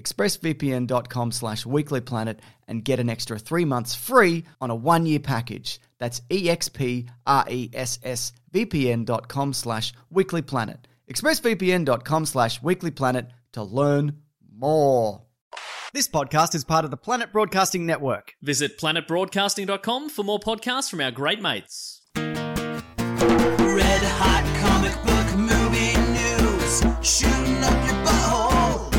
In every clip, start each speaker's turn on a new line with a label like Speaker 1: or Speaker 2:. Speaker 1: expressvpn.com slash weeklyplanet, and get an extra three months free on a one-year package. That's E expressvpn.com slash weeklyplanet. expressvpn.com slash weeklyplanet to learn more. This podcast is part of the Planet Broadcasting Network.
Speaker 2: Visit planetbroadcasting.com for more podcasts from our great mates.
Speaker 3: Red hot comic book movie news, shooting up your butthole.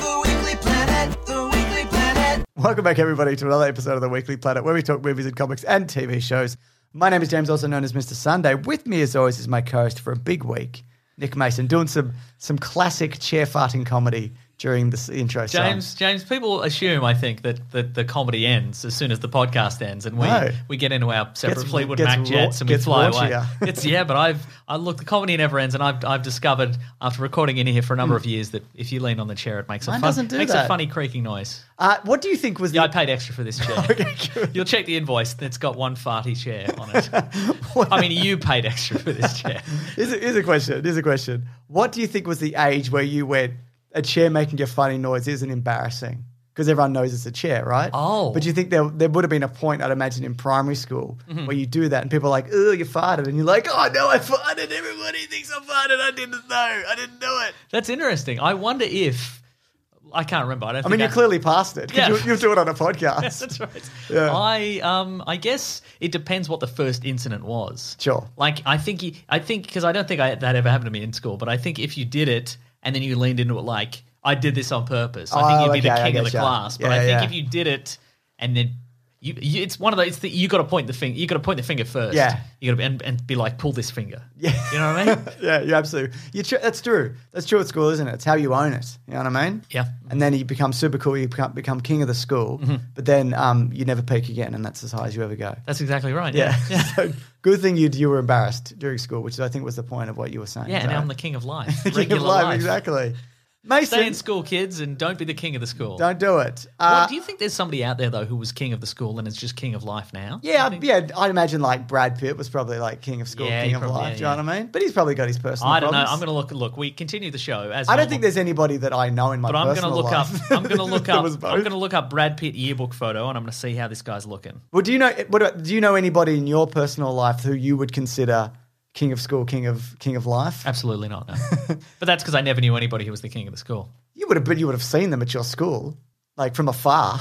Speaker 3: The Weekly Planet, the Weekly Planet.
Speaker 1: Welcome back, everybody, to another episode of the Weekly Planet, where we talk movies and comics and TV shows. My name is James, also known as Mr. Sunday. With me, as always, is my co-host for a big week, Nick Mason, doing some some classic chair farting comedy during this intro. song.
Speaker 4: James, James, people assume I think that, that the comedy ends as soon as the podcast ends, and we
Speaker 1: No.
Speaker 4: we get into our separate
Speaker 1: Gets-
Speaker 4: Fleetwood
Speaker 1: gets
Speaker 4: Mac
Speaker 1: raw-
Speaker 4: jets and we
Speaker 1: gets
Speaker 4: fly
Speaker 1: raunchier.
Speaker 4: away. it's yeah, but I've I look the comedy never ends, and I've I've discovered after recording in here for a number of years that if you lean on the chair, it makes a
Speaker 1: Hmm. Mine
Speaker 4: fun,
Speaker 1: doesn't do
Speaker 4: makes
Speaker 1: that.
Speaker 4: a funny creaking noise.
Speaker 1: uh, what do you think was
Speaker 4: Yeah, I
Speaker 1: the
Speaker 4: paid extra for this chair. You'll check the invoice. It's got one farty chair on it. I mean, you paid extra for this chair.
Speaker 1: is a, is a question? Is a question. What do you think was the age where you went a chair making a funny noise isn't embarrassing because everyone knows it's a chair, right?
Speaker 4: Oh.
Speaker 1: but do you think there there would have been a point I'd imagine in primary school
Speaker 4: Mm-hmm.
Speaker 1: where you do that and people are like, "Oh, you farted," and you're like, "Oh no, I farted." Everybody thinks I farted. I didn't know. I didn't do it.
Speaker 4: That's interesting. I wonder if I can't remember. I don't.
Speaker 1: I
Speaker 4: think
Speaker 1: mean, you clearly passed it. 'cause
Speaker 4: Yeah.
Speaker 1: You, you do it on a podcast.
Speaker 4: Yes, that's right.
Speaker 1: Yeah.
Speaker 4: I um I guess it depends what the first incident was.
Speaker 1: Sure.
Speaker 4: Like I think you, I think because I don't think I, that ever happened to me in school, but I think if you did it and then you leaned into it like I did this on purpose, I
Speaker 1: Oh,
Speaker 4: think you'd be
Speaker 1: okay, I
Speaker 4: the king of the
Speaker 1: getcha.
Speaker 4: class. But
Speaker 1: Yeah,
Speaker 4: I think
Speaker 1: yeah.
Speaker 4: if you did it and then. You, you, it's one of those. It's the, you got to point the finger. You got to point the finger first.
Speaker 1: Yeah.
Speaker 4: You got to and, and be like, pull this finger. Yeah. You know what I mean?
Speaker 1: yeah, you absolutely. You tr- that's true. That's true at school, isn't it? It's how you own it. You know what I mean?
Speaker 4: Yeah. Mm-hmm.
Speaker 1: And then you become super cool. You become, become king of the school, but then um, you never peak again, and that's as high as you ever go.
Speaker 4: That's exactly right.
Speaker 1: Yeah.
Speaker 4: Yeah.
Speaker 1: so good thing you you were embarrassed during school, which I think was the point of what you were saying.
Speaker 4: Yeah,
Speaker 1: so.
Speaker 4: now I'm the king of life.
Speaker 1: King of
Speaker 4: Regular
Speaker 1: life,
Speaker 4: life,
Speaker 1: exactly.
Speaker 4: Stay in
Speaker 1: Mason,
Speaker 4: school, kids, and don't be the king of the school.
Speaker 1: don't do it.
Speaker 4: Well,
Speaker 1: Uh,
Speaker 4: do you think there's somebody out there though who was king of the school and is just king of life now?
Speaker 1: yeah,
Speaker 4: I think-
Speaker 1: yeah. I'd imagine like Brad Pitt was probably like king of school,
Speaker 4: Yeah, he
Speaker 1: king of
Speaker 4: probably-
Speaker 1: life.
Speaker 4: yeah,
Speaker 1: do you know
Speaker 4: yeah.
Speaker 1: what I mean? But he's probably got his personal.
Speaker 4: I don't
Speaker 1: problems.
Speaker 4: know. I'm going to look. Look, we continue the show as.
Speaker 1: I don't
Speaker 4: normal,
Speaker 1: think there's anybody that I know in my.
Speaker 4: But I'm going to
Speaker 1: personal
Speaker 4: look
Speaker 1: life
Speaker 4: up. I'm going to look
Speaker 1: that
Speaker 4: up.
Speaker 1: was
Speaker 4: I'm
Speaker 1: both.
Speaker 4: going to look up Brad Pitt yearbook photo, and I'm going to see how this guy's looking.
Speaker 1: Well, do you know? What about- do you know anybody in your personal life who you would consider king of school, king of king of life?
Speaker 4: Absolutely not. No. but that's because I never knew anybody who was the king of the school.
Speaker 1: You would have, but you would have seen them at your school, like from afar.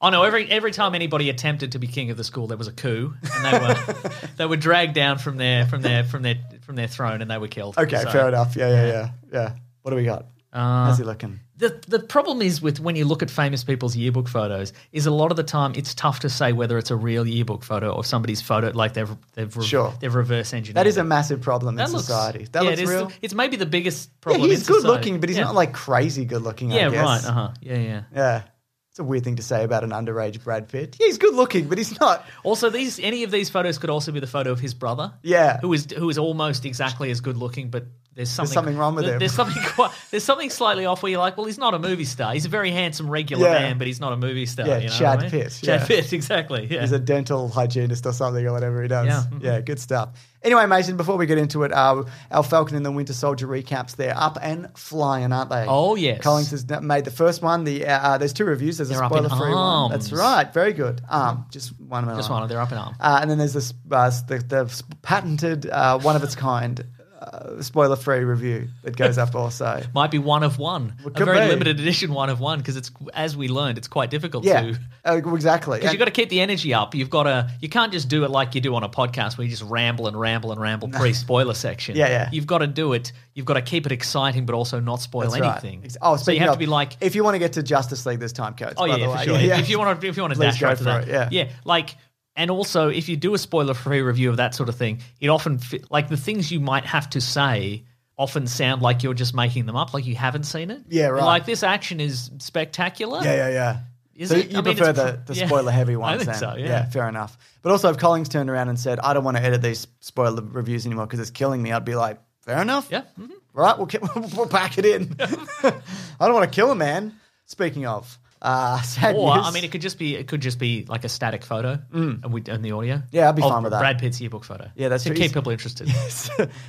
Speaker 4: Oh no! Every every time anybody attempted to be king of the school, there was a coup, and they were they were dragged down from their from their from their from their throne, and they were killed.
Speaker 1: Okay,
Speaker 4: So,
Speaker 1: fair enough. Yeah, yeah, yeah, yeah. What do we got?
Speaker 5: Uh,
Speaker 1: How's he looking?
Speaker 5: The, the problem is with when you look at famous people's yearbook photos is a lot of the time it's tough to say whether it's a real yearbook photo or somebody's photo like they've they've re-
Speaker 1: Sure.
Speaker 5: they've reverse engineered.
Speaker 1: That is
Speaker 5: it.
Speaker 1: a massive problem in
Speaker 5: looks-
Speaker 1: society. that
Speaker 5: yeah,
Speaker 1: looks
Speaker 5: it is the-
Speaker 1: real.
Speaker 5: it's maybe the biggest
Speaker 1: Yeah,
Speaker 5: problem. in
Speaker 1: he's good
Speaker 5: society.
Speaker 1: looking, but he's
Speaker 5: Yeah.
Speaker 1: not like crazy good looking.
Speaker 5: yeah
Speaker 1: I guess.
Speaker 5: right. Uh huh. Yeah yeah.
Speaker 1: Yeah, it's a weird thing to say about an underage Brad Pitt. Yeah, he's good looking, but he's not.
Speaker 5: Also, these any of these photos could also be the photo of his brother.
Speaker 1: Yeah.
Speaker 5: who is who is almost exactly as good looking, but there's something
Speaker 1: something wrong with
Speaker 5: there-
Speaker 1: him.
Speaker 5: There's something quite, there's something slightly off where you're like, well, he's not a movie star. He's a very handsome regular
Speaker 1: Yeah.
Speaker 5: man, but he's not a movie star.
Speaker 1: Yeah,
Speaker 5: you know what
Speaker 1: Chad
Speaker 5: I mean?
Speaker 1: Pitt,
Speaker 5: Chad
Speaker 1: yeah.
Speaker 5: Pitt, exactly. Yeah.
Speaker 1: He's a dental hygienist or something or whatever he does.
Speaker 5: Yeah. mm-hmm.
Speaker 1: Yeah, good stuff. Anyway, Mason, before we get into it, uh, our Falcon and the Winter Soldier recaps, they're up and flying, aren't they?
Speaker 5: Oh, yes.
Speaker 1: Collins has n- made the first one. The uh, There's two reviews. There's
Speaker 5: They're
Speaker 1: a
Speaker 5: up in
Speaker 1: spoiler free one.
Speaker 5: arms.
Speaker 1: That's right. Very good. Um, Just one minute.
Speaker 5: Just one of their up and arm.
Speaker 1: Uh, and then there's this uh, the, the patented uh, one of its kind uh, spoiler free review that goes up also.
Speaker 5: Might be one of one. a
Speaker 1: could
Speaker 5: very
Speaker 1: be.
Speaker 5: limited edition one of one because it's as we learned, it's quite difficult
Speaker 1: Yeah,
Speaker 5: to
Speaker 1: uh, exactly.
Speaker 5: Because you've got to keep the energy up. You've got to. You can't just do it like you do on a podcast where you just ramble and ramble and ramble pre spoiler section.
Speaker 1: Yeah, yeah.
Speaker 5: You've got to do it. You've got to keep it exciting, but also not spoil
Speaker 1: That's right.
Speaker 5: anything.
Speaker 1: Ex- Oh,
Speaker 5: so
Speaker 1: speaking
Speaker 5: you have
Speaker 1: of,
Speaker 5: to be like,
Speaker 1: if you want to get to Justice League, there's time codes.
Speaker 5: oh
Speaker 1: by
Speaker 5: yeah,
Speaker 1: the
Speaker 5: for
Speaker 1: way.
Speaker 5: sure.
Speaker 1: Yeah, yeah.
Speaker 5: If you want to, if you want to
Speaker 1: Please
Speaker 5: dash
Speaker 1: go
Speaker 5: right
Speaker 1: for
Speaker 5: to that,
Speaker 1: it, yeah.
Speaker 5: yeah, like. And also, if you do a spoiler-free review of that sort of thing, it often fi- like the things you might have to say often sound like you're just making them up, like you haven't seen it.
Speaker 1: Yeah,
Speaker 5: You're
Speaker 1: right.
Speaker 5: Like this action is spectacular.
Speaker 1: Yeah, yeah, yeah.
Speaker 5: Is
Speaker 1: so
Speaker 5: it?
Speaker 1: you
Speaker 5: I mean,
Speaker 1: prefer
Speaker 5: it's
Speaker 1: the,
Speaker 5: pr-
Speaker 1: the
Speaker 5: yeah.
Speaker 1: spoiler heavy
Speaker 5: I
Speaker 1: ones
Speaker 5: think
Speaker 1: then.
Speaker 5: so, yeah.
Speaker 1: fair enough. But also, if Collings turned around and said, I don't want to edit these spoiler reviews anymore because it's killing me, I'd be like, fair enough.
Speaker 5: Yeah, mhm.
Speaker 1: Right, we'll, ki- we'll pack it in. I don't want to kill a man. Speaking of, uh, sad
Speaker 5: Or
Speaker 1: news.
Speaker 5: I mean, it could just be it could just be like a static photo, and we and the audio.
Speaker 1: Mm. Yeah, I'd be
Speaker 5: of
Speaker 1: fine with that.
Speaker 5: Brad Pitt's yearbook photo.
Speaker 1: Yeah, that's
Speaker 5: to
Speaker 1: true.
Speaker 5: keep
Speaker 1: He's-
Speaker 5: people interested.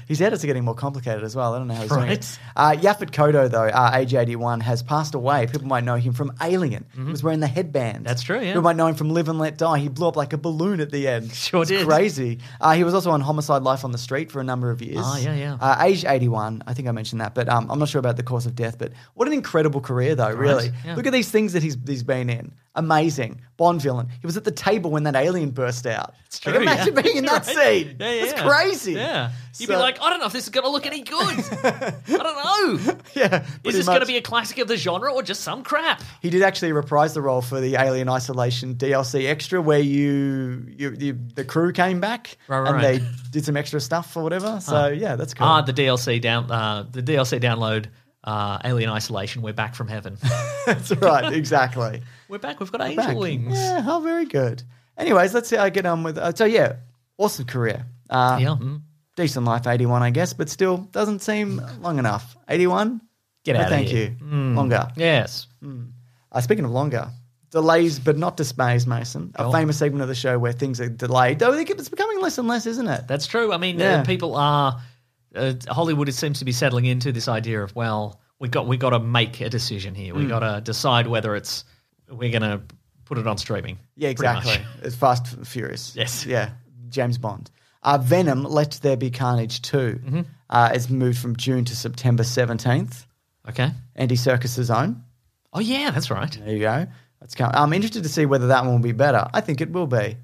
Speaker 1: His edits are getting more complicated as well. I don't know how he's doing it.
Speaker 5: Right.
Speaker 1: Uh, Yaphet Kodo, though, uh, age 81, has passed away. People might know him from Alien. He was wearing the headband.
Speaker 5: Mm-hmm. That's true, yeah.
Speaker 1: People might know him from Live and Let Die. He blew up like a balloon at the end.
Speaker 5: Sure
Speaker 1: it's
Speaker 5: did.
Speaker 1: crazy. Uh, he was also on Homicide Life on the Street for a number of years.
Speaker 5: Ah, yeah, yeah.
Speaker 1: Uh, age 81. I think I mentioned that, but um, I'm not sure about the cause of death. But what an incredible career, though, really.
Speaker 5: yeah.
Speaker 1: Look at these things that he's, he's been in. Amazing. Bond villain. He was at the table when that alien burst out. It's
Speaker 5: true, yeah.
Speaker 1: imagine being in that
Speaker 5: Right?
Speaker 1: scene.
Speaker 5: Yeah, yeah,
Speaker 1: That's
Speaker 5: yeah.
Speaker 1: crazy.
Speaker 5: Yeah, you'd be
Speaker 1: So-
Speaker 5: like, I don't know if this is going to look any good. I don't know.
Speaker 1: Yeah.
Speaker 5: Is
Speaker 1: pretty
Speaker 5: this going to
Speaker 1: much.
Speaker 5: be a classic of the genre or just some crap?
Speaker 1: He did actually reprise the role for the Alien Isolation DLC extra, where you, you, you the crew came back
Speaker 5: Right, right,
Speaker 1: and
Speaker 5: right.
Speaker 1: they did some extra stuff or whatever. So yeah, that's cool.
Speaker 5: Ah, the DLC down uh, the DLC download. Uh, Alien Isolation. We're back from heaven.
Speaker 1: that's right, exactly.
Speaker 5: We're back. We've got angel
Speaker 1: Back.
Speaker 5: wings.
Speaker 1: Yeah, oh, very good. Anyways, let's see how I get on with. Uh, so yeah, awesome career. Uh,
Speaker 5: Yeah, mm.
Speaker 1: Decent life, eighty-one, I guess, but still doesn't seem long enough. Eighty-one.
Speaker 5: Get
Speaker 1: No,
Speaker 5: out
Speaker 1: Thank
Speaker 5: of here. Mm.
Speaker 1: you. Longer.
Speaker 5: Yes.
Speaker 1: Uh, speaking of longer, delays but not dismays, Mason. A famous segment of the show where things are delayed, though it's becoming less and less, isn't it?
Speaker 5: That's true. I mean,
Speaker 1: Yeah.
Speaker 5: uh, people are uh, Hollywood. It seems to be settling into this idea of well, we got we got to make a decision here.
Speaker 1: Hmm.
Speaker 5: We got to decide whether it's we're going to put it on streaming.
Speaker 1: yeah,
Speaker 5: pretty much.
Speaker 1: exactly. It's Fast and Furious.
Speaker 5: Yes.
Speaker 1: Yeah, James Bond. Uh, Venom, Let There Be Carnage 2.
Speaker 5: Mm-hmm.
Speaker 1: Uh, it's moved from June to September 17th.
Speaker 5: Okay.
Speaker 1: Andy Circus's own.
Speaker 5: Oh yeah, that's right.
Speaker 1: There you go. That's com- I'm interested to see whether that one will be better. I think it will be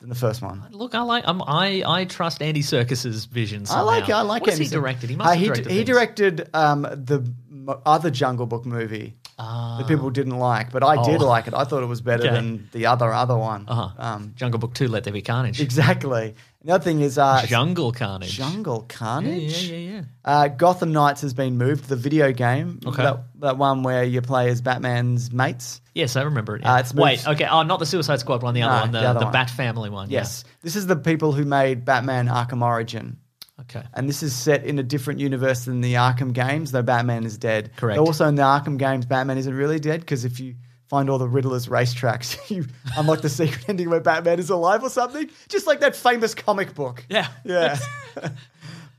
Speaker 1: than the first one.
Speaker 5: Look, I like um, I I trust Andy Circus's vision.
Speaker 1: I
Speaker 5: Somehow.
Speaker 1: like it. I like
Speaker 5: What
Speaker 1: it. uh,
Speaker 5: has he directed? He must have
Speaker 1: he,
Speaker 5: directed.
Speaker 1: he
Speaker 5: things.
Speaker 1: directed um, the m- other Jungle Book movie that people didn't like, but I did
Speaker 5: Ah. Oh.
Speaker 1: like it. I thought it was better
Speaker 5: Okay.
Speaker 1: than the other other one.
Speaker 5: Uh-huh.
Speaker 1: Um,
Speaker 5: Jungle Book Two. Let there be carnage.
Speaker 1: exactly. Another thing is uh,
Speaker 5: Jungle Carnage.
Speaker 1: Jungle
Speaker 5: Yeah,
Speaker 1: Carnage.
Speaker 5: yeah, yeah, yeah.
Speaker 1: Uh, Gotham Knights has been moved. The video game,
Speaker 5: Okay.
Speaker 1: that, that one where you play as Batman's mates.
Speaker 5: Yes, I remember it.
Speaker 1: Uh,
Speaker 5: yeah.
Speaker 1: it's moved-
Speaker 5: Wait, okay. Oh, not the Suicide Squad one. The other
Speaker 1: No,
Speaker 5: one. The,
Speaker 1: the
Speaker 5: the,
Speaker 1: other one.
Speaker 5: Bat Family one. yeah.
Speaker 1: Yes, this is the people who made Batman Arkham Origin.
Speaker 5: Okay.
Speaker 1: and this is set in a different universe than the Arkham games, though Batman is dead.
Speaker 5: Correct.
Speaker 1: Though also in the Arkham games, Batman isn't really dead because if you find all the Riddler's racetracks, you unlock the secret ending where Batman is alive or something, just like that famous comic book.
Speaker 5: Yeah.
Speaker 1: Yeah.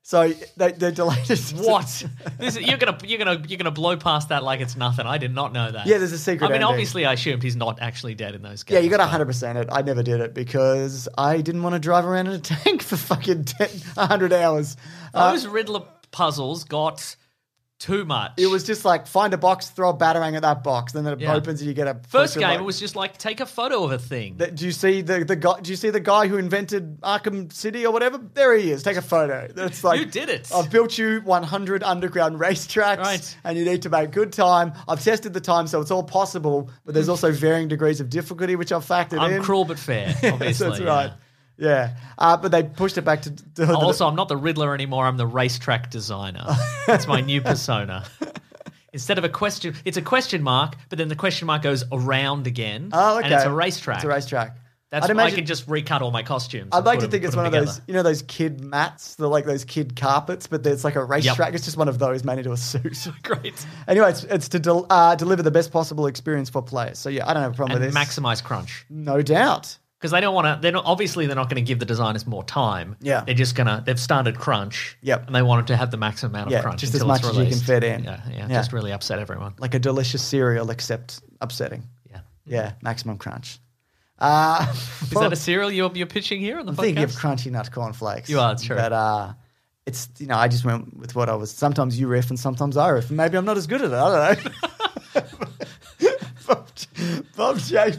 Speaker 1: so they, they're delighted.
Speaker 5: What? this is, you're gonna you're gonna you're gonna blow past that like it's nothing. I did not know that.
Speaker 1: Yeah, there's a secret
Speaker 5: I mean,
Speaker 1: ending.
Speaker 5: obviously, I assumed he's not actually dead in those games.
Speaker 1: Yeah, you got
Speaker 5: but-
Speaker 1: 100% it. I never did it because I didn't want to drive around in a tank for fucking 10, 100 hours.
Speaker 5: Those Riddler puzzles got too much.
Speaker 1: It was just like find a box, throw a batarang at that box, then it
Speaker 5: Yeah.
Speaker 1: opens and you get a
Speaker 5: first
Speaker 1: photo
Speaker 5: game.
Speaker 1: like-
Speaker 5: It was just like take a photo of a thing.
Speaker 1: That- do you see the the guy? Do you see the guy who invented Arkham City or whatever? There he is. Take a photo. That's like
Speaker 5: You did it.
Speaker 1: I've built you 100 underground racetracks,
Speaker 5: Right.
Speaker 1: and you need to make good time. I've tested the time, so it's all possible. But there's also varying degrees of difficulty, which I've factored in.
Speaker 5: I'm cruel but fair.
Speaker 1: Yes,
Speaker 5: Obviously,
Speaker 1: that's
Speaker 5: yeah.
Speaker 1: right. Yeah, uh, but they pushed it back to. to the-
Speaker 5: Also, I'm not the Riddler anymore. I'm the racetrack designer. That's my new persona. Instead of a question, it's a question mark, but then the question mark goes around again.
Speaker 1: oh, okay.
Speaker 5: And it's a racetrack.
Speaker 1: It's a racetrack.
Speaker 5: That's
Speaker 1: I'd
Speaker 5: I
Speaker 1: imagine-
Speaker 5: can just recut all my costumes.
Speaker 1: I'd
Speaker 5: and
Speaker 1: like
Speaker 5: put
Speaker 1: to
Speaker 5: 'em-
Speaker 1: think it's
Speaker 5: put 'em
Speaker 1: one of those,
Speaker 5: together.
Speaker 1: you know, those kid mats, the like those kid carpets, but there's like a racetrack. It's just one of those made into a suit.
Speaker 5: Great.
Speaker 1: Anyway, it's, it's to del- uh, deliver the best possible experience for players. So yeah, I don't have a problem
Speaker 5: and
Speaker 1: with this.
Speaker 5: maximize crunch
Speaker 1: no doubt.
Speaker 5: because they don't want to. They're not obviously they're not going to give the designers more time.
Speaker 1: Yeah.
Speaker 5: they're just gonna. They've started crunch.
Speaker 1: Yep.
Speaker 5: and they want 'em to have the maximum amount
Speaker 1: Yeah,
Speaker 5: of crunch
Speaker 1: just as
Speaker 5: until it's
Speaker 1: much as you can
Speaker 5: released.
Speaker 1: fit in.
Speaker 5: Yeah, yeah,
Speaker 1: Yeah.
Speaker 5: just really upset everyone.
Speaker 1: Like a delicious cereal, except upsetting.
Speaker 5: Yeah.
Speaker 1: Yeah, maximum crunch. Uh,
Speaker 5: Is that a cereal you're, you're pitching here on the
Speaker 1: I'm
Speaker 5: podcast?
Speaker 1: thinking of crunchy nut cornflakes.
Speaker 5: You are, it's true.
Speaker 1: But uh, it's you know, I just went with what I was. Sometimes you riff and sometimes I riff. Maybe I'm not as good at it. I don't know. Bob, Bob J.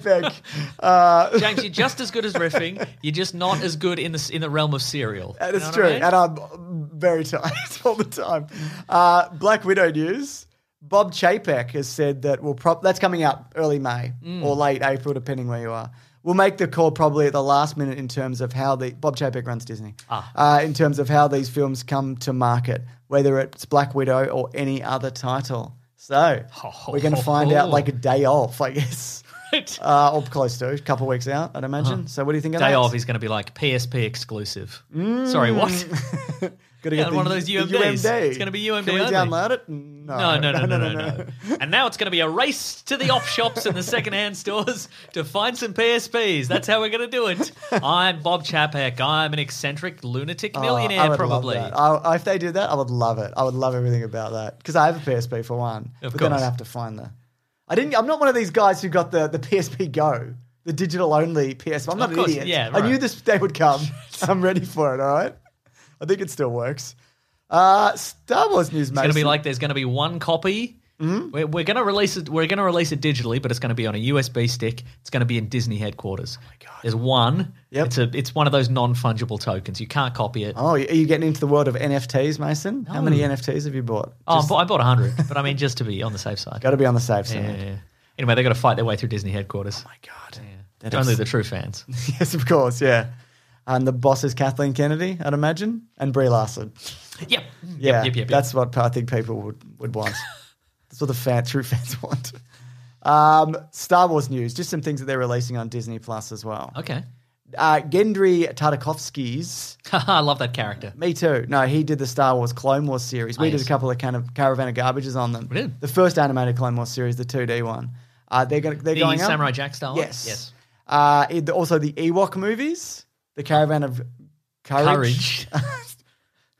Speaker 1: Uh,
Speaker 5: James, you're just as good as riffing. You're just not as good in the in the realm of cereal.
Speaker 1: That
Speaker 5: You
Speaker 1: is
Speaker 5: know what
Speaker 1: true.
Speaker 5: I mean?
Speaker 1: And I'm very tired all the time. Uh, Black Widow news. Bob Chapek has said that we'll prob- that's coming out early May
Speaker 5: Mm.
Speaker 1: or late April, depending where you are. We'll make the call probably at the last minute in terms of how the Bob Chapek runs Disney.
Speaker 5: Ah.
Speaker 1: Uh, in terms of how these films come to market, whether it's Black Widow or any other title. So we're going to find out like a day off, I guess, uh, or close to a couple of weeks out, I'd imagine. So what do you think of
Speaker 5: Day
Speaker 1: that?
Speaker 5: off is going to be like PSP exclusive.
Speaker 1: Mm.
Speaker 5: Sorry, what?
Speaker 1: Gotta
Speaker 5: Yeah,
Speaker 1: get
Speaker 5: one of those
Speaker 1: the
Speaker 5: UMDs. It's gonna be UMD
Speaker 1: Can we
Speaker 5: only.
Speaker 1: download it? No,
Speaker 5: No, no, no, no, no, no. Uh, And now it's going to be a race to the off shops and the secondhand stores to find some PSPs. That's how we're going to do it. I'm Bob Chapek. I'm an eccentric lunatic
Speaker 1: Oh, I
Speaker 5: millionaire,
Speaker 1: would love
Speaker 5: probably.
Speaker 1: that. I, if they did that, I would love it. I would love everything about that because I have a PSP for one.
Speaker 5: Of
Speaker 1: but then I'd
Speaker 5: course.
Speaker 1: have to find the. I didn't. I'm not one of these guys who got the the PSP Go, the digital only PSP. I'm not
Speaker 5: Of
Speaker 1: an
Speaker 5: course,
Speaker 1: idiot.
Speaker 5: yeah,
Speaker 1: I knew
Speaker 5: right.
Speaker 1: this day would come. I'm ready for it. All right. I think it still works. Uh, Star Wars news,
Speaker 5: It's
Speaker 1: mate.
Speaker 5: going to be like there's going to be one copy. We're, we're going to release it. We're going to release it digitally, but it's going to be on a USB stick. It's going to be in Disney headquarters. Oh my god! There's one.
Speaker 1: Yep.
Speaker 5: It's a. It's one of those non fungible tokens. You can't copy it.
Speaker 1: Oh, are you getting into the world of NFTs, Mason? How many NFTs have you bought?
Speaker 5: Oh, I bought- I bought hundred, but I mean just to be on the safe side.
Speaker 1: Got to be on the safe side.
Speaker 5: Yeah, yeah. Anyway, they got to fight their way through Disney headquarters. Oh my god!
Speaker 1: That
Speaker 5: Only
Speaker 1: is-
Speaker 5: the true fans.
Speaker 1: Yes, of course, yeah. And the boss is Kathleen Kennedy, I'd imagine, and Brie Larson.
Speaker 5: yep.
Speaker 1: Yeah,
Speaker 5: Yep. Yep. Yep.
Speaker 1: that's what I think people would, would want. that's what the fan, true fans want. Um, Star Wars news, just some things that they're releasing on Disney Plus as well.
Speaker 5: Okay.
Speaker 1: Uh, Gendry Tartakovsky's.
Speaker 5: I love that character.
Speaker 1: Me too. No, he did the Star Wars Clone Wars series. We
Speaker 5: Ah,
Speaker 1: did
Speaker 5: yes.
Speaker 1: a couple of kind of Caravan of Garbages on them.
Speaker 5: We did.
Speaker 1: The first animated Clone Wars series, the 2D one. Uh, they're gonna, they're
Speaker 5: The
Speaker 1: going up.
Speaker 5: Samurai Jack style.
Speaker 1: Yes.
Speaker 5: Oh, Yes.
Speaker 1: Uh, it- also the Ewok movies, the Caravan of Courage.
Speaker 5: Courage.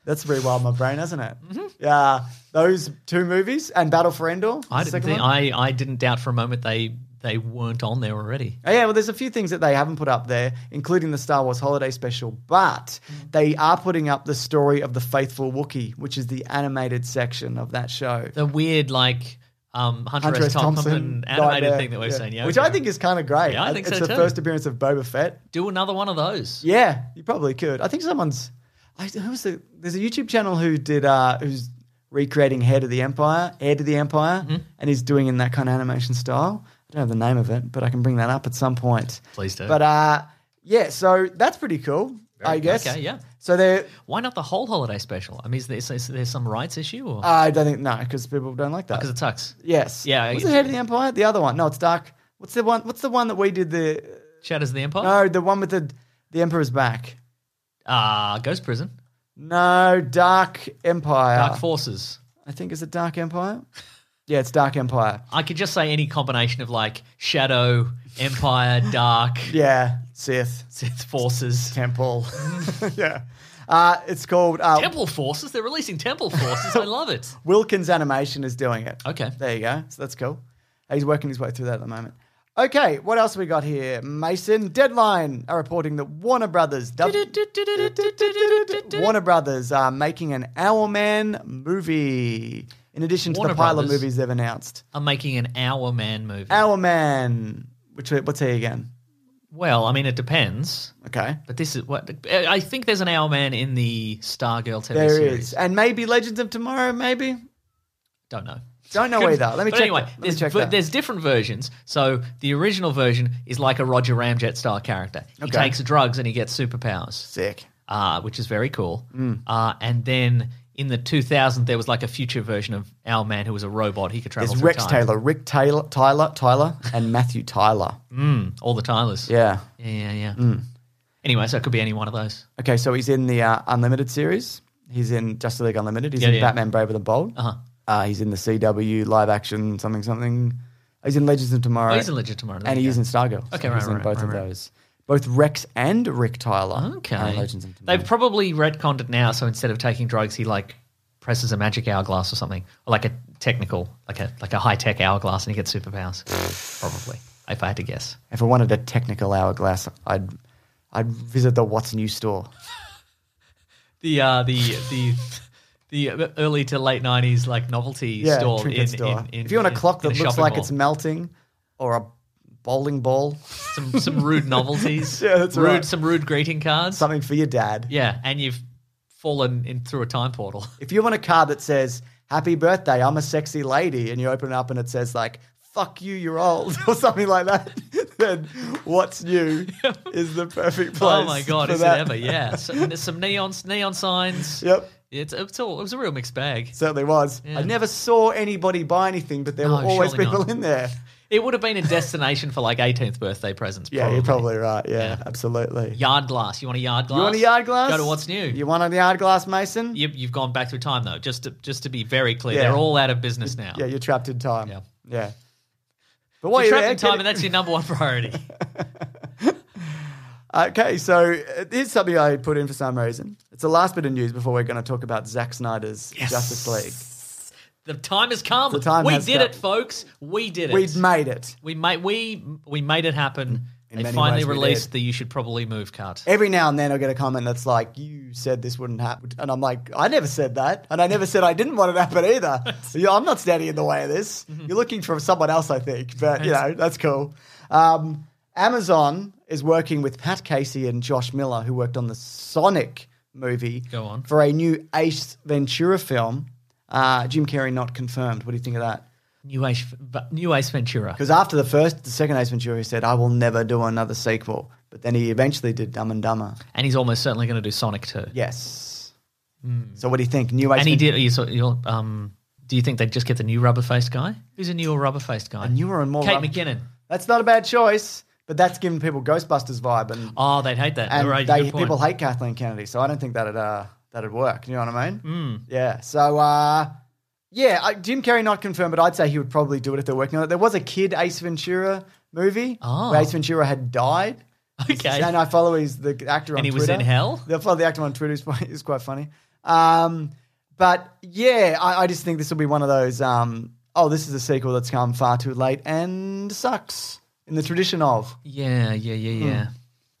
Speaker 5: Mm-hmm.
Speaker 1: That's rewild my brain, hasn't it? Yeah, those two movies and Battle for Endor.
Speaker 5: I
Speaker 1: the
Speaker 5: didn't
Speaker 1: second
Speaker 5: think.
Speaker 1: one.
Speaker 5: I, I didn't doubt for a moment they they weren't on there already.
Speaker 1: Oh, yeah, well, there's a few things that they haven't put up there, including the Star Wars Holiday Special, but
Speaker 5: Mm-hmm.
Speaker 1: they are putting up the story of the Faithful Wookiee, which is the animated section of that show.
Speaker 5: the weird like um, Hunter,
Speaker 1: Hunter
Speaker 5: S. Thompson, animated
Speaker 1: Nightmare,
Speaker 5: thing that we've
Speaker 1: yeah.
Speaker 5: seen, yeah,
Speaker 1: which
Speaker 5: okay.
Speaker 1: I think is kind of great.
Speaker 5: Yeah, I think
Speaker 1: it's
Speaker 5: so
Speaker 1: the
Speaker 5: too.
Speaker 1: first appearance of Boba Fett.
Speaker 5: do another one of those.
Speaker 1: Yeah, you probably could. I think someone's. I, who was the, there's a YouTube channel who did uh, who's recreating Head of the Empire, Heir to the Empire,
Speaker 5: Mm-hmm.
Speaker 1: and he's doing in that kind of animation style. I don't have the name of it, but I can bring that up at some point.
Speaker 5: Please do.
Speaker 1: But uh, yeah, so that's pretty cool, I guess.
Speaker 5: okay, yeah.
Speaker 1: So there,
Speaker 5: Why not the whole holiday special? I mean, is there, is there some rights issue or
Speaker 1: I don't think no, because people don't like that.
Speaker 5: because it sucks?
Speaker 1: yes,
Speaker 5: Oh, Yeah, I
Speaker 1: Was it
Speaker 5: guess-
Speaker 1: Head of the Empire? The other one? No, it's Dark. What's the one? What's the one that we did? The
Speaker 5: Shadows of the Empire.
Speaker 1: no, the one with the the Emperor's back.
Speaker 5: Ah, Ghost Prison.
Speaker 1: No, Dark Empire.
Speaker 5: Dark Forces.
Speaker 1: I think is it Dark Empire? Yeah, it's Dark Empire.
Speaker 5: I could just say any combination of like Shadow, Empire, Dark,
Speaker 1: Yeah, Sith
Speaker 5: Sith Forces,
Speaker 1: Temple. yeah, uh, it's called uh,
Speaker 5: Temple Forces. They're releasing Temple Forces. I love it.
Speaker 1: Wilkins Animation is doing it.
Speaker 5: Okay.
Speaker 1: there you go. So that's cool. He's working his way through that at the moment. Okay, what else we got here? Mason Deadline are reporting that Warner Brothers Warner Brothers are making an Owlman movie. in addition to
Speaker 5: Warner
Speaker 1: the pilot
Speaker 5: Brothers.
Speaker 1: movies they've announced.
Speaker 5: I'm making an Hour Man movie.
Speaker 1: Our Man, which what's he again?
Speaker 5: Well, I mean, it depends.
Speaker 1: Okay,
Speaker 5: But this is what I think. There's an Hour Man in the Stargirl TV
Speaker 1: there
Speaker 5: series.
Speaker 1: is, and maybe Legends of Tomorrow. Maybe
Speaker 5: Don't know.
Speaker 1: don't know either. Let me
Speaker 5: but
Speaker 1: check.
Speaker 5: anyway,
Speaker 1: that. Let me
Speaker 5: there's,
Speaker 1: check
Speaker 5: ver-
Speaker 1: that.
Speaker 5: there's different versions. So the original version is like a Roger Ramjet style character. He
Speaker 1: Okay.
Speaker 5: takes drugs and he gets superpowers,
Speaker 1: sick.
Speaker 5: uh, which is very cool.
Speaker 1: Hmm.
Speaker 5: Uh, and then in the 2000, there was like a future version of Our Man who was a robot. He could travel
Speaker 1: There's
Speaker 5: through
Speaker 1: Rex
Speaker 5: time.
Speaker 1: Taylor, Rick Taylor, Tyler, Tyler, and Matthew Tyler.
Speaker 5: All the Tylers.
Speaker 1: Yeah.
Speaker 5: Yeah, yeah, yeah.
Speaker 1: Mm.
Speaker 5: Anyway, so it could be any one of those.
Speaker 1: Okay, so he's in the uh, Unlimited series. He's in Justice League Unlimited. He's
Speaker 5: Yeah,
Speaker 1: in
Speaker 5: yeah.
Speaker 1: Batman Brave and the Bold. Uh-huh. he's in the CW live action something something. He's in Legends of Tomorrow.
Speaker 5: Oh, he's in Legend of Tomorrow.
Speaker 1: and he
Speaker 5: There
Speaker 1: is
Speaker 5: you
Speaker 1: in Stargirl. So
Speaker 5: Okay, right,
Speaker 1: he's in
Speaker 5: right,
Speaker 1: both
Speaker 5: right,
Speaker 1: of
Speaker 5: right.
Speaker 1: those. Both Rex and Rick Tyler.
Speaker 5: go. Okay.
Speaker 1: are in Legends of Tomorrow.
Speaker 5: They've probably retconned it now, so instead of taking drugs, he like presses a magic hourglass or something, or like a technical, like a like a high tech hourglass, and he gets superpowers. probably, if I had to guess.
Speaker 1: if I wanted a technical hourglass, I'd I'd visit the What's New store.
Speaker 5: The uh, the the. The early to late '90s like novelty
Speaker 1: Yeah,
Speaker 5: store,
Speaker 1: trinket
Speaker 5: in,
Speaker 1: store.
Speaker 5: in- in-
Speaker 1: if you want a
Speaker 5: in-
Speaker 1: clock that
Speaker 5: in a
Speaker 1: looks
Speaker 5: shopping
Speaker 1: like
Speaker 5: mall.
Speaker 1: it's melting, or a bowling ball,
Speaker 5: some some rude novelties,
Speaker 1: Yeah, that's
Speaker 5: rude
Speaker 1: right.
Speaker 5: some rude greeting cards,
Speaker 1: something for your dad.
Speaker 5: yeah, and you've fallen in through a time portal.
Speaker 1: If you want a card that says "Happy Birthday, I'm a sexy lady," and you open it up and it says like "Fuck you, you're old" or something like that, then what's new is the perfect place.
Speaker 5: Oh my god,
Speaker 1: for
Speaker 5: is
Speaker 1: that.
Speaker 5: it ever? Yeah, so, and there's some neon neon signs.
Speaker 1: Yep.
Speaker 5: It's, it's all, it was a real mixed bag.
Speaker 1: Certainly was. I never saw anybody buy anything, but there
Speaker 5: No,
Speaker 1: were always
Speaker 5: surely
Speaker 1: people
Speaker 5: not.
Speaker 1: in there.
Speaker 5: It would have been a destination for like 18th birthday presents.
Speaker 1: Yeah,
Speaker 5: probably.
Speaker 1: you're probably right. Yeah,
Speaker 5: Yeah.
Speaker 1: absolutely.
Speaker 5: Yard glass. You want a yard glass?
Speaker 1: You want a yard glass?
Speaker 5: Go to what's new.
Speaker 1: You
Speaker 5: You
Speaker 1: want a yard glass, Mason?
Speaker 5: you, have gone back through time though. Just to, just to be very clear,
Speaker 1: Yeah.
Speaker 5: they're all out of business now.
Speaker 1: Yeah, you're trapped in time.
Speaker 5: Yeah.
Speaker 1: Yeah. But while
Speaker 5: You're
Speaker 1: you're
Speaker 5: trapped in
Speaker 1: there,
Speaker 5: time,
Speaker 1: get-
Speaker 5: and that's your number one priority.
Speaker 1: Okay, so uh, here's something I put in for some reason. It's the last bit of news before we're going to talk about Zack Snyder's Justice League.
Speaker 5: the time has come.
Speaker 1: The time
Speaker 5: we
Speaker 1: has
Speaker 5: did
Speaker 1: come.
Speaker 5: it, folks. We did it.
Speaker 1: We've made it.
Speaker 5: we made we we made it happen.
Speaker 1: In
Speaker 5: they
Speaker 1: many
Speaker 5: finally
Speaker 1: ways we
Speaker 5: released
Speaker 1: did.
Speaker 5: the "You Should Probably Move" cut.
Speaker 1: Every now and then I get a comment that's like, "You said this wouldn't happen," and I'm like, "I never said that, and I never said I didn't want it to happen either. Yeah, I'm not standing in the way of this.
Speaker 5: Mm-hmm.
Speaker 1: You're looking for someone else, I think, but you know that's cool." Um, Amazon is working with Pat Casey and Josh Miller, who worked on the Sonic movie,
Speaker 5: Go on.
Speaker 1: for a new Ace Ventura film. Uh, Jim Carrey not confirmed. What do you think of that?
Speaker 5: New Ace, New Ace Ventura.
Speaker 1: Because after the first, the second Ace Ventura, he said, "I will never do another sequel." But then he eventually did Dumb and Dumber.
Speaker 5: and he's almost certainly going to do Sonic 2.
Speaker 1: Yes. So what do you think? New Ace
Speaker 5: Hmm. and he
Speaker 1: Ventura-
Speaker 5: did. You saw, you um, do you think they'd just get the new rubber faced guy? Who's a newer rubber faced guy?
Speaker 1: A newer and more
Speaker 5: Kate
Speaker 1: rubber-
Speaker 5: McKinnon.
Speaker 1: That's not a bad choice, but that's giving people Ghostbusters vibe, and
Speaker 5: Oh, they'd hate that.
Speaker 1: and
Speaker 5: Right,
Speaker 1: they,
Speaker 5: good point.
Speaker 1: people hate Kathleen Kennedy, so I don't think that'd uh, that'd work. You know what I mean?
Speaker 5: Hmm.
Speaker 1: Yeah. So uh, yeah, I, Jim Carrey not confirmed, but I'd say he would probably do it if they're working on it. There was a kid Ace Ventura movie
Speaker 5: Oh.
Speaker 1: where Ace Ventura had died.
Speaker 5: Okay.
Speaker 1: And I follow his the actor on
Speaker 5: And he was
Speaker 1: Twitter.
Speaker 5: in hell?
Speaker 1: I follow the actor on Twitter. He's quite, he's quite funny. Um, but yeah, I, I just think this will be one of those. Um, oh, this is a sequel that's come far too late and sucks in the tradition of.
Speaker 5: yeah, yeah, yeah, yeah.
Speaker 1: Hmm.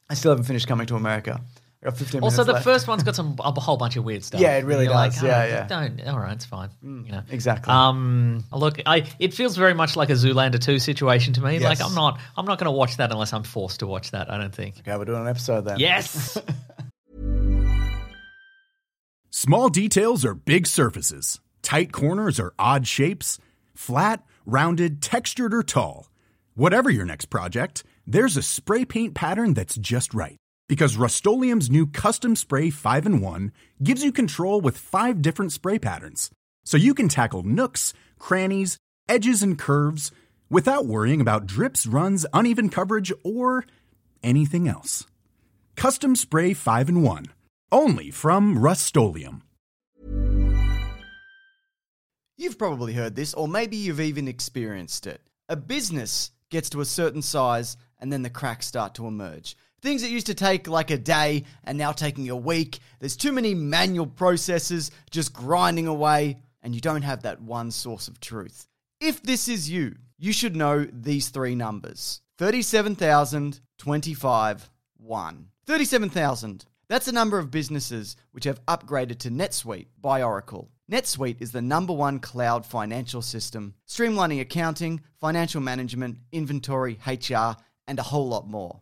Speaker 1: I still haven't finished coming to America. I got fifteen.
Speaker 5: Also,
Speaker 1: minutes
Speaker 5: the
Speaker 1: left.
Speaker 5: first one's got some a whole bunch of weird stuff.
Speaker 1: Yeah, it really
Speaker 5: You're
Speaker 1: does.
Speaker 5: oh,
Speaker 1: Yeah, yeah. Hmm.
Speaker 5: Don't. All right, it's fine. you know.
Speaker 1: exactly.
Speaker 5: Um, look, I it feels very much like a Zoolander two situation to me. Like I'm not I'm not going to watch that unless I'm forced to watch that. I don't think.
Speaker 1: Okay, we're doing an episode then.
Speaker 5: Yes.
Speaker 6: Small details are big surfaces. Tight corners are odd shapes. Flat, rounded, textured, or tall. Whatever your next project, there's a spray paint pattern that's just right. Because Rust new Custom Spray 5 in 1 gives you control with five different spray patterns. So you can tackle nooks, crannies, edges, and curves without worrying about drips, runs, uneven coverage, or anything else. Custom Spray 5 in 1. Only from Rust
Speaker 4: You've probably heard this, or maybe you've even experienced it. A business gets to a certain size, and then the cracks start to emerge. Things that used to take like a day are now taking a week. There's too many manual processes just grinding away, and you don't have that one source of truth. If this is you, you should know these three numbers 37,025, 1. 37,000. That's the number of businesses which have upgraded to NetSuite by Oracle.
Speaker 1: NetSuite is the number one cloud financial system, streamlining accounting, financial management, inventory, HR, and a whole lot more.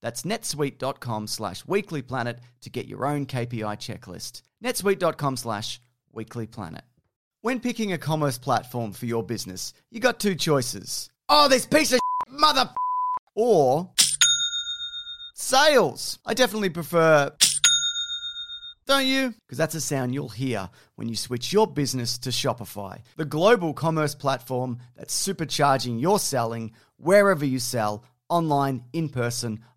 Speaker 1: That's netsuite.com slash weeklyplanet to get your own KPI checklist. netsuite.com slash weeklyplanet. When picking a commerce platform for your business, you got two choices. Oh, this piece of shit, mother or sales. I definitely prefer don't you? Because that's a sound you'll hear when you switch your business to Shopify, the global commerce platform that's supercharging your selling wherever you sell, online, in person,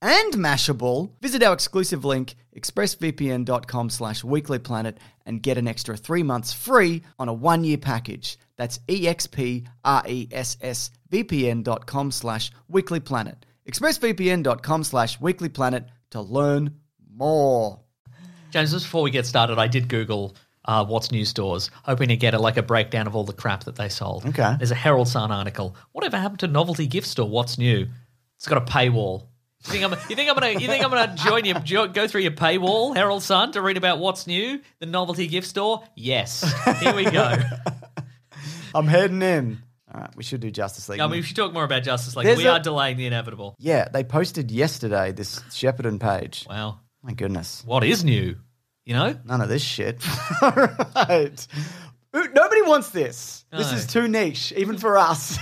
Speaker 1: and Mashable, visit our exclusive link, expressvpn.com slash weeklyplanet, and get an extra three months free on a one-year package. That's E expressvpn.com slash weeklyplanet. expressvpn.com slash weeklyplanet to learn more.
Speaker 5: James, just before we get started, I did Google uh, what's new stores, hoping to get a, like a breakdown of all the crap that they sold.
Speaker 1: Okay.
Speaker 5: There's a Herald Sun article. Whatever happened to novelty gift store? What's new? It's got a paywall. You think I'm? You think I'm gonna? You think I'm gonna join your jo- go through your paywall, Herald Sun, to read about what's new, the novelty gift store? Yes. Here we go.
Speaker 1: I'm heading in. All right, we should do Justice League.
Speaker 5: I mean, we should talk more about Justice League.
Speaker 1: There's
Speaker 5: we
Speaker 1: a-
Speaker 5: are delaying the inevitable.
Speaker 1: yeah, they posted yesterday this Shepparton page.
Speaker 5: Wow.
Speaker 1: My goodness,
Speaker 5: What is new? You know?
Speaker 1: none of this shit. All right, Ooh, nobody wants this. This
Speaker 5: No.
Speaker 1: is too niche, even for us.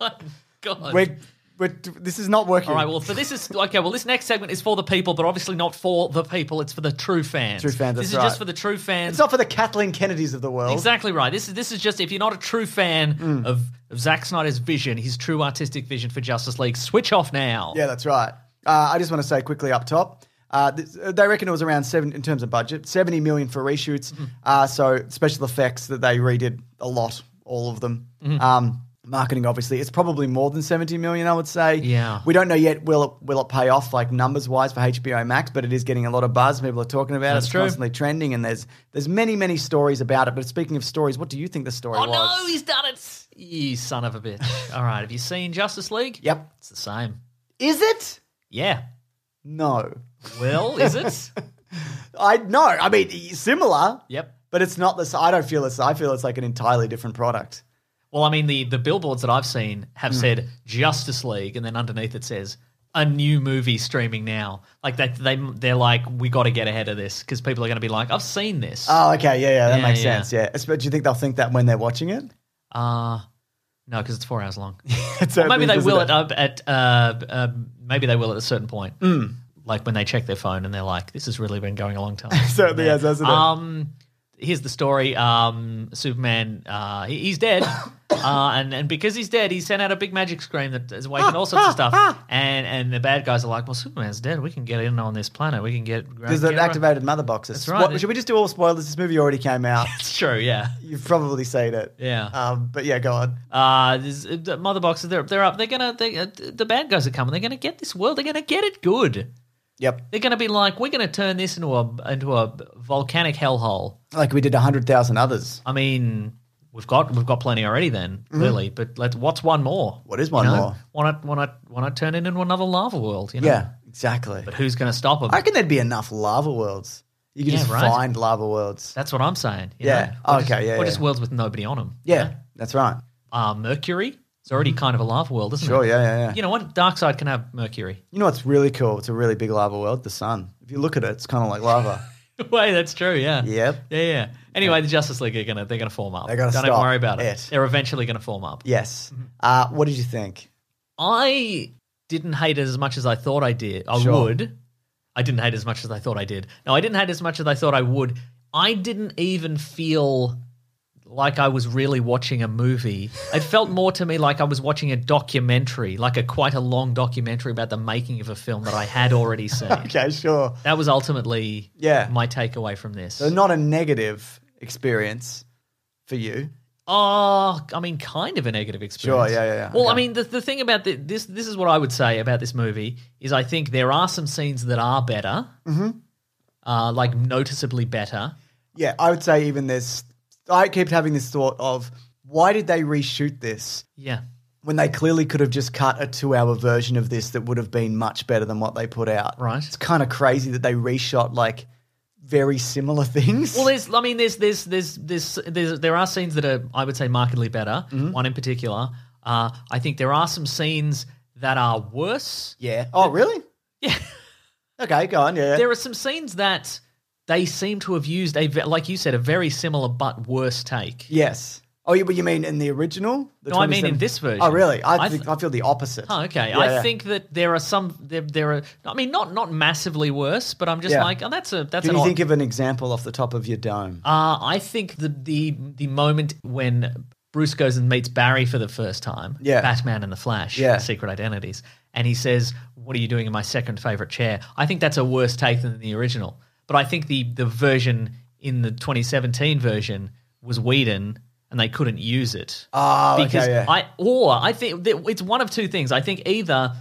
Speaker 5: My God.
Speaker 1: we're, we're, this is not working.
Speaker 5: All right, well, so this is okay. Well, this next segment is for the people, but obviously not for the people. It's for the true fans.
Speaker 1: True fans,
Speaker 5: This
Speaker 1: that's
Speaker 5: is just
Speaker 1: right.
Speaker 5: for the true fans.
Speaker 1: it's not for the Kathleen Kennedys of the Mm. world.
Speaker 5: Exactly right. This is this is just if you're not a true fan of, of Zack Snyder's vision, his true artistic vision for Justice League, switch off now.
Speaker 1: Yeah, that's right. Uh, I just want to say quickly up top. Uh, th- uh, they reckon it was around seven in terms of budget, seventy million for reshoots.
Speaker 5: Mm-hmm.
Speaker 1: Uh, so special effects that they redid a lot, all of them.
Speaker 5: Mm-hmm.
Speaker 1: Um, marketing, obviously, it's probably more than seventy million. I would say.
Speaker 5: Yeah.
Speaker 1: we don't know yet. Will it will it pay off like numbers wise for HBO Max? But it is getting a lot of buzz. People are talking about
Speaker 5: That's
Speaker 1: it. It's
Speaker 5: true.
Speaker 1: constantly trending, and there's there's many many stories about it. But speaking of stories, what do you think the story
Speaker 5: Oh
Speaker 1: was?
Speaker 5: no, he's done it. You son of a bitch. All right, have you seen Justice League?
Speaker 1: Yep.
Speaker 5: It's the same.
Speaker 1: Is it?
Speaker 5: Yeah.
Speaker 1: No.
Speaker 5: Well, is it?
Speaker 1: I no. I mean, similar.
Speaker 5: Yep.
Speaker 1: But it's not this. I don't feel this. I feel it's like an entirely different product.
Speaker 5: Well, I mean the the billboards that I've seen have said Justice League, and then underneath it says a new movie streaming now. Like they they they're like we got to get ahead of this because people are going to be like, I've seen this.
Speaker 1: Oh, okay. Yeah, yeah. That
Speaker 5: Yeah,
Speaker 1: makes
Speaker 5: yeah.
Speaker 1: sense. Yeah. Espe- Do you think they'll think that when they're watching it?
Speaker 5: Uh, no, because it's four hours long.
Speaker 1: It
Speaker 5: Or
Speaker 1: certainly
Speaker 5: maybe they will
Speaker 1: doesn't-
Speaker 5: at uh, at uh, uh, maybe they will at a certain point. Like when they check their phone and they're like, "This has really been going a long time."
Speaker 1: Certainly has, hasn't it?
Speaker 5: Um, here's the story. Um, Superman, uh, he, he's dead. Uh, and, and because he's dead, he sent out a big magic screen that is awakened all sorts of stuff. And and the bad guys are like, well, Superman's dead. We can get in on this planet. We can get.
Speaker 1: There's
Speaker 5: get
Speaker 1: an activated mother box.
Speaker 5: That's right.
Speaker 1: Spo- should we just do all spoilers? This movie already came out.
Speaker 5: It's true, yeah.
Speaker 1: You've probably seen it.
Speaker 5: Yeah.
Speaker 1: Um, but yeah, go on.
Speaker 5: Uh, there's, uh, the mother boxes, they're, they're up. They're going to. They, uh, the bad guys are coming. They're going to get this world. They're going to get it good.
Speaker 1: Yep.
Speaker 5: They're going to be like, we're going to turn this into a into a volcanic hellhole.
Speaker 1: Like we did a hundred thousand others.
Speaker 5: I mean, we've got we've got plenty already then, clearly. But let's what's one more?
Speaker 1: Mm-hmm. What is one
Speaker 5: you know?
Speaker 1: more?
Speaker 5: Want to want to want to turn it into another lava world? You know?
Speaker 1: Yeah. Exactly.
Speaker 5: But who's going to stop them?
Speaker 1: I reckon there'd be enough lava worlds. You could
Speaker 5: Yeah,
Speaker 1: just
Speaker 5: right.
Speaker 1: find lava worlds.
Speaker 5: That's what I'm saying. you
Speaker 1: Yeah.
Speaker 5: know? Or just,
Speaker 1: Okay, yeah,
Speaker 5: Or
Speaker 1: yeah.
Speaker 5: just worlds with nobody on them.
Speaker 1: yeah. That's right.
Speaker 5: Uh, Mercury. It's already kind of a lava world, isn't
Speaker 1: Sure.
Speaker 5: it?
Speaker 1: Yeah. Yeah. Yeah.
Speaker 5: You know what? Dark side can have Mercury.
Speaker 1: You know what's really cool? It's a really big lava world. The sun. If you look at it, it's kind of like lava.
Speaker 5: Wait, that's true. Yeah.
Speaker 1: Yep.
Speaker 5: Yeah. Yeah. Anyway, the Justice League are gonna they're gonna form up.
Speaker 1: They gotta
Speaker 5: Don't even
Speaker 1: stop
Speaker 5: worry about it.
Speaker 1: it.
Speaker 5: They're eventually gonna form up.
Speaker 1: Yes. Uh, what did you think?
Speaker 5: I didn't hate it as much as I thought I did. I
Speaker 1: Sure.
Speaker 5: would. I didn't hate it as much as I thought I did. No, I didn't hate it as much as I thought I would. I didn't even feel like I was really watching a movie. It felt more to me like I was watching a documentary, like a quite a long documentary about the making of a film that I had already seen.
Speaker 1: Okay, sure.
Speaker 5: That was ultimately
Speaker 1: Yeah.
Speaker 5: my takeaway from this.
Speaker 1: So not a negative experience for you.
Speaker 5: Oh, I mean, kind of a negative experience.
Speaker 1: Sure, yeah, yeah, yeah.
Speaker 5: Well, I
Speaker 1: Okay.
Speaker 5: mean, the, the thing about the, this, this is what I would say about this movie is I think there are some scenes that are better, mm-hmm. uh, like noticeably better.
Speaker 1: Yeah, I would say even this. I kept having this thought of why did they reshoot this
Speaker 5: Yeah,
Speaker 1: when they clearly could have just cut a two-hour version of this that would have been much better than what they put out.
Speaker 5: right.
Speaker 1: It's kind of crazy that they reshot like very similar things.
Speaker 5: Well, there's, I mean, there's, there's, there's, there's, there's, there are scenes that are, I would say, markedly better.
Speaker 1: Mm-hmm.
Speaker 5: One in particular, uh, I think there are some scenes that are worse.
Speaker 1: yeah. Oh, really?
Speaker 5: Yeah.
Speaker 1: Okay, go on. Yeah.
Speaker 5: there are some scenes that they seem to have used a, ve- like you said, a very similar but worse take.
Speaker 1: yes. Oh, you, but you mean in the original? The
Speaker 5: No, I mean
Speaker 1: 27
Speaker 5: in this version.
Speaker 1: Oh, really? I,
Speaker 5: I
Speaker 1: think,
Speaker 5: th-
Speaker 1: I feel the opposite.
Speaker 5: Oh, okay.
Speaker 1: Yeah,
Speaker 5: I
Speaker 1: yeah.
Speaker 5: think that there are some there, there are I mean not not massively worse, but I'm just
Speaker 1: Yeah.
Speaker 5: like, oh that's a that's
Speaker 1: Can
Speaker 5: an
Speaker 1: you
Speaker 5: odd-
Speaker 1: think of an example off the top of your dome?
Speaker 5: uh I think the the the moment when Bruce goes and meets Barry for the first time,
Speaker 1: Yeah.
Speaker 5: Batman and the Flash,
Speaker 1: Yeah.
Speaker 5: Secret Identities, and he says, "What are you doing in my second favorite chair?" I think that's a worse take than the original, but I think the the version in the 2017 version was Whedon, and they couldn't use it
Speaker 1: Oh,
Speaker 5: because
Speaker 1: okay, yeah.
Speaker 5: I or I think that it's one of two things. I think either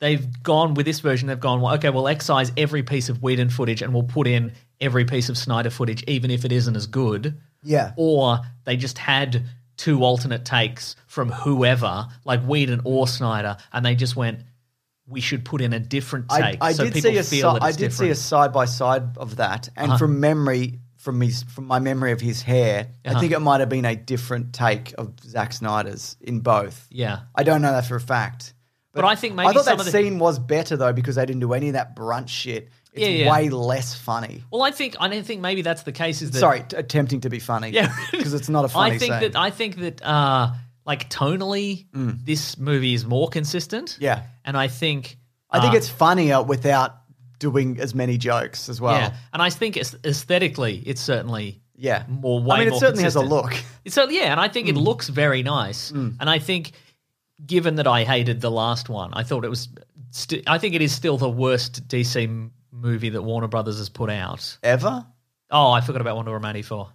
Speaker 5: they've gone with this version, they've gone, well, okay, we'll excise every piece of Whedon footage and we'll put in every piece of Snyder footage, even if it isn't as good.
Speaker 1: Yeah.
Speaker 5: Or they just had two alternate takes from whoever, like Whedon or Snyder, and they just went, we should put in a different
Speaker 1: I,
Speaker 5: take
Speaker 1: I
Speaker 5: so
Speaker 1: did
Speaker 5: people
Speaker 1: see a
Speaker 5: feel
Speaker 1: si-
Speaker 5: that
Speaker 1: I did
Speaker 5: it's Uh-huh.
Speaker 1: see a
Speaker 5: different.
Speaker 1: side by side of that, and from memory, from his from my memory of his hair,
Speaker 5: Uh-huh.
Speaker 1: I think it might have been a different take of Zack Snyder's in both.
Speaker 5: Yeah.
Speaker 1: I don't know that for a fact.
Speaker 5: But I think maybe
Speaker 1: I thought
Speaker 5: some
Speaker 1: that
Speaker 5: of the-
Speaker 1: scene was better though because they didn't do any of that brunt shit. It's
Speaker 5: Yeah, yeah.
Speaker 1: way less funny.
Speaker 5: Well, I think I don't think maybe that's the case. Is that
Speaker 1: Sorry, t- attempting to be funny.
Speaker 5: Yeah.
Speaker 1: because it's not a funny
Speaker 5: I think
Speaker 1: scene.
Speaker 5: that I think that uh, like tonally, this movie is more consistent.
Speaker 1: Mm. Yeah.
Speaker 5: and I think
Speaker 1: I think
Speaker 5: uh,
Speaker 1: it's funnier without doing as many jokes as well.
Speaker 5: yeah, and I think it's, aesthetically, it's certainly
Speaker 1: Yeah.
Speaker 5: more.
Speaker 1: I
Speaker 5: Way
Speaker 1: mean, it
Speaker 5: more
Speaker 1: certainly has a
Speaker 5: consistent.
Speaker 1: look.
Speaker 5: It certainly yeah, and I think it
Speaker 1: Hmm.
Speaker 5: looks very nice. And I think, given that I hated the last one, I thought it was. St- I think it is still the worst DC m- movie that Warner Brothers has put out.
Speaker 1: Ever?
Speaker 5: Oh, I forgot about Wonder Woman eighty four.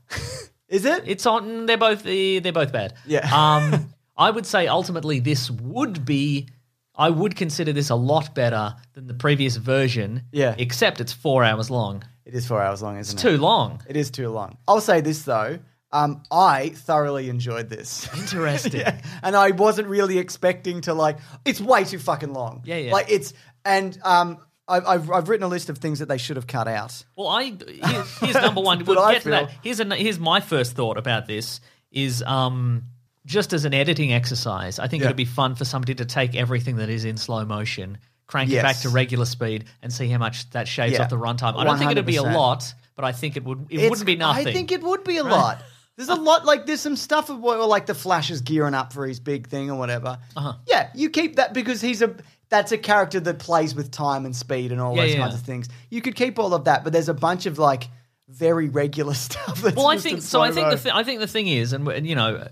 Speaker 1: Is it?
Speaker 5: It's on. They're both eh, they're both bad.
Speaker 1: Yeah.
Speaker 5: Um, I would say ultimately this would be. I would consider this a lot better than the previous version.
Speaker 1: Yeah.
Speaker 5: Except it's four hours long.
Speaker 1: It is four hours long, isn't
Speaker 5: It's
Speaker 1: it?
Speaker 5: too long.
Speaker 1: It is too long. I'll say this though. Um, I thoroughly enjoyed this.
Speaker 5: Interesting.
Speaker 1: Yeah. And I wasn't really expecting to like. It's way too fucking long.
Speaker 5: Yeah, yeah.
Speaker 1: Like it's and um, I've, I've I've written a list of things that they should have cut out.
Speaker 5: Well, I here's, here's number one.
Speaker 1: That's
Speaker 5: we'll
Speaker 1: what I
Speaker 5: get to that.
Speaker 1: feel.
Speaker 5: Here's an, here's my first thought about this is um just as an editing exercise, I think it'd be fun for somebody to take everything that is in slow motion, crank it back
Speaker 1: Yes.
Speaker 5: to regular speed, and see how much that shaves
Speaker 1: Yeah.
Speaker 5: off the runtime. I don't think it'd be a
Speaker 1: 100%.
Speaker 5: lot, but I think it would. It
Speaker 1: It's-
Speaker 5: wouldn't be nothing.
Speaker 1: I think it would be a lot. There's a lot like there's some stuff of what, like the Flash is gearing up for his big thing or whatever. Uh-huh. Yeah, you keep that because he's a that's a character that plays with time and speed and all
Speaker 5: Yeah,
Speaker 1: those
Speaker 5: yeah.
Speaker 1: kinds of things. You could keep all of that, but there's a bunch of like very regular stuff. That's
Speaker 5: well, I
Speaker 1: just in
Speaker 5: think so. I think
Speaker 1: slow-mo.
Speaker 5: the th- I think the thing is, and, and you know,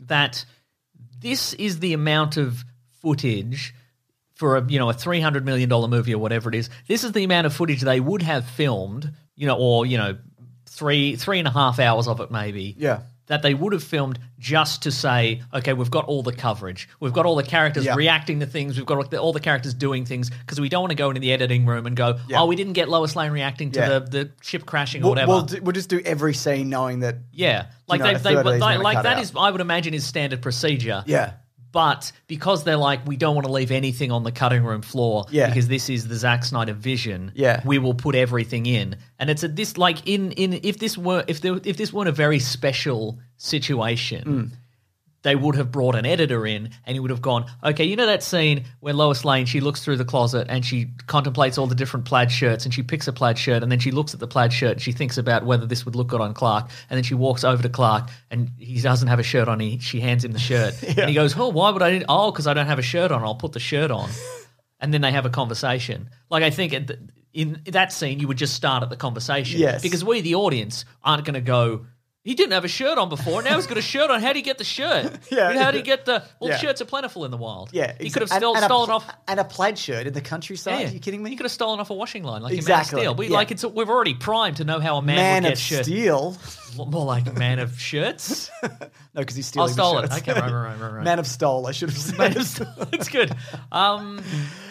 Speaker 5: that this is the amount of footage for a you know a three hundred million dollar movie or whatever it is. This is the amount of footage they would have filmed, you know, or you know, three three and a half hours of it maybe.
Speaker 1: Yeah.
Speaker 5: That they would have filmed just to say, okay, we've got all the coverage, we've got all the characters
Speaker 1: Yeah.
Speaker 5: reacting to things, we've got all the- all the characters doing things, because we don't want to go into the editing room and go,
Speaker 1: Yeah.
Speaker 5: oh, we didn't get Lois Lane reacting to
Speaker 1: Yeah.
Speaker 5: the, the ship crashing or
Speaker 1: we'll,
Speaker 5: whatever.
Speaker 1: we'll, do, we'll just do every scene knowing that.
Speaker 5: Yeah, like
Speaker 1: know, a
Speaker 5: they, they,
Speaker 1: third of
Speaker 5: they
Speaker 1: these are gonna
Speaker 5: like
Speaker 1: cut
Speaker 5: that
Speaker 1: out.
Speaker 5: is I would imagine is standard procedure.
Speaker 1: Yeah.
Speaker 5: But because they're like, we don't want to leave anything on the cutting room floor
Speaker 1: Yeah.
Speaker 5: because this is the Zack Snyder vision.
Speaker 1: Yeah.
Speaker 5: We will put everything in. And it's a this like in in if this were if there if this weren't a very special situation,
Speaker 1: Mm.
Speaker 5: they would have brought an editor in and he would have gone, okay, you know that scene where Lois Lane, she looks through the closet and she contemplates all the different plaid shirts and she picks a plaid shirt and then she looks at the plaid shirt and she thinks about whether this would look good on Clark and then she walks over to Clark and he doesn't have a shirt on. He, she hands him the shirt and he goes, oh, why would I? Oh, because I don't have a shirt on. I'll put the shirt on. and then they have a conversation. Like I think at the, in that scene, you would just start at the conversation.
Speaker 1: Yes.
Speaker 5: Because we, the audience, aren't going to go. He didn't have a shirt on before. Now he's got a shirt on. How do you get the shirt?
Speaker 1: Yeah.
Speaker 5: How do you get the? Well,
Speaker 1: Yeah.
Speaker 5: shirts are plentiful in the wild.
Speaker 1: Yeah,
Speaker 5: He
Speaker 1: exa-
Speaker 5: could have
Speaker 1: and-
Speaker 5: stole,
Speaker 1: and a
Speaker 5: stolen
Speaker 1: pl-
Speaker 5: off.
Speaker 1: and a plaid shirt in the countryside.
Speaker 5: yeah.
Speaker 1: Are you kidding me?
Speaker 5: He could have stolen off a washing line like
Speaker 1: Exactly,
Speaker 5: in Man of Steel. We
Speaker 1: yeah.
Speaker 5: like it's. We've already primed to know how a man,
Speaker 1: Man
Speaker 5: would
Speaker 1: of
Speaker 5: get shirts.
Speaker 1: Steel.
Speaker 5: More like Man of Shirts.
Speaker 1: No, because he's stealing.
Speaker 5: oh,
Speaker 1: the
Speaker 5: stole it.
Speaker 1: shirts.
Speaker 5: Okay, right, right, right, right.
Speaker 1: Man of Stole. I should have said. Man of
Speaker 5: it's good. Um,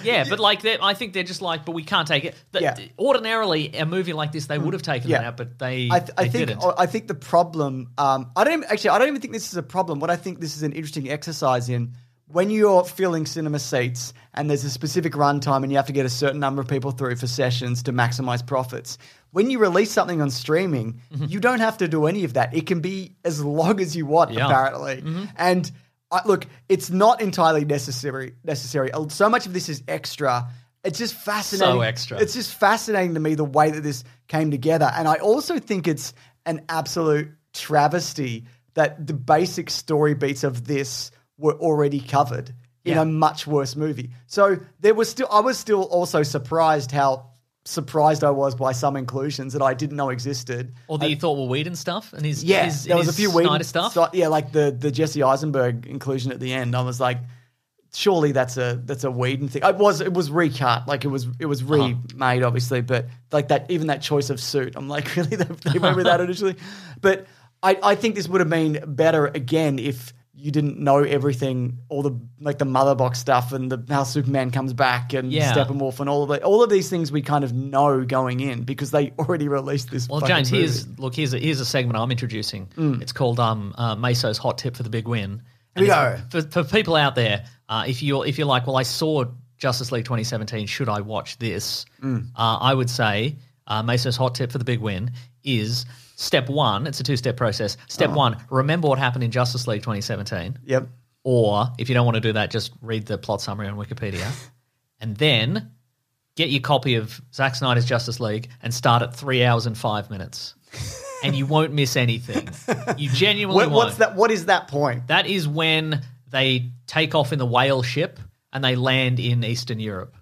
Speaker 5: yeah, but like, they're- I think they're just like, but we can't take it. The-
Speaker 1: Yeah. Mm.
Speaker 5: Ordinarily, a movie like this, they would have taken
Speaker 1: Yeah.
Speaker 5: it out, but they,
Speaker 1: I, th- I
Speaker 5: they
Speaker 1: think
Speaker 5: didn't.
Speaker 1: I think the problem. Um, I don't even, actually. I don't even think this is a problem. What I think this is an interesting exercise in when you're filling cinema seats and there's a specific runtime and you have to get a certain number of people through for sessions to maximize profits. When you release something on streaming,
Speaker 5: Mm-hmm.
Speaker 1: you don't have to do any of that. It can be as long as you want,
Speaker 5: Yeah. Mm-hmm.
Speaker 1: apparently. And I, look, it's not entirely necessary. Necessary. Uh, So much of this is extra. It's just fascinating.
Speaker 5: extra.
Speaker 1: It's it's just fascinating to me the way that this came together. And I also think it's an absolute travesty that the basic story beats of this were already covered in
Speaker 5: Yeah.
Speaker 1: a much worse movie. So there was still, I was still also surprised how surprised I was by some inclusions that I didn't know existed.
Speaker 5: or that you thought were Whedon stuff, and his
Speaker 1: Yeah,
Speaker 5: his,
Speaker 1: there was a
Speaker 5: his
Speaker 1: few
Speaker 5: Snyder
Speaker 1: Whedon
Speaker 5: stuff.
Speaker 1: stu- yeah, like the the Jesse Eisenberg inclusion at the end. I was like, surely that's a that's a Whedon thing. It was it was recut, like it was it was
Speaker 5: Uh-huh.
Speaker 1: remade, obviously. But like that, even that choice of suit, I'm like, really, they they went with that initially. But I I think this would have been better again if you didn't know everything, all the like the mother box stuff and the how Superman comes back and
Speaker 5: Yeah.
Speaker 1: Steppenwolf and all of the, all of these things we kind of know going in because they already released this.
Speaker 5: well,
Speaker 1: fucking Mm.
Speaker 5: James,
Speaker 1: movie.
Speaker 5: here's look here's a, here's a segment I'm introducing. It's called um uh, Meso's hot tip for the big win. And
Speaker 1: we
Speaker 5: it's- For, for people out there, uh, if you're if you're like, well, I saw Justice League 2017. Should
Speaker 1: Mm.
Speaker 5: I watch this? Uh, I would say uh, Meso's hot tip for the big win is Step one, it's a two step process. Step
Speaker 1: Oh.
Speaker 5: one, remember what happened in Justice League 2017.
Speaker 1: Yep.
Speaker 5: Or if you don't want to do that, just read the plot summary on Wikipedia. and then get your copy of Zack Snyder's Justice League and start at three hours and five minutes. and you won't miss anything. You genuinely
Speaker 1: What,
Speaker 5: won't.
Speaker 1: what's that? What is that point?
Speaker 5: That is when they take off in the whale ship and they land in Eastern Europe.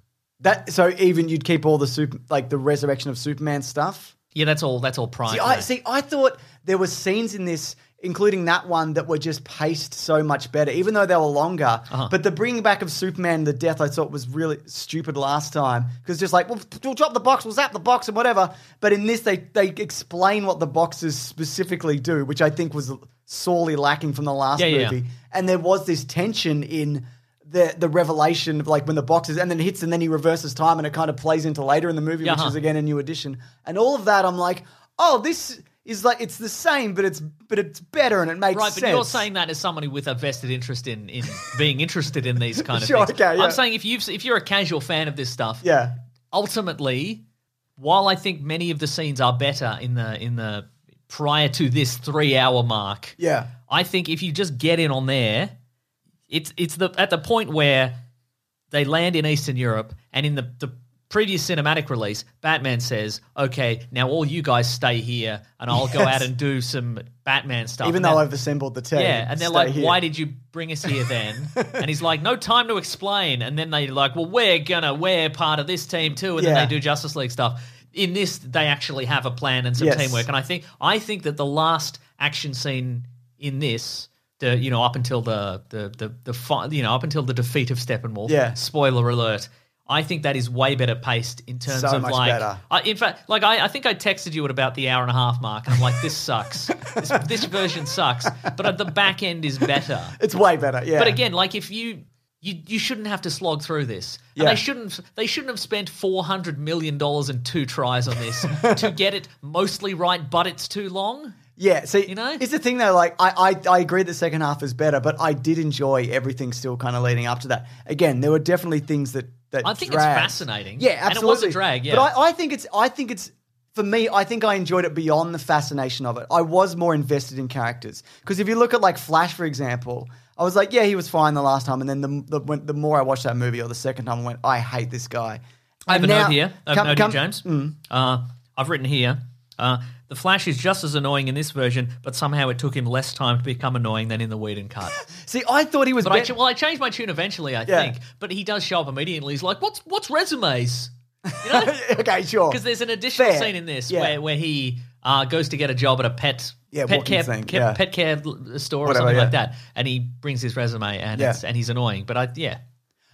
Speaker 1: That so even you'd keep all the super like the resurrection of Superman stuff.
Speaker 5: Yeah, that's all. That's all prime.
Speaker 1: See, I
Speaker 5: though.
Speaker 1: see. I thought there were scenes in this, including that one, that were just paced so much better, even though they were longer.
Speaker 5: Uh-huh.
Speaker 1: But the bringing back of Superman, the death, I thought was really stupid last time because just like we'll, we'll drop the box, we'll zap the box, and whatever. But in this, they they explain what the boxes specifically do, which I think was sorely lacking from the last
Speaker 5: Yeah, yeah,
Speaker 1: movie.
Speaker 5: yeah.
Speaker 1: And there was this tension in. The, the revelation of like when the boxes and then it hits and then he reverses time and it kind of plays into later in the movie
Speaker 5: Yeah,
Speaker 1: which
Speaker 5: huh.
Speaker 1: is again a new edition. And all of that, I'm like, oh, this is like it's the same, but it's but it's better and it makes
Speaker 5: Right, but
Speaker 1: sense.
Speaker 5: you're saying that as somebody with a vested interest in, in being interested in these kind of
Speaker 1: Sure,
Speaker 5: things.
Speaker 1: okay, yeah.
Speaker 5: I'm saying if you've if you're a casual fan of this stuff,
Speaker 1: yeah,
Speaker 5: ultimately, while I think many of the scenes are better in the in the prior to this three hour mark,
Speaker 1: yeah,
Speaker 5: I think if you just get in on there, it's it's the at the point where they land in Eastern Europe, and in the, the previous cinematic release, Batman says, "Okay, now all you guys stay here, and I'll go
Speaker 1: Yes.
Speaker 5: out and do some Batman stuff."
Speaker 1: even
Speaker 5: Oh, And
Speaker 1: though
Speaker 5: that-
Speaker 1: I've assembled the team.
Speaker 5: yeah, and they're
Speaker 1: stay
Speaker 5: like,
Speaker 1: here.
Speaker 5: "Why did you bring us here then?" and he's like, "No time to explain." And then they like, "Well, we're gonna we're part of this team too." And
Speaker 1: Yeah.
Speaker 5: then they do Justice League stuff. In this, they actually have a plan and some
Speaker 1: Yes.
Speaker 5: teamwork. And I think I think that the last action scene in this. The, you know up until the the the the fi- you know up until the defeat of Steppenwolf.
Speaker 1: Yeah.
Speaker 5: Spoiler alert. I think that is way better paced in terms
Speaker 1: So
Speaker 5: of
Speaker 1: much
Speaker 5: like
Speaker 1: better.
Speaker 5: I, in fact, like I, I think I texted you at about the hour and a half mark, and I'm like, this sucks. this, this version sucks, but at the back end is better.
Speaker 1: It's way better. Yeah,
Speaker 5: But again, like if you you you shouldn't have to slog through this, and
Speaker 1: Yeah.
Speaker 5: they shouldn't they shouldn't have spent four hundred million dollars and two tries on this to get it mostly right, but it's too long.
Speaker 1: yeah. See,
Speaker 5: you know?
Speaker 1: it's the thing though. Like, I, I I agree the second half is better, but I did enjoy everything still kind of leading up to that. Again, there were definitely things that that
Speaker 5: I think
Speaker 1: dragged.
Speaker 5: it's fascinating.
Speaker 1: Yeah, absolutely.
Speaker 5: And it was a drag. Yeah,
Speaker 1: But I, I think it's I think it's for me, I think I enjoyed it beyond the fascination of it. I was more invested in characters. Because if you look at like Flash, for example, I was like, yeah, he was fine the last time. And then the, the, when, the more I watched that movie or the second time, I went, I hate this guy.
Speaker 5: I have a
Speaker 1: And now-
Speaker 5: note here. I have
Speaker 1: come-
Speaker 5: a note
Speaker 1: come- mm.
Speaker 5: here, James. Uh, I've written here. Uh, the Flash is just as annoying in this version, but somehow it took him less time to become annoying than in the Whedon cut.
Speaker 1: See, I thought he was
Speaker 5: But I,
Speaker 1: bet-
Speaker 5: ch- well, I changed my tune eventually, I
Speaker 1: Yeah.
Speaker 5: think. But he does show up immediately. He's like, "What's what's resumes?" You know,
Speaker 1: okay, sure.
Speaker 5: because there's an additional
Speaker 1: Fair.
Speaker 5: scene in this
Speaker 1: Yeah.
Speaker 5: where where he uh, goes to get a job at a pet
Speaker 1: Yeah,
Speaker 5: pet
Speaker 1: walking
Speaker 5: care
Speaker 1: thing,
Speaker 5: care-
Speaker 1: yeah.
Speaker 5: pet care l- store
Speaker 1: Whatever,
Speaker 5: or something like
Speaker 1: yeah.
Speaker 5: that, and he brings his resume and
Speaker 1: Yeah.
Speaker 5: it's, and he's annoying. But I yeah,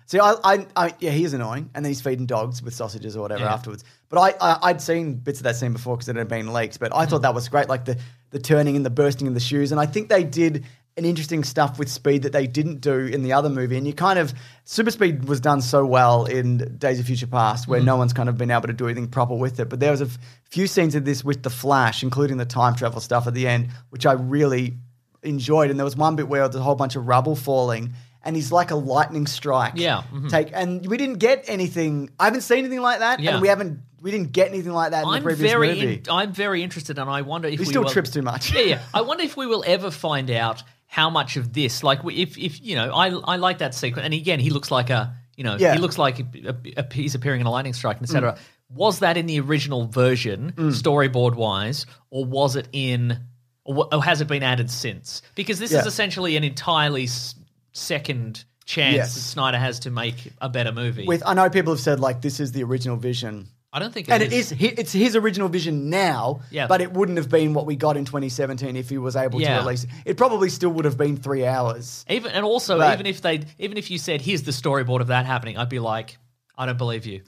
Speaker 1: See, I, I, I, yeah, he is annoying, and then he's feeding dogs with sausages or whatever
Speaker 5: Yeah.
Speaker 1: afterwards. But I, I, I'd seen bits of that scene before because it had been leaked. But I thought that was great, like the the turning and the bursting of the shoes, and I think they did an interesting stuff with speed that they didn't do in the other movie. And you kind of super speed was done so well in Days of Future Past, where no one's kind of been able to do anything proper with it. But there was a f- few scenes of this with the Flash, including the time travel stuff at the end, which I really enjoyed. And there was one bit where there's a whole bunch of rubble falling. And he's like a lightning strike
Speaker 5: Yeah, mm-hmm.
Speaker 1: take and we didn't get anything i haven't seen anything like that
Speaker 5: Yeah.
Speaker 1: and we haven't we didn't get anything like that in
Speaker 5: I'm
Speaker 1: the previous
Speaker 5: very
Speaker 1: movie
Speaker 5: in- I'm very interested, and I wonder if
Speaker 1: he
Speaker 5: we
Speaker 1: still
Speaker 5: will-
Speaker 1: trips too much
Speaker 5: yeah, yeah. I wonder if we will ever find out how much of this, like, we- if if you know, I I like that sequence, and again, he looks like a, you know,
Speaker 1: Yeah.
Speaker 5: he looks like a, a- a- he's appearing in a lightning strike, etc.
Speaker 1: Mm.
Speaker 5: Was that in the original version, storyboard wise, or was it in, or, wa- or has it been added since? Because this
Speaker 1: Yeah.
Speaker 5: is essentially an entirely s- second chance
Speaker 1: Yes.
Speaker 5: that Snyder has to make a better movie.
Speaker 1: with i know people have said like this is the original vision
Speaker 5: I don't think,
Speaker 1: and it is hi- it's his original vision now
Speaker 5: Yeah.
Speaker 1: but it wouldn't have been what we got in 2017 if he was able
Speaker 5: Yeah.
Speaker 1: to release it it probably still would have been three hours
Speaker 5: Even and also,
Speaker 1: Right.
Speaker 5: even if they, even if you said, "Here's the storyboard of that happening," I'd be like, "I don't believe you."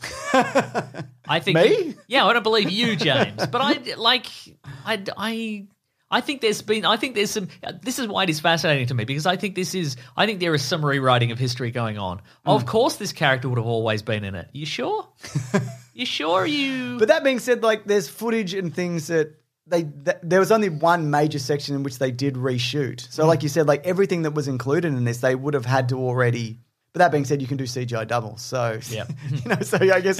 Speaker 5: I think
Speaker 1: Me?
Speaker 5: yeah, I don't believe you, James. But I like, I, I, I think there's been, I think there's some. This is why it is fascinating to me because I think this is, I think there is some rewriting of history going on.
Speaker 1: Hmm.
Speaker 5: Of course, this character would have always been in it. You sure? you sure? You?
Speaker 1: But that being said, like there's footage and things that they th- there was only one major section
Speaker 5: Hmm.
Speaker 1: in which they did reshoot. So like you said, like everything that was included in this, they would have had to already But that being said, you can do CGI doubles. So,
Speaker 5: Yep.
Speaker 1: you know, so I guess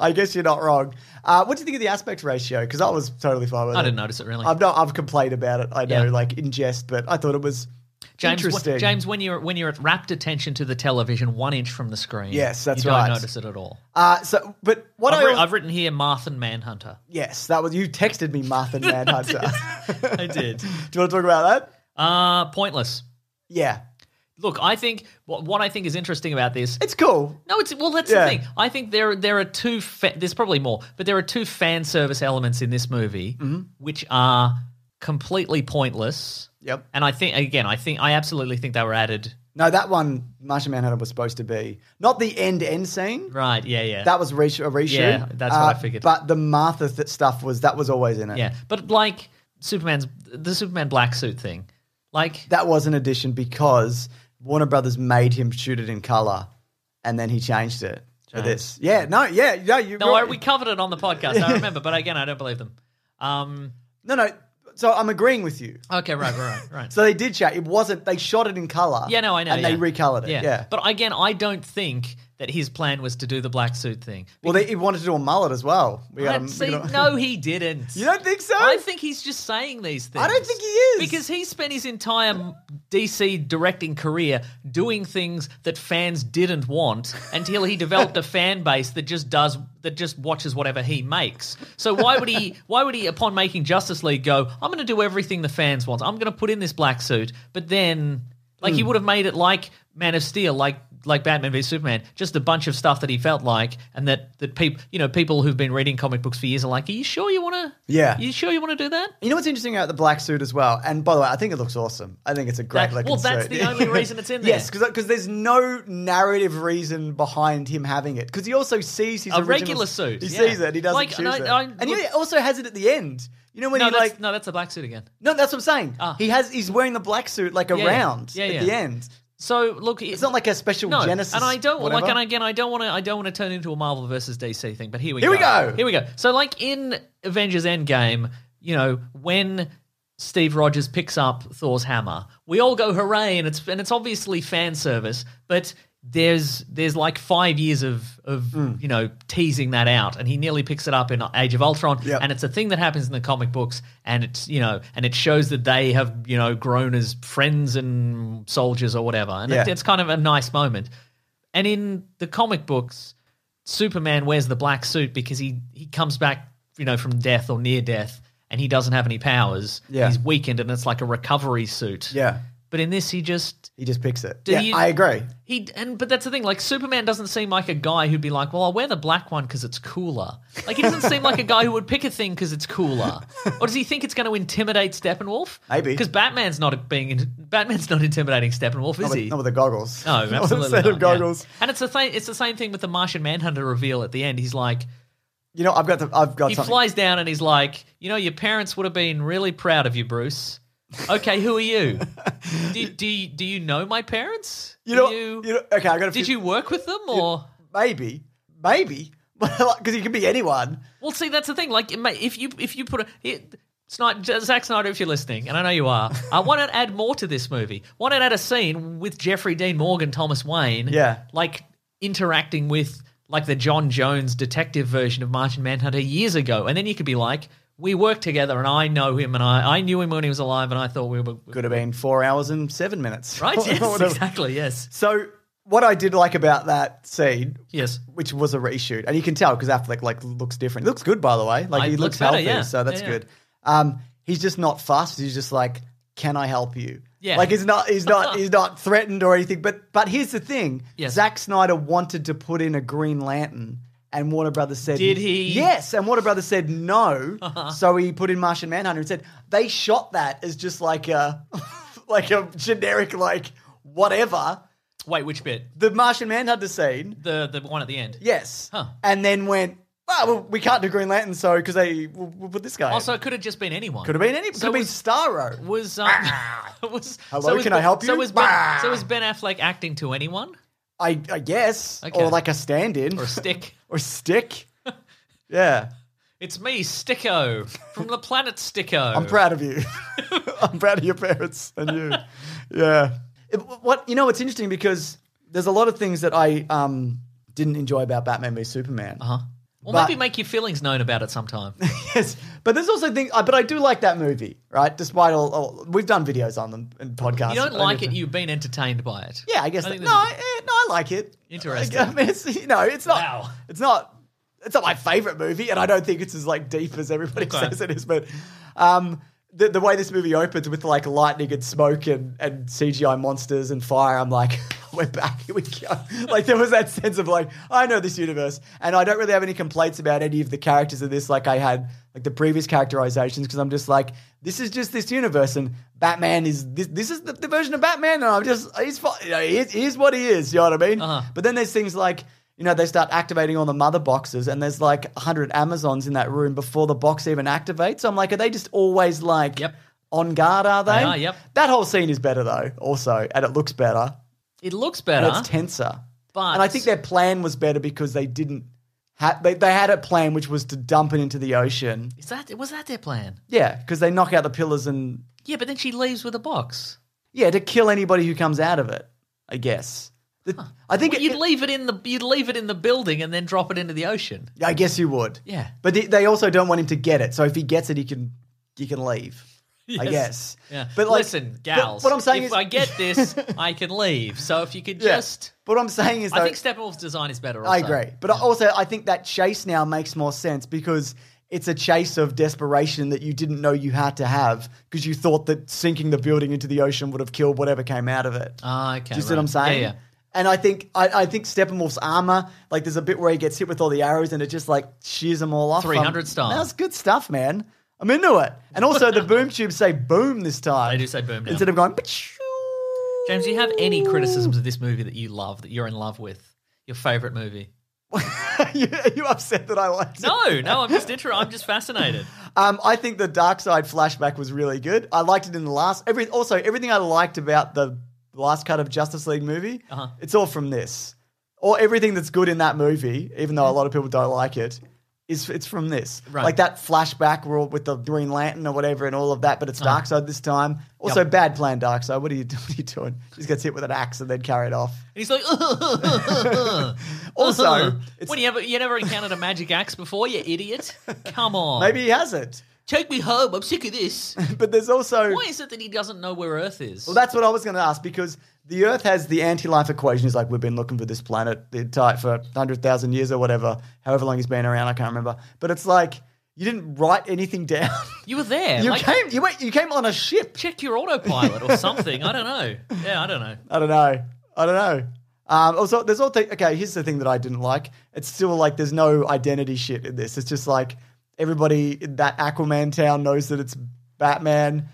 Speaker 1: I guess you're not wrong. Uh, what do you think of the aspect ratio? Because I was totally fine with it.
Speaker 5: I didn't notice it really.
Speaker 1: I've not. I've complained about it. I know,
Speaker 5: Yeah.
Speaker 1: like in jest, but I thought it was
Speaker 5: James, wh-
Speaker 1: interesting.
Speaker 5: James, when you're when you're at rapt attention to the television, one inch from the screen,
Speaker 1: Yes, that's
Speaker 5: you don't
Speaker 1: right.
Speaker 5: notice it at all.
Speaker 1: Uh, so, but what
Speaker 5: I've,
Speaker 1: I
Speaker 5: wri-
Speaker 1: al-
Speaker 5: I've written here, Martha and Manhunter.
Speaker 1: yes, that was you texted me, Martha Manhunter.
Speaker 5: I did.
Speaker 1: do you want to talk about that?
Speaker 5: Uh, pointless.
Speaker 1: Yeah,
Speaker 5: Look, I think what, what I think is interesting about this.
Speaker 1: it's cool.
Speaker 5: No, it's well. That's
Speaker 1: Yeah.
Speaker 5: the thing. I think there there are two. Fa- there's probably more, but there are two fan service elements in this movie
Speaker 1: Mm-hmm.
Speaker 5: which are completely pointless.
Speaker 1: Yep.
Speaker 5: And I think again, I think I absolutely think they were added.
Speaker 1: No, that one, Martian Manhunter was supposed to be not the end end scene.
Speaker 5: Right. Yeah. Yeah.
Speaker 1: That was resh- a reshoot. Uh,
Speaker 5: Yeah, that's what I figured.
Speaker 1: But the Martha th- stuff was that was always in it.
Speaker 5: yeah. But like Superman's the Superman black suit thing, like
Speaker 1: that was an addition because Warner Brothers made him shoot it in color, and then he changed it for this. Yeah, no, yeah, yeah. You,
Speaker 5: No, I, we covered it on the podcast. I remember, but again, I don't believe them. Um,
Speaker 1: no, no. So I'm agreeing with you.
Speaker 5: okay, right, right, right, right.
Speaker 1: So they did change. It wasn't. They shot it in color.
Speaker 5: yeah, no, I know.
Speaker 1: And
Speaker 5: yeah.
Speaker 1: they recolored it. Yeah.
Speaker 5: but again, I don't think that his plan was to do the black suit thing.
Speaker 1: well, they, he wanted to do a mullet as well. We
Speaker 5: I
Speaker 1: gotta- we
Speaker 5: see,
Speaker 1: gotta-
Speaker 5: no, he didn't.
Speaker 1: You don't think so?
Speaker 5: I think he's just saying these things.
Speaker 1: I don't think he is.
Speaker 5: because he spent his entire DC directing career doing things that fans didn't want until he developed a fan base that just does that just watches whatever he makes. So why would he why would he upon making Justice League go, I'm going to do everything the fans want. I'm going to put in this black suit, but then like
Speaker 1: Hmm.
Speaker 5: he would have made it like Man of Steel, like like Batman v Superman, just a bunch of stuff that he felt like, and that that people, you know, people who've been reading comic books for years are like, "Are you sure you want to?
Speaker 1: Yeah.
Speaker 5: you sure you want to do that?"
Speaker 1: You know what's interesting about the black suit as well? And by the way, I think it looks awesome. I think it's a great
Speaker 5: That-
Speaker 1: looking
Speaker 5: well, that's
Speaker 1: suit.
Speaker 5: the only reason it's in
Speaker 1: Yes, because there's no narrative reason behind him having it. Because he also sees his
Speaker 5: A
Speaker 1: original-
Speaker 5: regular suit,
Speaker 1: He
Speaker 5: yeah.
Speaker 1: sees it. He doesn't
Speaker 5: Like,
Speaker 1: choose
Speaker 5: and I-
Speaker 1: it.
Speaker 5: I-
Speaker 1: and he
Speaker 5: look-
Speaker 1: also has it at the end. You know when
Speaker 5: No,
Speaker 1: he
Speaker 5: that's,
Speaker 1: like
Speaker 5: no, that's the black suit again.
Speaker 1: no, that's what I'm saying.
Speaker 5: Ah.
Speaker 1: He has he's wearing the black suit like
Speaker 5: yeah.
Speaker 1: around
Speaker 5: Yeah,
Speaker 1: at
Speaker 5: yeah.
Speaker 1: the end.
Speaker 5: So look,
Speaker 1: It's not like a special
Speaker 5: no,
Speaker 1: Genesis.
Speaker 5: and I don't
Speaker 1: whatever.
Speaker 5: like, and again, I don't want to, I don't want to turn into a Marvel versus DC thing. But here we
Speaker 1: Here
Speaker 5: go.
Speaker 1: we go.
Speaker 5: Here we go. So like in Avengers Endgame, you know when. Steve Rogers picks up Thor's hammer. We all go hooray, and it's and it's obviously fan service, but there's there's like five years of of
Speaker 1: Hmm.
Speaker 5: you know teasing that out, and he nearly picks it up in Age of Ultron,
Speaker 1: Yep.
Speaker 5: and it's a thing that happens in the comic books, and it's you know, and it shows that they have you know grown as friends and soldiers or whatever, and
Speaker 1: Yeah.
Speaker 5: it, it's kind of a nice moment. And in the comic books, Superman wears the black suit because he he comes back, you know, from death or near death, and he doesn't have any powers.
Speaker 1: Yeah.
Speaker 5: he's weakened, and it's like a recovery suit.
Speaker 1: Yeah.
Speaker 5: but in this, he just
Speaker 1: He just picks it.
Speaker 5: Do
Speaker 1: yeah,
Speaker 5: you-
Speaker 1: I agree.
Speaker 5: he and but that's the thing. Like Superman doesn't seem like a guy who'd be like, "Well, I'll wear the black one because it's cooler." Like he doesn't seem like a guy who would pick a thing because it's cooler. Or does he think it's going to intimidate Steppenwolf?
Speaker 1: Maybe.
Speaker 5: because Batman's not being Batman's not intimidating Steppenwolf, is
Speaker 1: Not with,
Speaker 5: he?
Speaker 1: not with the goggles.
Speaker 5: No,
Speaker 1: Not with a
Speaker 5: absolutely
Speaker 1: set
Speaker 5: not.
Speaker 1: of
Speaker 5: yeah.
Speaker 1: goggles.
Speaker 5: And it's the thing. It's the same thing with the Martian Manhunter reveal at the end. He's like,
Speaker 1: You know, I've got the, I've got
Speaker 5: he
Speaker 1: something.
Speaker 5: flies down and he's like, you know, your parents would have been really proud of you, Bruce. Okay, who are you? do, do you do you know my parents?
Speaker 1: you
Speaker 5: Do
Speaker 1: know, you know- okay, I got a
Speaker 5: did
Speaker 1: few-
Speaker 5: you work with them or?
Speaker 1: maybe, maybe, because he could be anyone.
Speaker 5: Well, see, that's the thing. Like, it may- if you if you put a it, it's not Zack Snyder, if you're listening, and I know you are. I want to add more to this movie. Want to add a scene with Jeffrey Dean Morgan, Thomas Wayne,
Speaker 1: Yeah.
Speaker 5: like interacting with like the John Jones detective version of Martian Manhunter years ago, and then you could be like, we worked together, and I know him, and I I knew him when he was alive, and I thought we were
Speaker 1: Could have been four hours and seven minutes.
Speaker 5: right. Yes,
Speaker 1: Whatever.
Speaker 5: exactly. Yes,
Speaker 1: So what I did like about that scene,
Speaker 5: yes.
Speaker 1: which was a reshoot, and you can tell because Affleck like looks different. He looks good by the way. Like
Speaker 5: I-
Speaker 1: he looks,
Speaker 5: looks better,
Speaker 1: healthy,
Speaker 5: yeah.
Speaker 1: so that's
Speaker 5: Yeah, yeah.
Speaker 1: good. Um, he's just not fussed. He's just like, can I help you?
Speaker 5: Yeah.
Speaker 1: Like he's not he's not he's not threatened or anything. But but here's the thing.
Speaker 5: Yes.
Speaker 1: Zack Snyder wanted to put in a Green Lantern. And Warner Brothers said,
Speaker 5: Did he? Uh-huh.
Speaker 1: Yes. And Warner Brothers said no. So he put in Martian Manhunter and said they shot that as just like a, like a generic like whatever
Speaker 5: Wait, which bit?
Speaker 1: the Martian Manhunter scene.
Speaker 5: The the one at the end.
Speaker 1: Yes.
Speaker 5: Huh.
Speaker 1: And then went, well, well, we can't do Green Lantern, so because they we'll, we'll put this guy. in."
Speaker 5: Also, it could have just been anyone.
Speaker 1: could have been any.
Speaker 5: So
Speaker 1: could have been
Speaker 5: was-
Speaker 1: Starro.
Speaker 5: was um, was
Speaker 1: Hello,
Speaker 5: was
Speaker 1: can I help
Speaker 5: So
Speaker 1: you?
Speaker 5: was ben,
Speaker 1: Bah!
Speaker 5: so was Ben Affleck acting to anyone
Speaker 1: I, I guess,
Speaker 5: Okay.
Speaker 1: or like a stand-in,
Speaker 5: or a stick?
Speaker 1: or stick. yeah,
Speaker 5: it's me, Sticko, from the planet Sticko. Uh-huh.
Speaker 1: I'm proud of you. I'm proud of your parents and you. Yeah. It- what you know? It's interesting because there's a lot of things that I um, didn't enjoy about Batman v Superman. Uh-huh.
Speaker 5: Or
Speaker 1: But-
Speaker 5: maybe make your feelings known about it sometime.
Speaker 1: yes, but there's also things. I- But I do like that movie, right? Despite all, all we've done videos on them and podcasts.
Speaker 5: you don't
Speaker 1: I
Speaker 5: like
Speaker 1: guess-
Speaker 5: it, you've been entertained by it.
Speaker 1: Yeah, I guess. that-
Speaker 5: think
Speaker 1: no,
Speaker 5: there's a-
Speaker 1: I, eh, no, I like it.
Speaker 5: Interesting.
Speaker 1: I mean, it's, you know, it's not.
Speaker 5: Wow.
Speaker 1: It's not. It's not my favorite movie, and I don't think it's as like deep as everybody
Speaker 5: Okay.
Speaker 1: says it is. But um, the the way this movie opens with like lightning and smoke and and CGI monsters and fire, I'm like, we're back. Here we go. like there was that sense of like, I know this universe, and I don't really have any complaints about any of the characters of this. Like I had like the previous characterizations because I'm just like, this is just this universe, and Batman is this. This is the, the version of Batman, and I'm just he's fi- you know, he is, he is what he is. You know what I mean? But then there's things like. You know, they start activating all the mother boxes, and there's like 100 Amazons in that room before the box even activates. I'm like, are they just always like
Speaker 5: Yep.
Speaker 1: on guard, are they?
Speaker 5: They are, yep.
Speaker 1: That whole scene is better, though, also, and it looks better,
Speaker 5: It looks
Speaker 1: and
Speaker 5: better.
Speaker 1: it's tenser.
Speaker 5: But-
Speaker 1: and I think their plan was better because they didn't. Ha- they, they had a plan which was to dump it into the ocean.
Speaker 5: Is that was that their plan?
Speaker 1: Yeah, because they knock out the pillars and
Speaker 5: Yeah, but then she leaves with a box.
Speaker 1: yeah, to kill anybody who comes out of it. I guess. The- I think
Speaker 5: Well,
Speaker 1: it-
Speaker 5: you'd leave it in the you'd leave it in the building and then drop it into the ocean.
Speaker 1: I guess you would.
Speaker 5: Yeah.
Speaker 1: But they, they also don't want him to get it. So if he gets it, he can he can leave. I
Speaker 5: Yes.
Speaker 1: guess.
Speaker 5: Yeah.
Speaker 1: But like,
Speaker 5: listen,
Speaker 1: but
Speaker 5: gals.
Speaker 1: what I'm saying
Speaker 5: if
Speaker 1: is,
Speaker 5: I get this, I can leave. So if you could
Speaker 1: Yeah.
Speaker 5: just,
Speaker 1: But what I'm saying is,
Speaker 5: I
Speaker 1: though-
Speaker 5: think Steppenwolf's design is better. Also.
Speaker 1: I agree. But also, I think that chase now makes more sense because it's a chase of desperation that you didn't know you had to have because you thought that sinking the building into the ocean would have killed whatever came out of it.
Speaker 5: Ah,
Speaker 1: Do
Speaker 5: okay,
Speaker 1: you see what
Speaker 5: right.
Speaker 1: I'm saying?
Speaker 5: Yeah, yeah.
Speaker 1: And I think I, I think Steppenwolf's armor, like there's a bit where he gets hit with all the arrows and it just like shears them all off.
Speaker 5: 300
Speaker 1: Um,
Speaker 5: style.
Speaker 1: That's good stuff, man. I'm into it. And also the boom tubes say boom this time.
Speaker 5: They do say boom now.
Speaker 1: Instead of going,
Speaker 5: James, do you have any criticisms of this movie that you love, that you're in love with, your favorite movie?
Speaker 1: you, are you upset that I liked it?
Speaker 5: No, no, I'm just inter- I'm just fascinated.
Speaker 1: Um, I think the Dark Side flashback was really good. I liked it in the last. Every also everything I liked about the last cut of Justice League movie,
Speaker 5: Uh-huh.
Speaker 1: it's all from this. Or everything that's good in that movie, even though a lot of people don't like it, is it's from this.
Speaker 5: Mm-hmm. Right.
Speaker 1: Like that flashback where all- with the Green Lantern or whatever, and all of that. But it's
Speaker 5: Uh-huh.
Speaker 1: Dark Side this time. Also, bad plan, Dark Side. What are you what are you doing? He just gets hit with an axe and then carried off.
Speaker 5: And he's like,
Speaker 1: Also, it's,
Speaker 5: when you ever you never encountered a magic axe before, you idiot. Come on,
Speaker 1: maybe he hasn't.
Speaker 5: take me home. I'm sick of this.
Speaker 1: But there's also
Speaker 5: Why is it that he doesn't know where Earth is?
Speaker 1: Well, that's what I was going to ask because the Earth has the anti-life equation. It's like we've been looking for this planet the entire for hundred thousand years or whatever, however long he's been around. I can't remember. But it's like you didn't write anything down.
Speaker 5: you were there.
Speaker 1: you
Speaker 5: like,
Speaker 1: came. You went. You came on a ship.
Speaker 5: check your autopilot or something. I don't know. Yeah, I don't know.
Speaker 1: I don't know. I don't know. Um, also, there's all the, okay. Here's the thing that I didn't like. It's still like there's no identity shit in this. It's just like everybody in that Aquaman town knows that it's Batman.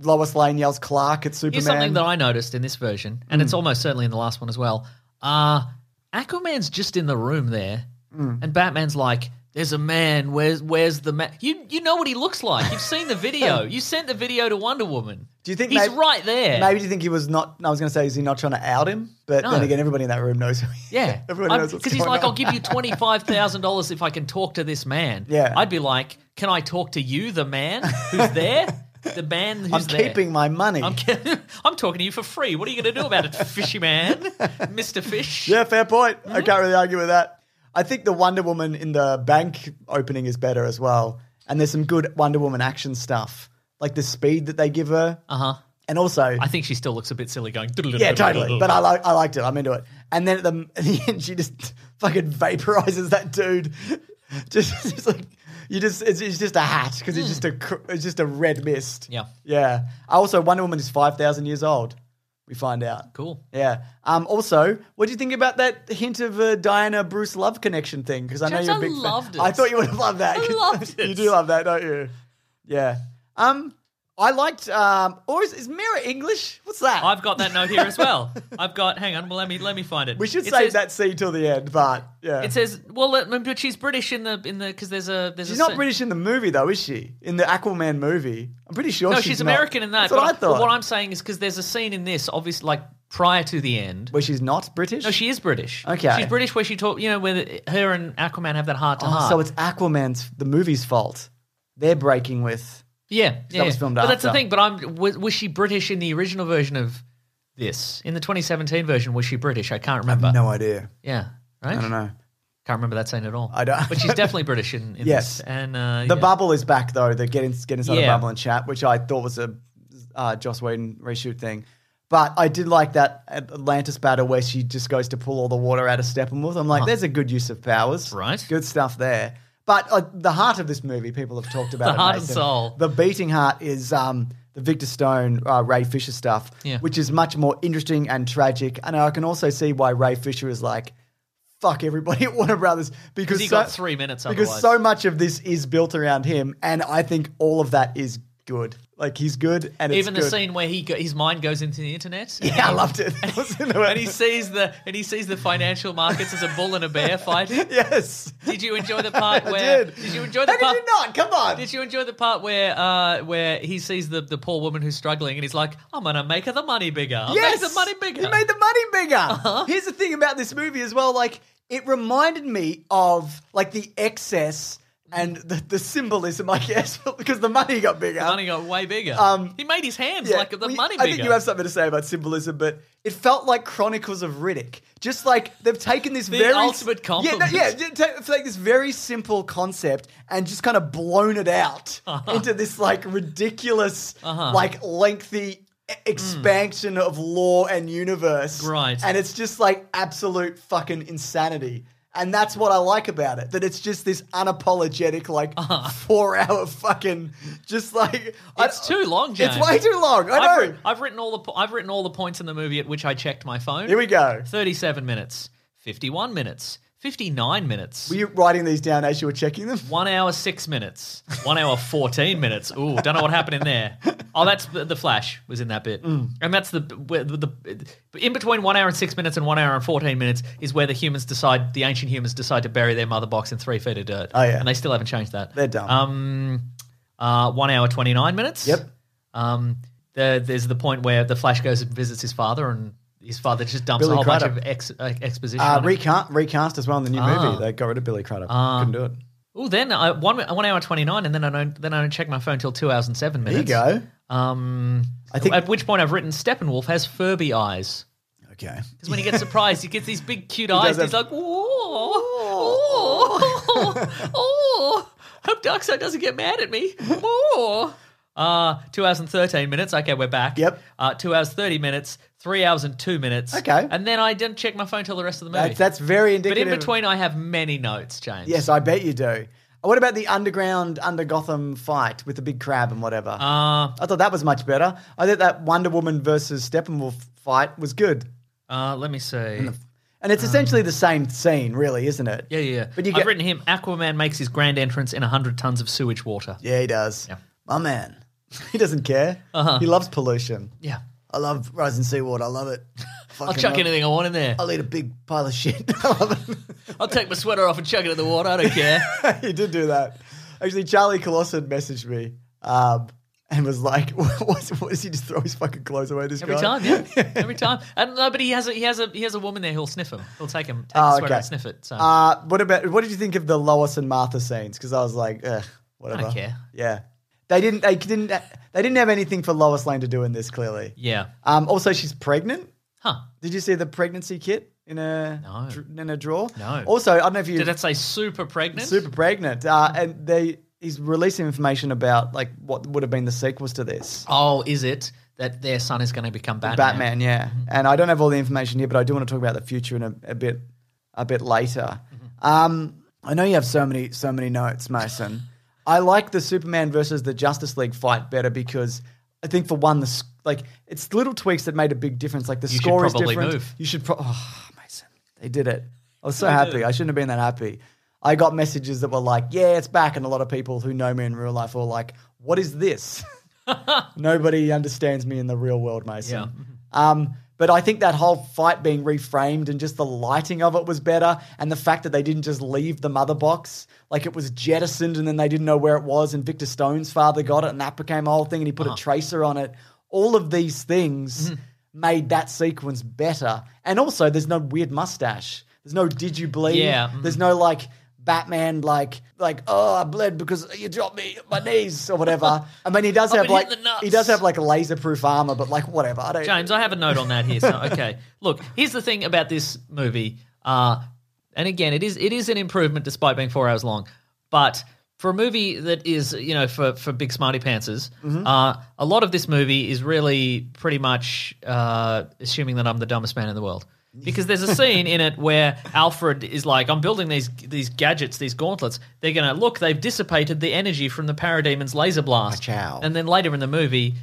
Speaker 1: Lois Lane yells Clark. It's Superman.
Speaker 5: Here's something that I noticed in this version, and
Speaker 1: Mm.
Speaker 5: it's almost certainly in the last one as well. Uh Aquaman's just in the room there,
Speaker 1: Mm.
Speaker 5: and Batman's like, "There's a man. Where's where's the man? You you know what he looks like. You've seen the video. you sent the video to Wonder Woman.
Speaker 1: Do you think
Speaker 5: he's
Speaker 1: may-
Speaker 5: right there?
Speaker 1: Maybe do you think he was not? I was going to say, is he not trying to out him? But then
Speaker 5: No.
Speaker 1: again, everybody in that room knows. Who he
Speaker 5: Yeah,
Speaker 1: everyone knows what's
Speaker 5: because he's
Speaker 1: going
Speaker 5: like,
Speaker 1: on.
Speaker 5: "I'll give you twenty five thousand dollars if I can talk to this man."
Speaker 1: Yeah.
Speaker 5: I'd be like, "Can I talk to you, the man who's there, the man who's
Speaker 1: I'm
Speaker 5: there?"
Speaker 1: keeping my money.
Speaker 5: I'm, ki- I'm talking to you for free. What are you going to do about it, fishy man, Mr. Fish?
Speaker 1: yeah, fair point. I
Speaker 5: Mm-hmm.
Speaker 1: can't really argue with that. I think the Wonder Woman in the bank opening is better as well, and there's some good Wonder Woman action stuff, like the speed that they give her. Uh huh. And also,
Speaker 5: Uh-huh. I think she still looks a bit silly going.
Speaker 1: yeah, totally. But I like, I liked it. I'm into it. And then at the, at the end, she just fucking vaporizes that dude. Just, just like you just, it's, it's just a hat because it's just a, cr- it's just a red mist.
Speaker 5: Mm. Yeah.
Speaker 1: yeah. I also Wonder Woman is five thousand years old. We find out.
Speaker 5: Cool.
Speaker 1: Yeah. Um. Also, what do you think about that hint of a Diana Bruce love connection thing? Because I know
Speaker 5: James,
Speaker 1: you're a
Speaker 5: I
Speaker 1: big fan.
Speaker 5: loved it.
Speaker 1: I thought you would have loved that.
Speaker 5: I loved
Speaker 1: You
Speaker 5: it.
Speaker 1: do love that, don't you? Yeah. Um. I liked. Um. Or is, is Mira English? What's that?
Speaker 5: I've got that note here as well. I've got. Hang on. Well, let me let me find it.
Speaker 1: We should
Speaker 5: it
Speaker 1: save
Speaker 5: says,
Speaker 1: that scene till the end, but yeah.
Speaker 5: It says, well, let- but she's British in the in the because there's a there's
Speaker 1: she's
Speaker 5: a
Speaker 1: not
Speaker 5: se-
Speaker 1: British in the movie, though, is she? In the Aquaman movie, I'm pretty sure.
Speaker 5: No,
Speaker 1: she's,
Speaker 5: she's,
Speaker 1: not.
Speaker 5: American in that.
Speaker 1: That's what
Speaker 5: but
Speaker 1: I thought.
Speaker 5: What I'm saying is because there's a scene in this, obviously, like prior to the end.
Speaker 1: Where she's not British.
Speaker 5: No, she is British.
Speaker 1: Okay.
Speaker 5: she's British where she talk. You know, where her and Aquaman have that heart to
Speaker 1: Oh,
Speaker 5: heart.
Speaker 1: so it's Aquaman's the movie's fault. They're breaking with.
Speaker 5: Yeah, yeah.
Speaker 1: was filmed
Speaker 5: but that's the
Speaker 1: after.
Speaker 5: thing. But I'm was, was she British in the original version of this in the 2017 version? Was she British? I can't remember.
Speaker 1: No idea.
Speaker 5: Yeah, right.
Speaker 1: I don't know.
Speaker 5: Can't remember that scene at all.
Speaker 1: I don't-
Speaker 5: But she's definitely British in, in
Speaker 1: Yes.
Speaker 5: this. And uh,
Speaker 1: The
Speaker 5: yeah.
Speaker 1: bubble is back though. The get, in, get inside the
Speaker 5: Yeah.
Speaker 1: bubble and chat, which I thought was a uh, Joss Whedon reshoot thing. But I did like that Atlantis battle where she just goes to pull all the water out of Steppenwolf. I'm like, there's a good use of powers.
Speaker 5: Uh-huh. Right.
Speaker 1: Good stuff there. But uh, the heart of this movie, people have talked about
Speaker 5: The
Speaker 1: it,
Speaker 5: heart and
Speaker 1: Nathan.
Speaker 5: soul.
Speaker 1: The beating heart is um, the Victor Stone, uh, Ray Fisher stuff,
Speaker 5: Yeah.
Speaker 1: which is much more interesting and tragic. And I can also see why Ray Fisher is like, fuck everybody at Warner Brothers because
Speaker 5: he got three minutes
Speaker 1: Because
Speaker 5: otherwise.
Speaker 1: so much of this is built around him, and I think all of that is good. Like he's good, and it's
Speaker 5: even the
Speaker 1: good.
Speaker 5: scene where he go, his mind goes into the internet. and
Speaker 1: Yeah, I
Speaker 5: he-
Speaker 1: loved it.
Speaker 5: And he sees the and he sees the financial markets as a bull and a bear fighting.
Speaker 1: yes,
Speaker 5: Did you enjoy the part
Speaker 1: I
Speaker 5: where?
Speaker 1: did.
Speaker 5: you enjoy the
Speaker 1: How
Speaker 5: part?
Speaker 1: did you not? Come on.
Speaker 5: Did you enjoy the part where uh, where he sees the, the poor woman who's struggling and he's like, I'm gonna make her the money bigger. I'll
Speaker 1: yes,
Speaker 5: make the money bigger. Uh-huh.
Speaker 1: He made the money bigger. Here's the thing about this movie as well. Like it reminded me of like the excess and the, the symbolism, I guess, because the money got bigger.
Speaker 5: The money got way bigger.
Speaker 1: Um,
Speaker 5: he made his hands like the
Speaker 1: we-
Speaker 5: money
Speaker 1: I
Speaker 5: bigger.
Speaker 1: think you have something to say about symbolism, but it felt like Chronicles of Riddick. Just like they've taken this
Speaker 5: The
Speaker 1: very
Speaker 5: ultimate compliment.
Speaker 1: Yeah, no, yeah, ju- ta- it's like this very simple concept and just kind of blown it out
Speaker 5: Uh-huh.
Speaker 1: into this like ridiculous, like lengthy e- expansion of law and universe.
Speaker 5: Right.
Speaker 1: and it's just like absolute fucking insanity. And that's what I like about it. That it's just this unapologetic, like four hour fucking, just like I-
Speaker 5: Uh-huh. It's too long, James.
Speaker 1: It's way too long. I
Speaker 5: I've,
Speaker 1: know.
Speaker 5: writ- I've written all the po- I've written all the points in the movie at which I checked my phone.
Speaker 1: Here we go.
Speaker 5: 37 minutes, 51 minutes, 59 minutes.
Speaker 1: Were you writing these down as you were checking them?
Speaker 5: One hour six minutes. One hour fourteen minutes. Ooh, don't know what happened in there. Oh, that's the, the Flash was in that bit,
Speaker 1: Mm.
Speaker 5: and that's the, where the the in between one hour and six minutes and one hour and fourteen minutes is where the humans decide the ancient humans decide to bury their mother box in three feet of dirt.
Speaker 1: Oh, yeah.
Speaker 5: and they still haven't changed that.
Speaker 1: They're dumb.
Speaker 5: Um, uh, one hour twenty nine minutes.
Speaker 1: Yep.
Speaker 5: Um, there, there's the point where the Flash goes and visits his father, and his father just dumps
Speaker 1: Billy
Speaker 5: a whole bunch
Speaker 1: Crudup.
Speaker 5: of ex, uh, exposition.
Speaker 1: Uh,
Speaker 5: on him.
Speaker 1: recast, recast as well in the new
Speaker 5: Ah.
Speaker 1: movie. They got rid of Billy Crudup. Couldn't do it.
Speaker 5: Oh, then I, one one hour twenty nine, and then I don't then I don't check my phone till two hours and seven
Speaker 1: There you
Speaker 5: minutes.
Speaker 1: go.
Speaker 5: Um,
Speaker 1: I think-
Speaker 5: at which point I've written Steppenwolf has Furby eyes
Speaker 1: Okay.
Speaker 5: because when he gets surprised, he gets these big cute eyes.
Speaker 1: does
Speaker 5: and he's
Speaker 1: have-
Speaker 5: like, oh, oh, oh. Hope Darkseid doesn't get mad at me. Oh. Uh, two hours and thirteen minutes. Okay, we're back.
Speaker 1: Yep.
Speaker 5: Uh, two hours thirty minutes. Three hours and two minutes.
Speaker 1: Okay.
Speaker 5: And then I didn't check my phone till the rest of the movie.
Speaker 1: That's, that's very
Speaker 5: but
Speaker 1: indicative.
Speaker 5: in between, I have many notes, James.
Speaker 1: Yes, I bet you do. What about the underground, under Gotham fight with the big crab and whatever?
Speaker 5: Uh,
Speaker 1: I thought that was much better. I thought that Wonder Woman versus Steppenwolf fight was good.
Speaker 5: uh, let me see.
Speaker 1: And it's essentially the same scene, really, isn't it?
Speaker 5: Ah. Yeah, yeah. yeah.
Speaker 1: But you
Speaker 5: I've
Speaker 1: get-
Speaker 5: written him. Aquaman makes his grand entrance in hundred tons of sewage water.
Speaker 1: Yeah, he does.
Speaker 5: Yeah.
Speaker 1: My
Speaker 5: Uh-huh.
Speaker 1: man. He doesn't care. He loves pollution.
Speaker 5: Yeah.
Speaker 1: I love rising seawater. I love it.
Speaker 5: I'll chuck anything I want in there.
Speaker 1: I'll eat a big pile of shit. I love it.
Speaker 5: I'll take my sweater off and chuck it in the water. I don't care.
Speaker 1: he did do that. Actually, Charlie Colossan messaged me um, and was like, what, what does he just throw his fucking clothes away this
Speaker 5: Every
Speaker 1: guy?
Speaker 5: time, yeah. Every time. And no, but he has a he has a he has a woman there who'll sniff him. He'll take him, take
Speaker 1: Oh,
Speaker 5: the sweater
Speaker 1: okay.
Speaker 5: and sniff it. So
Speaker 1: Uh, what about what did you think of the Lois and Martha scenes? Because I was like, Ugh, whatever.
Speaker 5: care.
Speaker 1: Yeah, they didn't. They didn't. They didn't have anything for Lois Lane to do in this. Clearly.
Speaker 5: yeah.
Speaker 1: Um, also, she's pregnant.
Speaker 5: Huh.
Speaker 1: Did you see the pregnancy kit in a
Speaker 5: No.
Speaker 1: dr- in a drawer?
Speaker 5: No.
Speaker 1: Also, I don't know if you
Speaker 5: Did it say super pregnant?
Speaker 1: super pregnant. Uh, and they he's releasing information about like what would have been the sequels to this.
Speaker 5: Oh, is it that their son is going to become Batman?
Speaker 1: Batman, yeah. And I don't have all the information here, but I do want to talk about the future in a, a bit a bit later.
Speaker 5: Mm-hmm.
Speaker 1: Um, I know you have so many so many notes, Mason. I like the Superman versus the Justice League fight better because I think for one the s- like it's little tweaks that made a big difference. Like the
Speaker 5: You should
Speaker 1: score is
Speaker 5: probably
Speaker 1: different.
Speaker 5: move.
Speaker 1: You should pro- oh, Mason. They did it. I was so happy. I shouldn't have been that happy. I got messages that were like, "Yeah, it's back," and a lot of people who know me in real life were like, "What is this?" Nobody understands me in the real world, Mason.
Speaker 5: Yeah.
Speaker 1: Um, but I think that whole fight being reframed and just the lighting of it was better, and the fact that they didn't just leave the mother box, like it was jettisoned and then they didn't know where it was, and Victor Stone's father got it, and that became a whole thing, and he put
Speaker 5: Uh-huh.
Speaker 1: a tracer on it. All of these things
Speaker 5: Mm-hmm.
Speaker 1: made that sequence better, and also there's no weird mustache. There's no did you bleed?
Speaker 5: Yeah, mhm.
Speaker 1: There's no like Batman like like oh I bled because you dropped me my knees or whatever. I mean he does
Speaker 5: I've
Speaker 1: have
Speaker 5: been Oh, hit
Speaker 1: like
Speaker 5: in the nuts.
Speaker 1: he does have like laser proof armor, but like whatever. I don't.
Speaker 5: James, I have a note on that here. So okay, look, here's the thing about this movie. Uh, and again, it is it is an improvement despite being four hours long. But for a movie that is you know for for big smarty pantses, uh, a lot of this movie is really pretty much uh, assuming that I'm the dumbest man in the world. Because there's a scene in it where Alfred is like, "I'm building these these gadgets, these gauntlets. They're gonna look. They've dissipated the energy from the Parademon's laser blast."
Speaker 1: Pachow.
Speaker 5: And then later in the movie,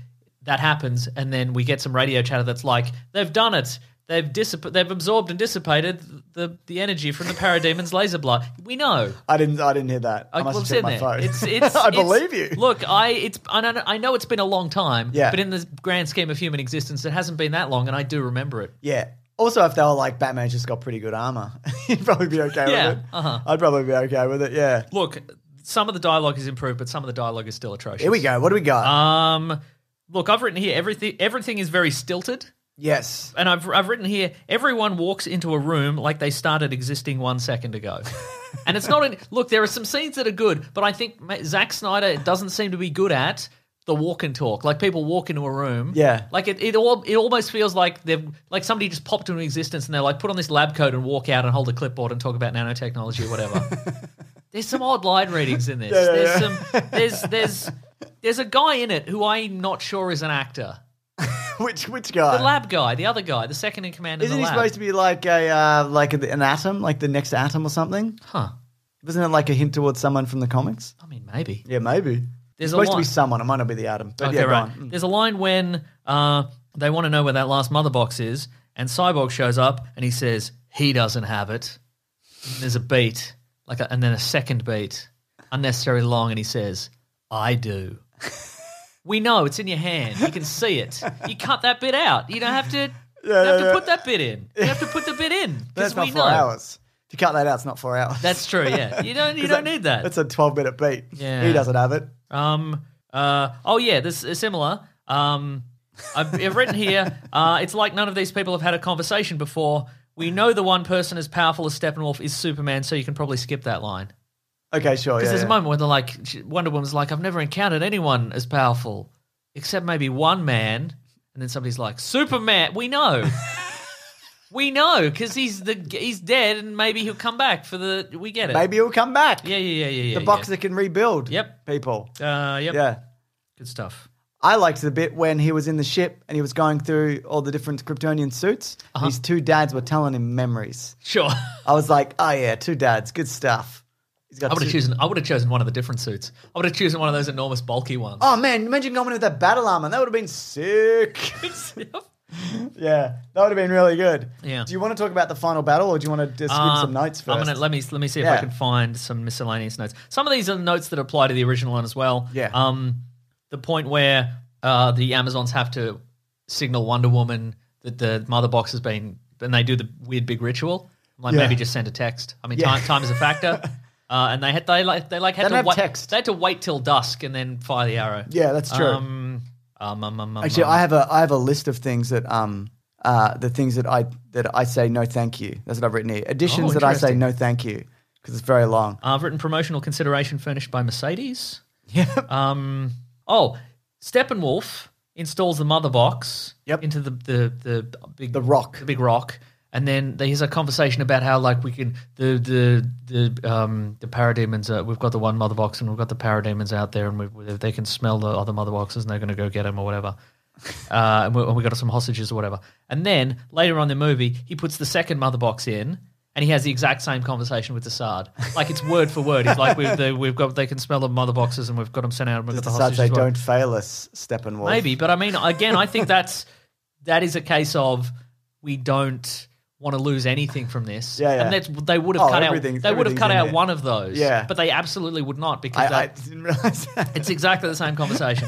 Speaker 5: that happens, and then we get some radio chatter that's like, they've done it. They've dissip- they've absorbed and dissipated the, the energy from the Parademon's laser blast. We know.
Speaker 1: I didn't. I didn't hear that. I, must
Speaker 5: Like, well,
Speaker 1: have
Speaker 5: it's
Speaker 1: checked
Speaker 5: in
Speaker 1: my
Speaker 5: there.
Speaker 1: phone.
Speaker 5: It's, it's,
Speaker 1: I
Speaker 5: it's-
Speaker 1: believe you.
Speaker 5: Look, I it's I know, I know it's been a long time,
Speaker 1: Yeah.
Speaker 5: but in the grand scheme of human existence, it hasn't been that long, and I do remember it.
Speaker 1: Yeah. Also, if they were like Batman's just got pretty good armor, you'd probably be okay
Speaker 5: Yeah,
Speaker 1: with it. Uh-huh. I'd probably be okay with it. Yeah.
Speaker 5: Look, some of the dialogue is improved, but some of the dialogue is still atrocious.
Speaker 1: Here we go. What do we got?
Speaker 5: Um, look, I've written here everything. Everything is very stilted.
Speaker 1: yes.
Speaker 5: and I've, I've written here everyone walks into a room like they started existing one second ago and it's not in, look there are some scenes that are good but i think ma- Zack snyder doesn't seem to be good at the walk and talk like people walk into a room
Speaker 1: Yeah.
Speaker 5: like it, it, all, it almost feels like they've like somebody just popped into existence and they're like put on this lab coat and walk out and hold a clipboard and talk about nanotechnology or whatever there's some odd line readings in this there's some there's there's there's a guy in it who i'm not sure is an actor
Speaker 1: Which which
Speaker 5: the
Speaker 1: guy?
Speaker 5: lab guy, the other guy, the second in command.
Speaker 1: Isn't
Speaker 5: in
Speaker 1: he
Speaker 5: the lab.
Speaker 1: supposed to be like a uh, like an atom, like the next atom or something?
Speaker 5: Huh.
Speaker 1: Wasn't it like a hint towards someone from the comics?
Speaker 5: I mean, maybe.
Speaker 1: Yeah, maybe. There's
Speaker 5: There's a
Speaker 1: supposed to
Speaker 5: lot.
Speaker 1: be someone. It might not be the atom. But
Speaker 5: okay,
Speaker 1: yeah, go
Speaker 5: right.
Speaker 1: on. Mm.
Speaker 5: There's a line when uh, they want to know where that last mother box is, and Cyborg shows up and he says he doesn't have it. And there's a beat, like, a, and then a second beat, unnecessarily long, and he says, "I do." we know it's in your hand. You can see it. You cut that bit out. You don't have to. you don't have to put that bit in. You have to put the bit in because
Speaker 1: That's
Speaker 5: we
Speaker 1: not four
Speaker 5: know.
Speaker 1: hours. If you cut that out, it's not four hours.
Speaker 5: That's true. Yeah, you don't. You
Speaker 1: 'Cause
Speaker 5: don't need that.
Speaker 1: That's a twelve minute beat.
Speaker 5: Yeah.
Speaker 1: He doesn't have it.
Speaker 5: Um. Uh. Oh yeah. This is similar. Um. I've, I've written here. Uh. It's like none of these people have had a conversation before. We know the one person as powerful as Steppenwolf is Superman, so you can probably skip that line.
Speaker 1: Okay, sure.
Speaker 5: Because
Speaker 1: Yeah,
Speaker 5: there's
Speaker 1: yeah.
Speaker 5: a moment where they're like, she- Wonder Woman's like, I've never encountered anyone as powerful, except maybe one man. And then somebody's like, Superman. We know. we know because he's the he's dead, and maybe he'll come back for the. We get it.
Speaker 1: Maybe he'll come back.
Speaker 5: Yeah. Yeah. Yeah. Yeah. yeah
Speaker 1: the box
Speaker 5: Yeah.
Speaker 1: that can rebuild.
Speaker 5: Yep.
Speaker 1: People.
Speaker 5: Uh. Yep.
Speaker 1: Yeah.
Speaker 5: Good stuff.
Speaker 1: I liked the bit when he was in the ship and he was going through all the different Kryptonian suits.
Speaker 5: Uh-huh.
Speaker 1: and His two dads were telling him memories.
Speaker 5: Sure.
Speaker 1: I was like, oh yeah, two dads, good stuff. He's got
Speaker 5: I would
Speaker 1: two-
Speaker 5: have chosen. I would have chosen one of the different suits. I would have chosen one of those enormous, bulky ones.
Speaker 1: Oh man, imagine going in with that battle armor. That would have been sick. yeah, that would have been really good.
Speaker 5: Yeah. Uh,
Speaker 1: Do you want to talk about the final battle, or do you want to just give some notes 1st
Speaker 5: Um, I'm gonna let me let me see if I
Speaker 1: Yeah.
Speaker 5: can find some miscellaneous notes. Some of these are notes that apply to the original one as well.
Speaker 1: Yeah.
Speaker 5: Um, the point where uh, the Amazons have to signal Wonder Woman that the mother box has been, and they do the weird big ritual. I'm like
Speaker 1: Yeah.
Speaker 5: maybe just send a text. I mean,
Speaker 1: Yeah.
Speaker 5: time time is a factor. Uh, and they had they like they like had
Speaker 1: They
Speaker 5: to
Speaker 1: don't have
Speaker 5: wait.
Speaker 1: text.
Speaker 5: They had to wait till dusk and then fire the arrow.
Speaker 1: yeah, that's true.
Speaker 5: Um, um, um, um, um,
Speaker 1: Actually,
Speaker 5: um.
Speaker 1: I have a I have a list of things that um uh the things that I that I say no thank you. That's what I've written here. Additions
Speaker 5: Oh,
Speaker 1: that I say
Speaker 5: interesting.
Speaker 1: no thank you because it's very long.
Speaker 5: I've written promotional consideration furnished by Mercedes. Yeah. Um. Oh, Steppenwolf installs the mother box
Speaker 1: Yep.
Speaker 5: into the the the big
Speaker 1: The rock.
Speaker 5: the big rock, and then there's a conversation about how like we can the the the um the parademons. Uh, we've got the one mother box, and we've got the parademons out there, and we- we, they can smell the other mother boxes, and they're going to go get them or whatever. Uh, and, we, and we got some hostages or whatever. And then later on in the movie, he puts the second mother box in, and he has the exact same conversation with Assad. Like it's word for word. He's like, we've, they, we've got they can smell the mother boxes, and we've got them sent out, and we've got
Speaker 1: Just
Speaker 5: the
Speaker 1: Besides,
Speaker 5: hostages.
Speaker 1: they
Speaker 5: as well."
Speaker 1: don't fail us, Steppenwolf.
Speaker 5: Maybe, but I mean, again, I think that's that is a case of we don't want to lose anything from this.
Speaker 1: Yeah, yeah.
Speaker 5: And that's they would have
Speaker 1: Oh,
Speaker 5: cut out
Speaker 1: everything-
Speaker 5: they would have
Speaker 1: everything's
Speaker 5: cut
Speaker 1: in
Speaker 5: out
Speaker 1: there.
Speaker 5: one of those.
Speaker 1: Yeah.
Speaker 5: but they absolutely would not because
Speaker 1: I, I
Speaker 5: that,
Speaker 1: didn't realize that.
Speaker 5: it's exactly the same conversation.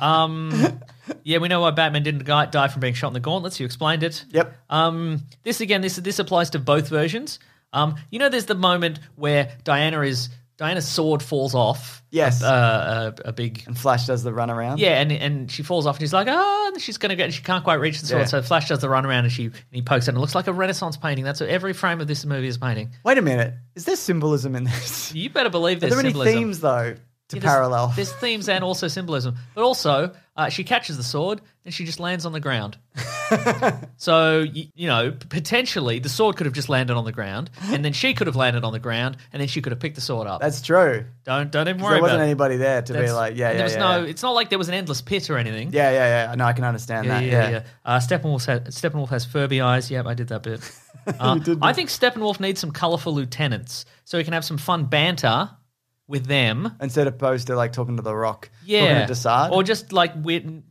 Speaker 5: um, yeah, we know why Batman didn't die, die from being shot in the gauntlets. You explained it.
Speaker 1: Yep.
Speaker 5: Um, this again, this this applies to both versions. Um, you know, there's the moment where Diana is Diana's sword falls off.
Speaker 1: Yes.
Speaker 5: A, uh, a, a big.
Speaker 1: and Flash does the run around.
Speaker 5: Yeah, and, and she falls off, and he's like, ah, and she's gonna get. She can't quite reach the sword,
Speaker 1: Yeah.
Speaker 5: so Flash does the run around, and she and he pokes it, and it looks like a Renaissance painting. That's what every frame of this movie is painting.
Speaker 1: Wait a minute. Is there symbolism in this?
Speaker 5: You better believe
Speaker 1: Are
Speaker 5: there's
Speaker 1: there any
Speaker 5: symbolism.
Speaker 1: themes though to
Speaker 5: Yeah, there's-
Speaker 1: parallel?
Speaker 5: There's, themes and also symbolism, but also uh, she catches the sword and she just lands on the ground. so you, you know, p- potentially the sword could have just landed on the ground, and then she could have landed on the ground, and then she could have picked the sword up.
Speaker 1: That's true.
Speaker 5: don't don't even worry
Speaker 1: There wasn't
Speaker 5: about it.
Speaker 1: anybody there to be
Speaker 5: That's-
Speaker 1: like, yeah, yeah,
Speaker 5: there was
Speaker 1: yeah,
Speaker 5: no.
Speaker 1: yeah.
Speaker 5: It's not like there was an endless pit or anything.
Speaker 1: yeah, yeah, yeah. No, I can understand
Speaker 5: Yeah,
Speaker 1: that.
Speaker 5: yeah,
Speaker 1: Yeah,
Speaker 5: yeah. Uh, Steppenwolf, has, Steppenwolf has Furby eyes. Yep, I did that bit. Uh, I think Steppenwolf needs some colourful lieutenants so he can have some fun banter with them.
Speaker 1: Instead of opposed to like talking to the Rock,
Speaker 5: Yeah.
Speaker 1: talking to Desaad,
Speaker 5: Or just like weird,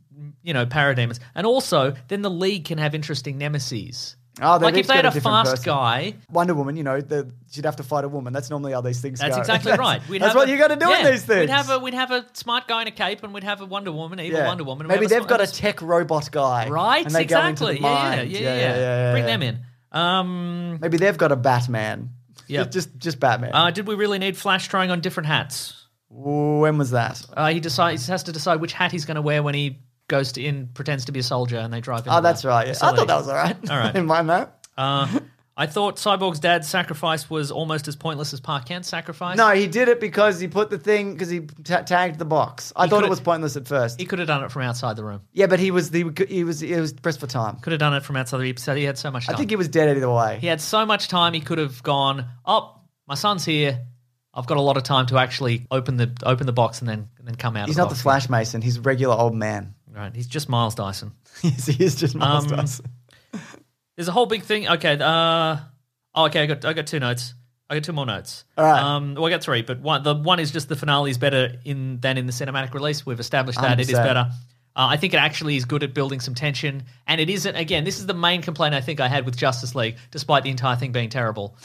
Speaker 5: you know, parademons. And also, then the league can have interesting nemesis.
Speaker 1: Oh, they've
Speaker 5: like
Speaker 1: each
Speaker 5: if they had
Speaker 1: got a
Speaker 5: a,
Speaker 1: different
Speaker 5: fast
Speaker 1: person.
Speaker 5: guy.
Speaker 1: Wonder Woman. You know, the, she'd have to fight a woman. That's normally how these things
Speaker 5: That's
Speaker 1: go.
Speaker 5: exactly right. We'd
Speaker 1: that's
Speaker 5: have
Speaker 1: what
Speaker 5: a-
Speaker 1: you got to do
Speaker 5: yeah,
Speaker 1: in these things.
Speaker 5: We'd have a we'd have a smart guy in a cape, and we'd have a Wonder Woman, evil
Speaker 1: Yeah.
Speaker 5: Wonder Woman. and we'd
Speaker 1: Maybe
Speaker 5: have
Speaker 1: they've got a
Speaker 5: sm-
Speaker 1: tech robot guy,
Speaker 5: right,
Speaker 1: And they go into
Speaker 5: exactly.
Speaker 1: the
Speaker 5: yeah, yeah,
Speaker 1: mind.
Speaker 5: yeah, yeah, Bring them in. Um,
Speaker 1: Maybe they've got a Batman.
Speaker 5: Yep.
Speaker 1: just just, just Batman.
Speaker 5: uh, did we really need Flash trying on different hats?
Speaker 1: when was that?
Speaker 5: Uh, he decides has to decide which hat he's going to wear when he goes to in pretends to be a soldier, and they drive.
Speaker 1: Oh, that's right. Yeah. I thought that was all right.
Speaker 5: All right.
Speaker 1: Didn't mind that.
Speaker 5: Uh, I thought Cyborg's dad's sacrifice was almost as pointless as Park Kent's sacrifice.
Speaker 1: No, he did it because he put the thing because he ta tagged the box. I thought it
Speaker 5: could've-
Speaker 1: was pointless at first.
Speaker 5: he could have done it from outside the room.
Speaker 1: yeah, but he was the he was he was pressed for time.
Speaker 5: Could have done it from outside the room. So he had so much
Speaker 1: I
Speaker 5: time.
Speaker 1: think he was dead either way.
Speaker 5: he had so much time. He could have gone. Oh, my son's here. I've got a lot of time to actually open the open the box and then and then come out.
Speaker 1: He's
Speaker 5: of
Speaker 1: not the
Speaker 5: box.
Speaker 1: Flash Mason. He's a regular old man.
Speaker 5: Right. He's just Miles Dyson.
Speaker 1: Yes, he is just Miles
Speaker 5: Um,
Speaker 1: Dyson.
Speaker 5: There's a whole big thing. Okay. Uh, oh, okay. I got I got two notes. I got two more notes.
Speaker 1: All right.
Speaker 5: Um, well, I got three, but one the one is just the finale is better in than in the cinematic release. We've established that it is
Speaker 1: 100%.
Speaker 5: better. Uh, I think it actually is good at building some tension, and it isn't. Again, this is the main complaint I think I had with Justice League, despite the entire thing being terrible,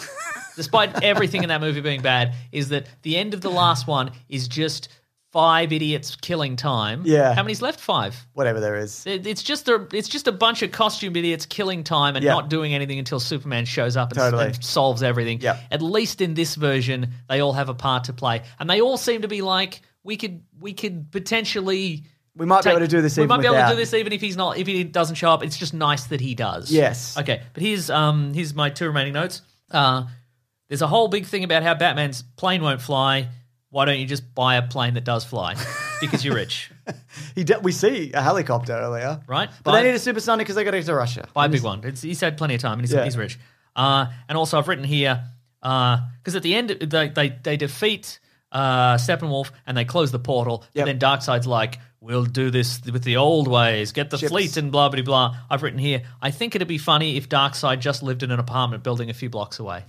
Speaker 5: despite everything in that movie being bad, is that the end of the last one is just five idiots killing time.
Speaker 1: Yeah.
Speaker 5: how many's left? Five.
Speaker 1: Whatever there is.
Speaker 5: It- It's just a it's just a bunch of costume idiots killing time and
Speaker 1: Yeah.
Speaker 5: not doing anything until Superman shows up and,
Speaker 1: Totally.
Speaker 5: and solves everything.
Speaker 1: Yeah.
Speaker 5: At least in this version, they all have a part to play, and they all seem to be like we could we could potentially
Speaker 1: We might be
Speaker 5: take-
Speaker 1: able to do this
Speaker 5: We
Speaker 1: even
Speaker 5: might be able
Speaker 1: without-
Speaker 5: to do this even if he's not if he doesn't show up. It's just nice that he does.
Speaker 1: Yes.
Speaker 5: Okay, but here's um here's my two remaining notes. Uh, there's a whole big thing about how Batman's plane won't fly. Why don't you just buy a plane that does fly? Because you're rich,
Speaker 1: He de- we see a helicopter earlier.
Speaker 5: right?
Speaker 1: But
Speaker 5: Buy-
Speaker 1: they need a supersonic because they got to get to Russia.
Speaker 5: Buy a big one. It's, he's had plenty of time and he's,
Speaker 1: Yeah.
Speaker 5: he's rich. Uh, and also, I've written here because at the end they they, they defeat uh, Steppenwolf and they close the portal.
Speaker 1: Yep.
Speaker 5: And then Darkseid's like, "We'll do this with the old ways. Get the
Speaker 1: Ships.
Speaker 5: fleet and blah blah blah." I've written here. I think it'd be funny if Darkseid just lived in an apartment building a few blocks away.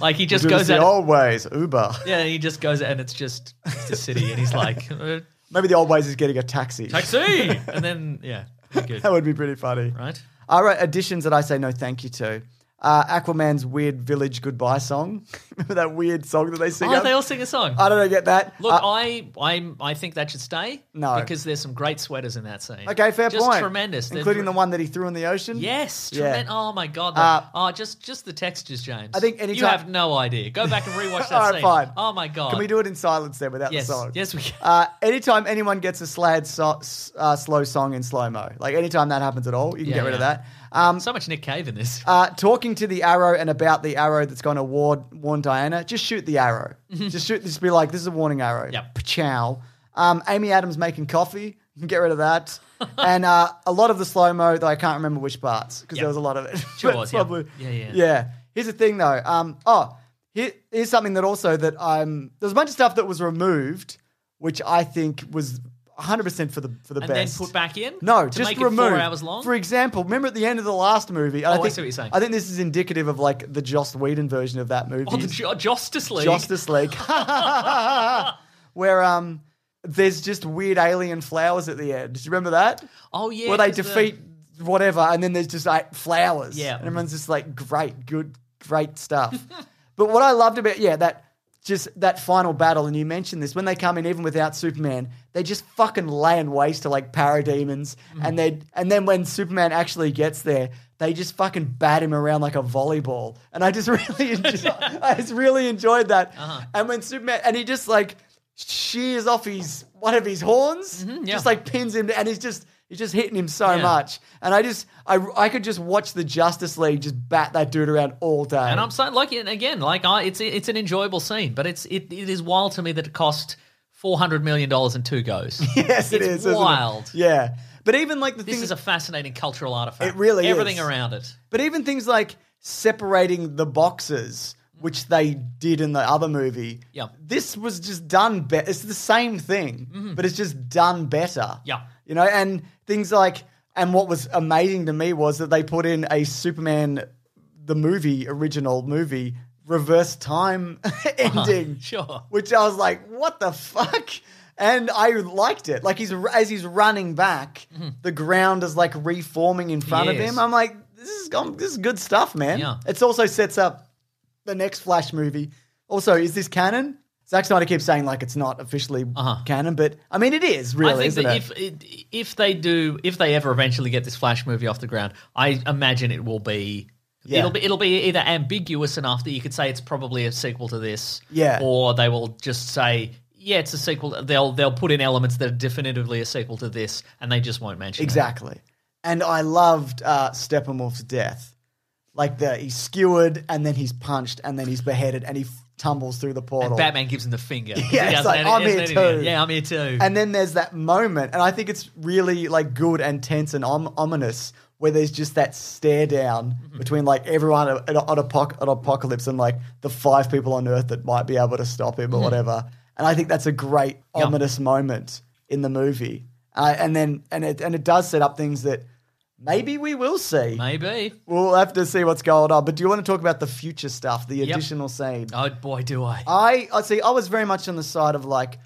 Speaker 5: like he just
Speaker 1: Do this
Speaker 5: goes
Speaker 1: the
Speaker 5: out.
Speaker 1: old ways, Uber.
Speaker 5: yeah, he just goes out and it's just it's a city, and he's like, uh,
Speaker 1: Maybe the old ways is getting a taxi.
Speaker 5: "Taxi," and then yeah, it'd be
Speaker 1: That
Speaker 5: good,
Speaker 1: would be pretty funny.
Speaker 5: right?
Speaker 1: I wrote additions that I say no thank you to. Uh, Aquaman's weird village goodbye song. Remember that weird song that they sing?
Speaker 5: Oh,
Speaker 1: up?
Speaker 5: they all sing a song.
Speaker 1: I don't know, get that.
Speaker 5: Look,
Speaker 1: Uh,
Speaker 5: I I I think that should stay.
Speaker 1: No.
Speaker 5: because there's some great sweaters in that scene.
Speaker 1: okay, fair
Speaker 5: just
Speaker 1: point.
Speaker 5: Tremendous, They're
Speaker 1: Including
Speaker 5: dr-
Speaker 1: the one that he threw in the ocean.
Speaker 5: Yes,
Speaker 1: Yeah.
Speaker 5: tremen- Oh my god!
Speaker 1: Uh,
Speaker 5: the- oh, just just the textures, James.
Speaker 1: I think
Speaker 5: you
Speaker 1: anytime-
Speaker 5: have no idea. Go back and rewatch that
Speaker 1: All right,
Speaker 5: scene.
Speaker 1: fine.
Speaker 5: Oh my god!
Speaker 1: Can we do it in silence then without
Speaker 5: Yes,
Speaker 1: the song?
Speaker 5: yes, we can.
Speaker 1: Uh, anytime anyone gets a slad so- s- uh, slow song in slow mo, like anytime that happens at all, you can
Speaker 5: Yeah,
Speaker 1: get rid of
Speaker 5: yeah.
Speaker 1: that. Um,
Speaker 5: so much Nick Cave in this?
Speaker 1: uh, talking to the arrow and about the arrow that's going to warn, warn Diana, just shoot the arrow. just shoot. Just be like, this is a warning arrow.
Speaker 5: Mm-hmm. Yep.
Speaker 1: Pachow. Um, Amy Adams making coffee. You can Get rid of that. and uh, a lot of the slow mo, though I can't remember which parts because there
Speaker 5: Yep.
Speaker 1: was a lot of it.
Speaker 5: Sure
Speaker 1: But
Speaker 5: was, yeah. Yeah, yeah.
Speaker 1: Yeah. Here's the thing though. Um, oh, here, here's something that also that I'm. There's a bunch of stuff that was removed, which I think was 100 percent for the for the
Speaker 5: and
Speaker 1: best.
Speaker 5: then put back in?
Speaker 1: No,
Speaker 5: to
Speaker 1: just
Speaker 5: make
Speaker 1: remove.
Speaker 5: It four hours long. Oh,
Speaker 1: For example, remember at the end of the last movie.
Speaker 5: I
Speaker 1: think,
Speaker 5: see what you're saying.
Speaker 1: I think this is indicative of like the Joss Whedon version of that movie,
Speaker 5: oh, the jo- Justice League.
Speaker 1: Justice League, where um, there's just weird alien flowers at the end. Do you remember that?
Speaker 5: Oh yeah,
Speaker 1: where they
Speaker 5: 'cause the-
Speaker 1: defeat whatever, and then there's just like flowers.
Speaker 5: Yeah.
Speaker 1: and everyone's just like, great, good, great stuff. but what I loved about yeah that just that final battle, and you mentioned this when they come in, even without Superman, they just fucking laying waste to like parademons,
Speaker 5: Mm-hmm.
Speaker 1: and they and then when Superman actually gets there, they just fucking bat him around like a volleyball, and I just really, enjoy, I just really enjoyed that.
Speaker 5: Uh-huh.
Speaker 1: And when Superman and he just like shears off his one of his horns,
Speaker 5: Mm-hmm, yeah.
Speaker 1: just like pins him, and he's just he's just hitting him so
Speaker 5: Yeah.
Speaker 1: much, and I just I I could just watch the Justice League just bat that dude around all day,
Speaker 5: And I'm saying, like, and again, like, I, it's it's an enjoyable scene, but it's it, it is wild to me that it cost four hundred million dollars in two goes.
Speaker 1: Yes, it
Speaker 5: It's
Speaker 1: is, isn't it?
Speaker 5: wild.
Speaker 1: Yeah, but even like the
Speaker 5: This
Speaker 1: things,
Speaker 5: is a fascinating cultural artifact.
Speaker 1: It really is.
Speaker 5: everything around it.
Speaker 1: but even things like separating the boxes, which they did in the other movie.
Speaker 5: Yeah.
Speaker 1: this was just done better. It's the same thing, but it's just done better.
Speaker 5: Mm-hmm. Yeah.
Speaker 1: you know, and things like, and what was amazing to me was that they put in a Superman, the movie original movie. Reverse time ending,
Speaker 5: sure.
Speaker 1: Which I was like, "What the fuck?" And I liked it. Like he's as he's running back, the ground is like reforming in front of
Speaker 5: Mm-hmm. Yes.
Speaker 1: him. I'm like, "This is gone- this is good stuff, man."
Speaker 5: Yeah.
Speaker 1: It also sets up the next Flash movie. Also, is this canon? Zack Snyder keeps saying like it's not officially canon, but I mean it is really,
Speaker 5: Uh-huh. I think
Speaker 1: isn't
Speaker 5: that
Speaker 1: it?
Speaker 5: if it, if they do, if they ever eventually get this Flash movie off the ground, I imagine it will be.
Speaker 1: Yeah.
Speaker 5: It'll be it'll be either ambiguous enough that you could say it's probably a sequel to this,
Speaker 1: Yeah.
Speaker 5: or they will just say yeah, it's a sequel. They'll they'll put in elements that are definitively a sequel to this, and they just won't mention it.
Speaker 1: Exactly. And I loved uh, Steppenwolf's death. Like the he's skewered and then he's punched and then he's beheaded and he f- tumbles through the portal.
Speaker 5: And Batman gives him the finger. He
Speaker 1: it's
Speaker 5: doesn't
Speaker 1: like,
Speaker 5: have-
Speaker 1: I'm
Speaker 5: isn't
Speaker 1: here
Speaker 5: it again?
Speaker 1: too.
Speaker 5: Yeah, I'm here too.
Speaker 1: And then there's that moment, and I think it's really like good and tense and om- ominous, where there's just that stare down between like everyone at, at, at, apoc- at apocalypse and like the five people on Earth that might be able to stop him or whatever. And I think that's a great ominous moment in the movie. Uh, and then and it and it does set up things that maybe we will see.
Speaker 5: Maybe.
Speaker 1: We'll have to see what's going on. But do you want to talk about the future stuff, the additional scene?
Speaker 5: Oh boy, do I.
Speaker 1: I I see. I was very much on the side of like,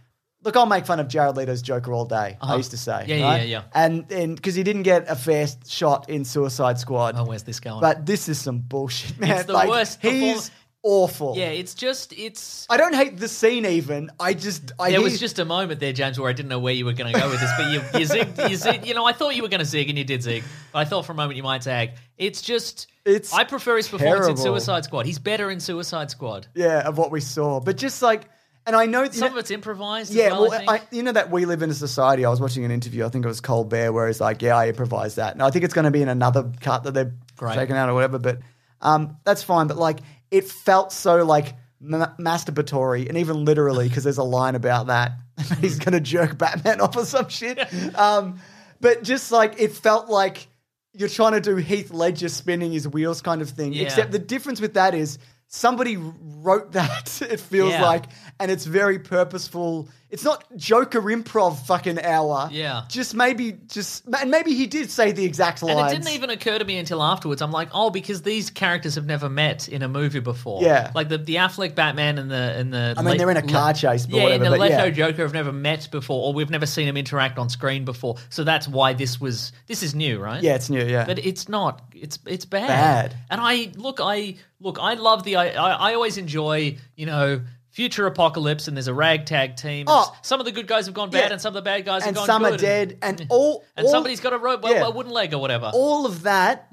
Speaker 1: look, I'll make fun of Jared Leto's Joker all day. I used to say,
Speaker 5: Uh-huh. Yeah, yeah,
Speaker 1: right?
Speaker 5: yeah, yeah.
Speaker 1: and and because he didn't get a fair shot in Suicide Squad.
Speaker 5: oh, where's this going?
Speaker 1: But this is some bullshit, man.
Speaker 5: It's the
Speaker 1: like,
Speaker 5: worst
Speaker 1: He's
Speaker 5: perform-
Speaker 1: awful.
Speaker 5: yeah, it's just it's.
Speaker 1: I don't hate the scene even. I just I
Speaker 5: There
Speaker 1: he-
Speaker 5: was just a moment there, James, where I didn't know where you were going to go with this, but you, you zigged, you zig, you know, I thought you were going to zig and you did zig, but I thought for a moment you might zag. It's just,
Speaker 1: It's
Speaker 5: I prefer his performance
Speaker 1: terrible.
Speaker 5: in Suicide Squad. He's better in Suicide Squad.
Speaker 1: yeah of what we saw, but just like, and I know
Speaker 5: Some of it's improvised.
Speaker 1: Yeah,
Speaker 5: as well,
Speaker 1: well,
Speaker 5: I, think.
Speaker 1: I, you know that we live in a society. I was watching an interview. I think it was Colbert, where he's like, "Yeah, I improvised that," and I think it's going to be in another cut that they've
Speaker 5: Great.
Speaker 1: taken out or whatever. But um, that's fine. But like, it felt so like ma- masturbatory, and even literally because there's a line about that he's going to jerk Batman off or some shit. Um, but just like it felt like you're trying to do Heath Ledger spinning his wheels kind of thing.
Speaker 5: Yeah.
Speaker 1: Except the difference with that is somebody wrote that. It feels
Speaker 5: Yeah.
Speaker 1: like and it's very purposeful. It's not Joker improv fucking hour.
Speaker 5: Yeah.
Speaker 1: Just maybe, just, and maybe he did say the exact lines.
Speaker 5: and it didn't even occur to me until afterwards. I'm like, oh, because these characters have never met in a movie before.
Speaker 1: Yeah.
Speaker 5: like the the Affleck Batman and the and the.
Speaker 1: I mean, they're in a car chase, but
Speaker 5: yeah,
Speaker 1: whatever,
Speaker 5: and the
Speaker 1: but
Speaker 5: Leto
Speaker 1: yeah.
Speaker 5: Joker have never met before, or we've never seen them interact on screen before. So that's why this was this is new, right?
Speaker 1: Yeah, it's new, yeah.
Speaker 5: but it's not. It's it's bad.
Speaker 1: Bad.
Speaker 5: And I look, I look, I love the. I I, I always enjoy, you know. Future apocalypse, and there's a ragtag team.
Speaker 1: Oh.
Speaker 5: some of the good guys have gone bad,
Speaker 1: Yeah.
Speaker 5: and some of the bad guys have
Speaker 1: and
Speaker 5: gone
Speaker 1: some
Speaker 5: good.
Speaker 1: are dead, and all.
Speaker 5: and
Speaker 1: all-
Speaker 5: somebody's got a rope, well,
Speaker 1: yeah.
Speaker 5: a wooden leg or whatever.
Speaker 1: all of that,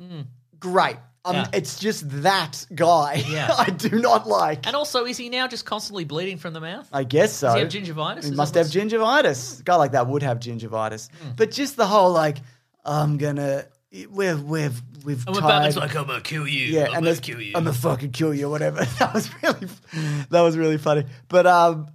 Speaker 1: great. Um,
Speaker 5: Yeah.
Speaker 1: It's just that guy
Speaker 5: Yeah.
Speaker 1: I do not like.
Speaker 5: And also, is he now just constantly bleeding from the mouth?
Speaker 1: I guess so.
Speaker 5: Does he have gingivitis?
Speaker 1: He
Speaker 5: Is Hmm. that
Speaker 1: must have
Speaker 5: what's-
Speaker 1: gingivitis. A guy like that would have gingivitis. But just the whole like, I'm gonna, we're we've we've
Speaker 5: And when
Speaker 1: tired.
Speaker 5: Batman's like, I'm gonna kill you.
Speaker 1: yeah,
Speaker 5: I'm
Speaker 1: and
Speaker 5: gonna
Speaker 1: there's,
Speaker 5: kill you.
Speaker 1: I'm gonna fucking kill you or whatever. That was really, that was really funny. But um,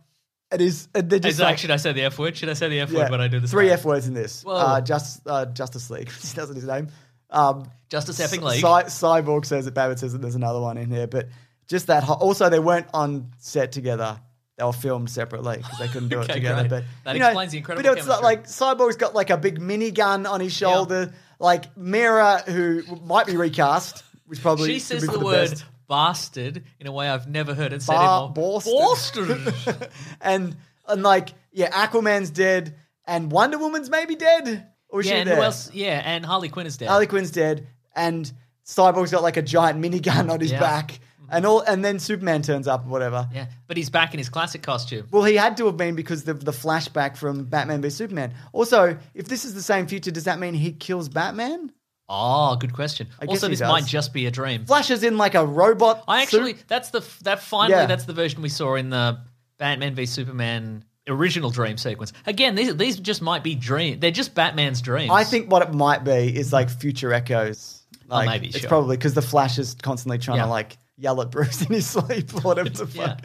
Speaker 1: it is. uh, They're
Speaker 5: Is
Speaker 1: just
Speaker 5: that-
Speaker 1: like,
Speaker 5: should I say the F word? Should I say the F
Speaker 1: yeah,
Speaker 5: word when I do this?
Speaker 1: three
Speaker 5: part?
Speaker 1: F words in this.
Speaker 5: Whoa.
Speaker 1: Uh, just uh, Justice League. Which doesn't his name. Um,
Speaker 5: Justice effing
Speaker 1: Cy-
Speaker 5: League.
Speaker 1: Cyborg says it. Babbitt says that There's another one in here, but just that. Ho- also, they weren't on set together. They were filmed separately because they couldn't do it
Speaker 5: Okay,
Speaker 1: together.
Speaker 5: great.
Speaker 1: But
Speaker 5: That
Speaker 1: you know,
Speaker 5: explains the incredible
Speaker 1: But it's like,
Speaker 5: chemistry.
Speaker 1: like Cyborg's got like a big minigun on his shoulder. Like Mira, who might be recast, which probably
Speaker 5: She
Speaker 1: could
Speaker 5: says
Speaker 1: be
Speaker 5: the,
Speaker 1: for the
Speaker 5: word
Speaker 1: best.
Speaker 5: bastard in a way I've never heard it said
Speaker 1: Bar-
Speaker 5: in
Speaker 1: Boston.
Speaker 5: Boston.
Speaker 1: and and like yeah, Aquaman's dead, and Wonder Woman's maybe dead. Or is
Speaker 5: yeah,
Speaker 1: she
Speaker 5: and
Speaker 1: there?
Speaker 5: who else? Yeah, and Harley Quinn is dead.
Speaker 1: Harley Quinn's dead, and Cyborg's got like a giant minigun on his
Speaker 5: Yeah.
Speaker 1: back. and all, and then Superman turns up, or whatever.
Speaker 5: Yeah, but he's back in his classic costume.
Speaker 1: Well, he had to have been because of the flashback from Batman v Superman. Also, if this is the same future, does that mean he kills Batman?
Speaker 5: Oh, good question.
Speaker 1: I guess
Speaker 5: also,
Speaker 1: he
Speaker 5: this
Speaker 1: does.
Speaker 5: might just be a dream.
Speaker 1: Flash is in like a robot.
Speaker 5: I actually
Speaker 1: suit?
Speaker 5: that's the f- that finally
Speaker 1: Yeah.
Speaker 5: that's the version we saw in the Batman v Superman original dream sequence. Again, these these just might be dream. They're just Batman's dreams.
Speaker 1: I think what it might be is like future echoes. Like,
Speaker 5: Oh, maybe,
Speaker 1: it's
Speaker 5: sure.
Speaker 1: probably because the Flash is constantly trying
Speaker 5: Yeah.
Speaker 1: to like yell at Bruce in his sleep or whatever the
Speaker 5: Yeah.
Speaker 1: fuck.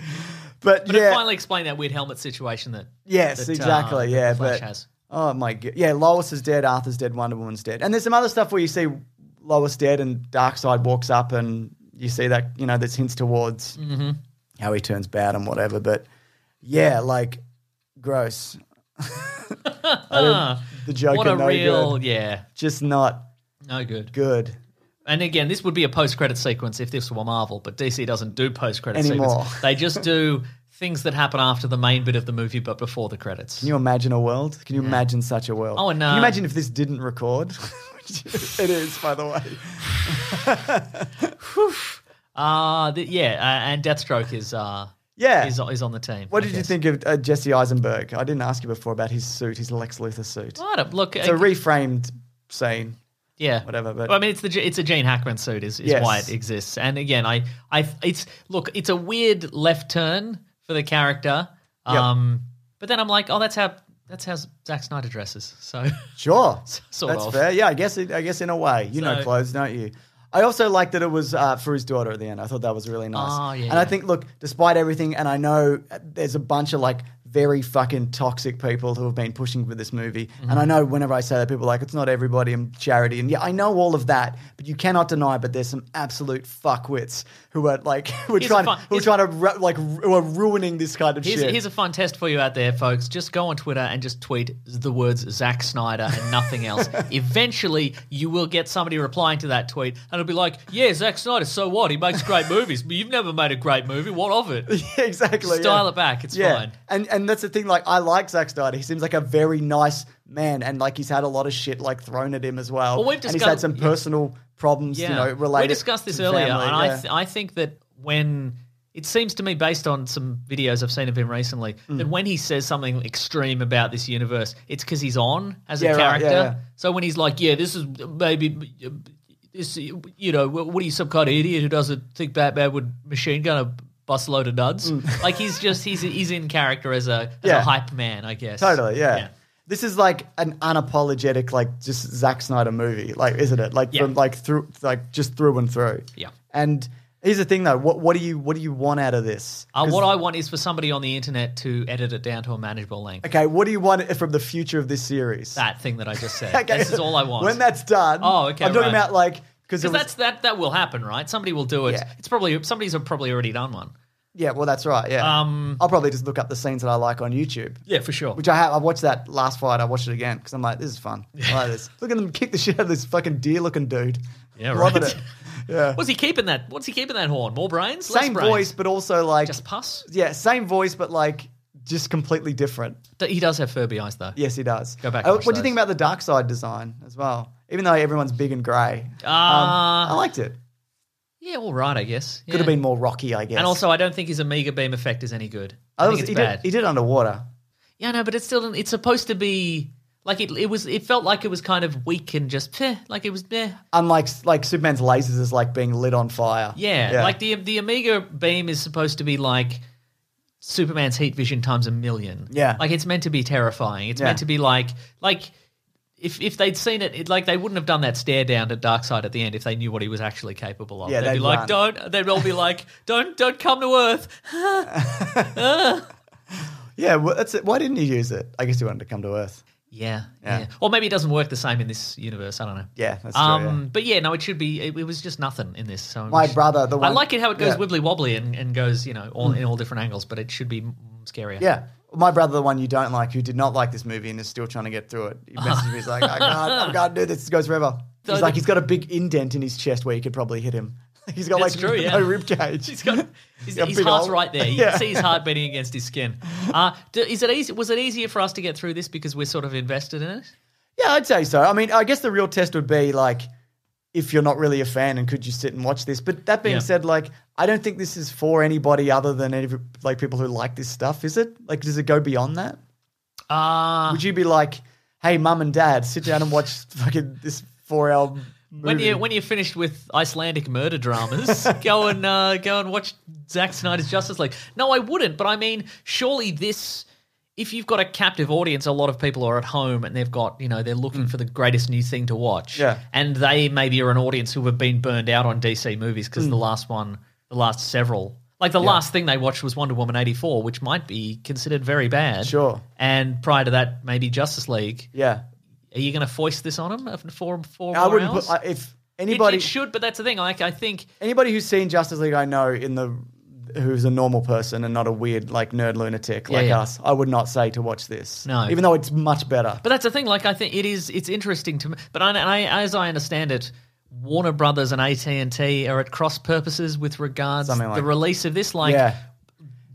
Speaker 1: But,
Speaker 5: But
Speaker 1: yeah,
Speaker 5: it finally explained that weird helmet situation that
Speaker 1: yes,
Speaker 5: that, uh,
Speaker 1: exactly.
Speaker 5: that
Speaker 1: yeah,
Speaker 5: the Flash
Speaker 1: but
Speaker 5: has.
Speaker 1: oh my god, yeah, Lois is dead, Arthur's dead, Wonder Woman's dead, and there's some other stuff where you see Lois dead and Darkseid walks up and you see that you know there's hints towards
Speaker 5: Mm-hmm.
Speaker 1: how he turns bad and whatever. But yeah, like gross. I didn't- the Joker,
Speaker 5: what a
Speaker 1: no
Speaker 5: real
Speaker 1: good.
Speaker 5: yeah,
Speaker 1: just not
Speaker 5: no good.
Speaker 1: good.
Speaker 5: And again, this would be a post-credit sequence if this were Marvel, but DC doesn't do post-credit
Speaker 1: Anymore.
Speaker 5: sequence. They just do things that happen after the main bit of the movie, but before the credits.
Speaker 1: Can you imagine a world? Can you imagine such a world?
Speaker 5: Oh, and,
Speaker 1: Can
Speaker 5: uh,
Speaker 1: you imagine if this didn't record? it is, by the way.
Speaker 5: Uh, th- yeah, uh, and Deathstroke is uh,
Speaker 1: Yeah.
Speaker 5: is, is on the team.
Speaker 1: What
Speaker 5: I
Speaker 1: did you
Speaker 5: guess.
Speaker 1: think of uh, Jesse Eisenberg? I didn't ask you before about his suit, his Lex Luthor suit.
Speaker 5: What a- look,
Speaker 1: It's a
Speaker 5: uh,
Speaker 1: reframed scene.
Speaker 5: yeah,
Speaker 1: whatever, but-
Speaker 5: Well, I mean, it's the G- it's a Gene Hackman suit is, is
Speaker 1: Yes.
Speaker 5: why it exists. And again, I I it's look, it's a weird left turn for the character.
Speaker 1: Yep.
Speaker 5: Um, but then I'm like, oh, that's how that's how Zack Snyder dresses. So
Speaker 1: Sure,
Speaker 5: sort
Speaker 1: that's
Speaker 5: of.
Speaker 1: fair. Yeah, I guess. It, I guess in a way, you know
Speaker 5: So-
Speaker 1: clothes, don't you? I also like that it was uh, for his daughter at the end. I thought that was really nice.
Speaker 5: Oh, yeah,
Speaker 1: and I
Speaker 5: yeah.
Speaker 1: think, look, despite everything, and I know uh, there's a bunch of like very fucking toxic people who have been pushing for this movie. And
Speaker 5: Mm-hmm.
Speaker 1: I know whenever I say that, people are like, it's not everybody and charity. And yeah, I know all of that, but you cannot deny, but there's some absolute fuckwits who are like, who are
Speaker 5: Here's a
Speaker 1: trying,
Speaker 5: fun-
Speaker 1: who are
Speaker 5: here's-
Speaker 1: trying to ru- like, ru- who are ruining this kind of
Speaker 5: Here's,
Speaker 1: shit.
Speaker 5: here's a fun test for you out there, folks. Just go on Twitter and just tweet the words Zack Snyder and nothing else. Eventually, you will get somebody replying to that tweet, and it'll be like, "Yeah, Zack Snyder. So what? He makes great movies, but you've never made a great movie. What of it?
Speaker 1: exactly.
Speaker 5: Style
Speaker 1: yeah.
Speaker 5: it back. It's fine."
Speaker 1: And and that's the thing, like I like Zack Snyder. He seems like a very nice man and like he's had a lot of shit like thrown at him as well.
Speaker 5: Well, we've
Speaker 1: and he's
Speaker 5: discussed-
Speaker 1: had some personal problems, you know, related.
Speaker 5: We discussed this
Speaker 1: to
Speaker 5: earlier,
Speaker 1: family,
Speaker 5: and I
Speaker 1: yeah.
Speaker 5: th- I think that when it seems to me, based on some videos I've seen of him recently,
Speaker 1: Mm.
Speaker 5: that when he says something extreme about this universe, it's because he's on as
Speaker 1: Yeah,
Speaker 5: a
Speaker 1: right,
Speaker 5: character.
Speaker 1: yeah, yeah.
Speaker 5: So when he's like, "Yeah, this is maybe." uh, This, you know, wh- what are you, some kind of idiot who doesn't think Batman would machine gun a bus load of nuds? Like he's just he's he's in character as a as
Speaker 1: Mm. Yeah.
Speaker 5: a hype man, I guess.
Speaker 1: totally, yeah. This is like an unapologetic, like just Zack Snyder movie, like isn't it? Like
Speaker 5: Yeah.
Speaker 1: from like through, like just through and through.
Speaker 5: Yeah.
Speaker 1: And here's the thing, though. What what do you what do you want out of this?
Speaker 5: Uh, what I want is for somebody on the internet to edit it down to a manageable length.
Speaker 1: Okay, what do you want from the future of this series?
Speaker 5: that thing that I just said.
Speaker 1: Okay.
Speaker 5: This is all I want.
Speaker 1: When that's done,
Speaker 5: Oh, okay,
Speaker 1: I'm talking
Speaker 5: right.
Speaker 1: about like because
Speaker 5: because that's that that will happen, right? Somebody will do it.
Speaker 1: Yeah.
Speaker 5: It's probably somebody's have probably already done one.
Speaker 1: Yeah, well, that's right. Yeah,
Speaker 5: Um,
Speaker 1: I'll probably just look up the scenes that I like on YouTube.
Speaker 5: yeah, for sure.
Speaker 1: Which I have, I watched that last fight. I watched it again because I'm like, this is fun. I like this. Look at them kick the shit out of this fucking deer looking dude.
Speaker 5: Yeah,
Speaker 1: Loving
Speaker 5: right.
Speaker 1: it. Yeah.
Speaker 5: What's he keeping that? What's he keeping that horn? More brains? Less
Speaker 1: Same
Speaker 5: brains?
Speaker 1: voice, but also like,
Speaker 5: Just pus.
Speaker 1: yeah, same voice, but like just completely different.
Speaker 5: D- He does have Furby eyes though.
Speaker 1: Yes, he does.
Speaker 5: Go back and
Speaker 1: Uh,
Speaker 5: watch
Speaker 1: what do you think
Speaker 5: those.
Speaker 1: about the dark side design as well? Even though everyone's big and grey, Um,
Speaker 5: Ah.
Speaker 1: I liked it.
Speaker 5: Yeah, all right, I guess.
Speaker 1: Could have
Speaker 5: Yeah.
Speaker 1: been more rocky, I guess.
Speaker 5: And also, I don't think his Amiga beam effect is any good. I,
Speaker 1: Oh,
Speaker 5: think
Speaker 1: he,
Speaker 5: it's
Speaker 1: did,
Speaker 5: bad.
Speaker 1: he did underwater.
Speaker 5: Yeah, no, but it's still it's supposed to be like it. It was. It felt like it was kind of weak and just eh, like it was. Eh,
Speaker 1: Unlike like Superman's lasers is like being lit on fire.
Speaker 5: Yeah, like the the Amiga beam is supposed to be like Superman's heat vision times a million.
Speaker 1: Yeah.
Speaker 5: like it's meant to be terrifying. It's
Speaker 1: Yeah.
Speaker 5: meant to be like like if if they'd seen it, it, like they wouldn't have done that stare down to Darkseid at the end if they knew what he was actually capable of.
Speaker 1: Yeah,
Speaker 5: they'd, be
Speaker 1: they'd
Speaker 5: like,
Speaker 1: run.
Speaker 5: don't. They'd all be like, don't don't come to Earth.
Speaker 1: Yeah, well, that's it. Why didn't he use it? I guess he wanted to come to Earth.
Speaker 5: Yeah,
Speaker 1: Yeah.
Speaker 5: yeah, Or maybe it doesn't work the same in this universe. I don't know.
Speaker 1: Yeah, that's true,
Speaker 5: um,
Speaker 1: yeah.
Speaker 5: but yeah, no, it should be. It, it was just nothing in this. So I'm
Speaker 1: My
Speaker 5: just-
Speaker 1: brother, the one.
Speaker 5: I like it how it goes
Speaker 1: yeah. Hmm.
Speaker 5: wibbly wobbly and, and goes, you know, all in all different angles, but it should be mm, scarier.
Speaker 1: Yeah, my brother, the one you don't like, who did not like this movie and is still trying to get through it. He messaged me. He's like, I can't, I can't do this. This goes forever. He's
Speaker 5: So
Speaker 1: like,
Speaker 5: the-
Speaker 1: he's got a big indent in his chest where you could probably hit him. He's got like
Speaker 5: That's true, yeah.
Speaker 1: no rib cage.
Speaker 5: He's got his,
Speaker 1: Yeah,
Speaker 5: his
Speaker 1: big
Speaker 5: heart's
Speaker 1: old-
Speaker 5: right there. You
Speaker 1: Yeah.
Speaker 5: can see his heart beating against his skin. Uh, do, is it easy? Was it easier for us to get through this because we're sort of invested in it?
Speaker 1: Yeah, I'd say so. I mean, I guess the real test would be like if you're not really a fan and could you sit and watch this? But that being
Speaker 2: Yeah.
Speaker 1: said, like I don't think this is for anybody other than any, like people who like this stuff, is it? Like does it go beyond that?
Speaker 5: Uh,
Speaker 1: Would you be like, "Hey, mum and dad, sit down and watch fucking this four-hour movie"?
Speaker 5: when you when you're finished with Icelandic murder dramas, go and uh, go and watch Zack Snyder's Justice League. No, I wouldn't. But I mean, surely this. If you've got a captive audience, a lot of people are at home and they've got, you know, they're looking for the greatest new thing to watch.
Speaker 1: Mm. Yeah.
Speaker 5: And they maybe are an audience who have been burned out on DC movies
Speaker 1: Mm.
Speaker 5: because the last one, the last several, like the last thing they watched was Wonder Woman 84, which might be considered very bad.
Speaker 1: Sure.
Speaker 5: And prior to that, maybe Justice League.
Speaker 1: yeah,
Speaker 5: Are you going to foist this on them for four
Speaker 1: I
Speaker 5: more
Speaker 1: wouldn't.
Speaker 5: hours?
Speaker 1: Put, I- if
Speaker 5: It-
Speaker 1: anybody
Speaker 5: it, should, but that's the thing. Like, I think
Speaker 1: anybody who's seen Justice League, I know in the who's a normal person and not a weird like nerd lunatic
Speaker 5: Yeah,
Speaker 1: like
Speaker 5: yeah.
Speaker 1: us, I would not say to watch this.
Speaker 5: No.
Speaker 1: even though it's much better.
Speaker 5: But that's the thing. Like I think it is. It's interesting to me. But I, I, as I understand it, Warner Brothers and AT and T are at cross purposes with regards
Speaker 1: Something like-
Speaker 5: the release of this. Like
Speaker 1: yeah,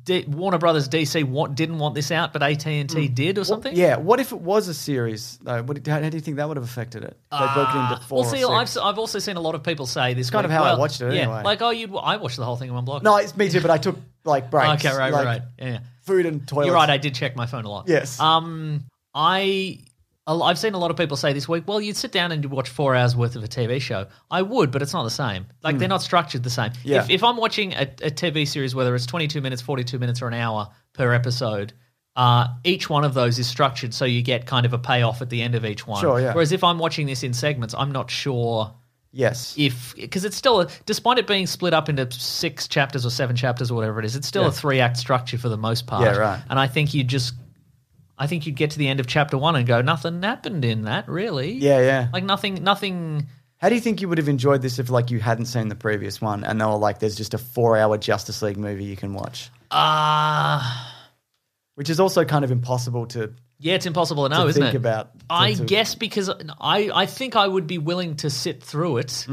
Speaker 5: D- Warner Brothers DC want, didn't want this out, but AT and T did or something.
Speaker 1: Mm. yeah. What if it was a series though? What, how, how do you think that would have affected it? They broke it into four.
Speaker 5: Uh, Well, see,
Speaker 1: or
Speaker 5: I've,
Speaker 1: six.
Speaker 5: s- I've also seen a lot of people say this.
Speaker 1: kind of
Speaker 5: week,
Speaker 1: how I
Speaker 5: well,
Speaker 1: watched it
Speaker 5: yeah,
Speaker 1: anyway.
Speaker 5: Like, oh, you'd I watched the whole thing in one block.
Speaker 1: no, it's me too. But I took like breaks.
Speaker 5: okay, right,
Speaker 1: like,
Speaker 5: right, right. Yeah, yeah.
Speaker 1: Food and toilets.
Speaker 5: You're right. I did check my phone a lot.
Speaker 1: yes.
Speaker 5: Um, I a- I've seen a lot of people say this week, well, you'd sit down and you'd watch four hours worth of a TV show. I would, but it's not the same. Like they're not structured the same.
Speaker 1: Hmm. Yeah.
Speaker 5: If, if I'm watching a, a TV series, whether it's 22 minutes, 42 minutes, or an hour per episode. Uh, each one of those is structured so you get kind of a payoff at the end of each one.
Speaker 1: Sure, yeah.
Speaker 5: Whereas if I'm watching this in segments, I'm not sure
Speaker 1: yes.
Speaker 5: if because it's still a, despite it being split up into six chapters or seven chapters or whatever it is, it's still a three act structure for the most part.
Speaker 1: Yeah, right.
Speaker 5: And I think you just, I think you'd get to the end of chapter one and go, nothing happened in that really.
Speaker 1: Yeah, yeah.
Speaker 5: Like nothing, nothing.
Speaker 1: How do you think you would have enjoyed this if like you hadn't seen the previous one and they were like, there's just a four hour Justice League movie you can watch?
Speaker 5: Ah,
Speaker 1: Which is also kind of impossible to,
Speaker 5: yeah, it's impossible to know,
Speaker 1: to
Speaker 5: isn't
Speaker 1: think
Speaker 5: it?
Speaker 1: about. to-
Speaker 5: I
Speaker 1: to-
Speaker 5: guess because I, I think I would be willing to sit through it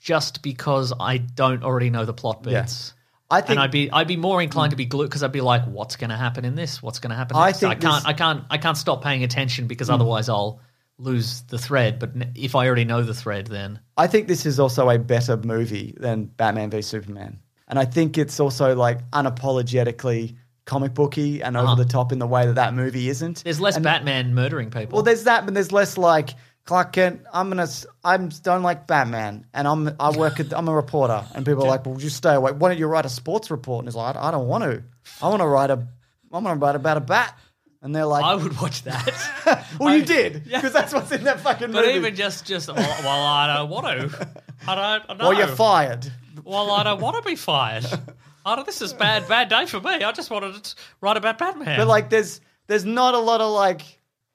Speaker 5: just because I don't already know the plot
Speaker 1: Mm. Yeah.
Speaker 5: beats.
Speaker 1: I think Mm.
Speaker 5: and I'd be I'd be more inclined to be glued because I'd be like, what's going to happen in this? What's going to happen?
Speaker 1: I
Speaker 5: Next? I,
Speaker 1: think
Speaker 5: can't
Speaker 1: this- Mm.
Speaker 5: I can't I can't stop paying attention because otherwise I'll lose the thread. But n- if I already know the thread, then
Speaker 1: I think this is also a better movie than Batman v Superman. And I think it's also like unapologetically comic booky and over the top in the way that that movie isn't.
Speaker 5: Uh-huh. there's less Batman murdering people.
Speaker 1: Well, there's that, but there's less like Clark Kent. I'm gonna. s- I'm don't like Batman, and I'm I work. At, I'm a reporter, and people are like, "Well, just stay away. Why don't you write a sports report?" And he's like, "I, I don't want to. I want to write a. I'm gonna write about a bat." And they're like,
Speaker 5: I would watch that,
Speaker 1: "Well, you did, because that's what's in that fucking
Speaker 5: but
Speaker 1: movie."
Speaker 5: even just just well, well, I don't want to. I don't. know.
Speaker 1: or you're fired.
Speaker 5: Well, I don't want to be fired. I don't, this is bad, bad day for me. I just wanted to write about Batman.
Speaker 1: But like, there's there's not a lot of like,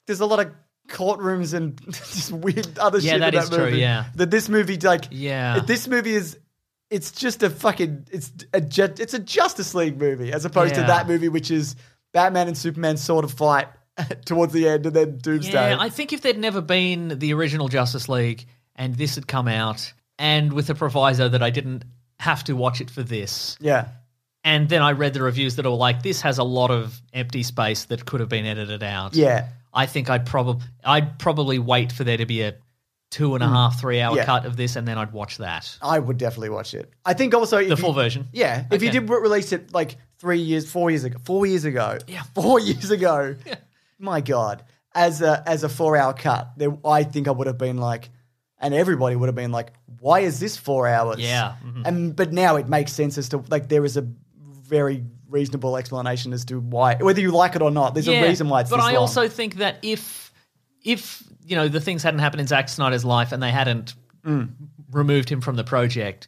Speaker 1: there's a lot of courtrooms and just weird other
Speaker 5: Yeah,
Speaker 1: shit.
Speaker 5: that
Speaker 1: in
Speaker 5: is
Speaker 1: that
Speaker 5: true,
Speaker 1: movie.
Speaker 5: yeah.
Speaker 1: that this movie like,
Speaker 5: Yeah.
Speaker 1: this movie is. It's just a fucking. It's a ju- it's a Justice League movie as opposed to
Speaker 5: Yeah.
Speaker 1: that movie, which is Batman and Superman sort of fight towards the end and then Doomsday.
Speaker 5: Yeah, I think if there'd never been the original Justice League and this had come out, and with the proviso that I didn't have to watch it for this,
Speaker 1: yeah,
Speaker 5: and then I read the reviews that were like, this has a lot of empty space that could have been edited out.
Speaker 1: yeah.
Speaker 5: I think I'd probably I'd probably wait for there to be a two and a half, three hour
Speaker 1: Hmm. Yeah.
Speaker 5: cut of this, and then I'd watch that.
Speaker 1: I would definitely watch it. I think also if
Speaker 5: The full
Speaker 1: you-
Speaker 5: version.
Speaker 1: Yeah, if you
Speaker 5: Okay.
Speaker 1: did re- release it like three years, four years ago, four years ago, yeah, four years ago, my god, as a as a four hour cut, there, I think I would have been like, and everybody would have been like, why is this four hours?
Speaker 5: Yeah, mhm.
Speaker 1: and but now it makes sense as to like there is a very reasonable explanation as to why, whether you like it or not, there's a reason why it's.
Speaker 5: But
Speaker 1: this
Speaker 5: I
Speaker 1: long.
Speaker 5: also think that if if you know the things hadn't happened in Zack Snyder's life and they hadn't
Speaker 1: Mm.
Speaker 5: removed him from the project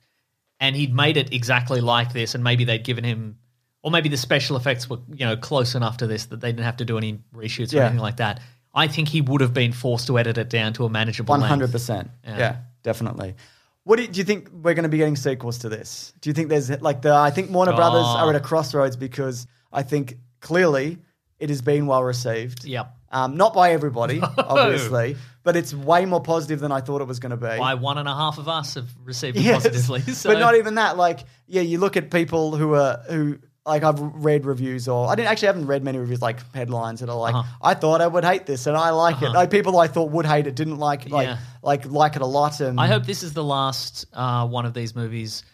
Speaker 5: and he'd made it exactly like this and maybe they'd given him or maybe the special effects were you know close enough to this that they didn't have to do any reshoots or
Speaker 1: Yeah.
Speaker 5: anything like that. I think he would have been forced to edit it down to a manageable
Speaker 1: One
Speaker 5: length.
Speaker 1: hundred percent.
Speaker 5: Yeah.
Speaker 1: Yeah, definitely. What do you, do you think we're going to be getting sequels to this? Do you think there's like the I think Warner Brothers are at
Speaker 5: Oh.
Speaker 1: a crossroads because I think clearly it has been well received.
Speaker 5: Yep.
Speaker 1: Um, not by everybody, obviously, but it's way more positive than I thought it was going to be.
Speaker 5: By one and a half of us have received it
Speaker 1: Yes.
Speaker 5: positively. So
Speaker 1: But not even that. Like, yeah, you look at people who are who like I've read reviews or I didn't actually I haven't read many reviews like headlines that are like
Speaker 5: Uh-huh.
Speaker 1: I thought I would hate this and I like it. Like people I thought would hate it didn't like it, like
Speaker 5: Yeah.
Speaker 1: like like it a lot and
Speaker 5: I hope this is the last uh, one of these movies.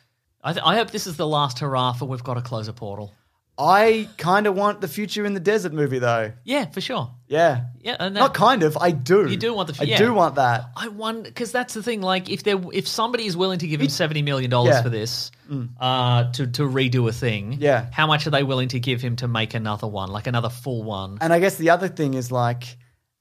Speaker 5: I, th- I hope this is the last hurrah for we've got to close a portal.
Speaker 1: I kind of want the future in the desert movie though.
Speaker 5: Yeah, for sure.
Speaker 1: Yeah.
Speaker 5: Yeah, and that,
Speaker 1: Not kind of. I do.
Speaker 5: You do want the-
Speaker 1: I
Speaker 5: yeah.
Speaker 1: do want that.
Speaker 5: I wonder because that's the thing. Like, if there, if somebody is willing to give him seventy million dollars
Speaker 1: Yeah. Mm.
Speaker 5: for this, uh, to to redo a thing,
Speaker 1: Yeah.
Speaker 5: how much are they willing to give him to make another one, like another full one?
Speaker 1: And I guess the other thing is like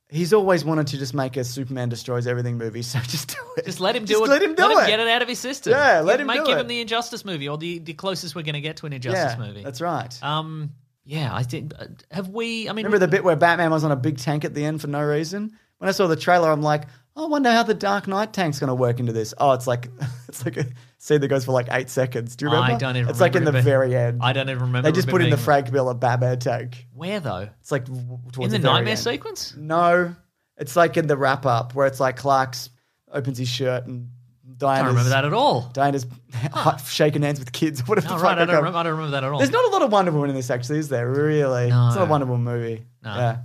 Speaker 1: he's always wanted to just make a Superman destroys everything movie, so just do it.
Speaker 5: Just let him do
Speaker 1: Just
Speaker 5: it.
Speaker 1: Let him do it.
Speaker 5: get it out of his system.
Speaker 1: Yeah, let
Speaker 5: Give-
Speaker 1: him
Speaker 5: make,
Speaker 1: do
Speaker 5: give
Speaker 1: it.
Speaker 5: him the Injustice movie or the, the closest we're going to get to an
Speaker 1: yeah,
Speaker 5: Injustice movie.
Speaker 1: That's right.
Speaker 5: Um, yeah, I think. uh, Have we? I mean,
Speaker 1: Remember the bit where Batman was on a big tank at the end for no reason? When I saw the trailer, I'm like, "Oh, I wonder how the Dark Knight tank's going to work into this. Oh, it's like it's like a scene that goes for like eight seconds. Do you remember?
Speaker 5: I don't even.
Speaker 1: It's like in
Speaker 5: remember
Speaker 1: the
Speaker 5: it being-
Speaker 1: very end.
Speaker 5: I don't even remember.
Speaker 1: They just
Speaker 5: it
Speaker 1: put in the
Speaker 5: being-
Speaker 1: Frank Miller Batman tank.
Speaker 5: Where though?
Speaker 1: It's like w-
Speaker 5: In
Speaker 1: towards
Speaker 5: the,
Speaker 1: very
Speaker 5: nightmare
Speaker 1: end.
Speaker 5: sequence?
Speaker 1: No, it's like in the wrap up where it's like Clark's opens his shirt and Diana's.
Speaker 5: I don't remember that at all.
Speaker 1: Diana's shaking hands with kids. What if
Speaker 5: No,
Speaker 1: the fuck
Speaker 5: right. I
Speaker 1: I
Speaker 5: don't,
Speaker 1: can't-
Speaker 5: remember, I don't remember that at all.
Speaker 1: There's not a lot of Wonder Woman in this, actually, is there? Really, it's not a Wonder Woman movie. Yeah.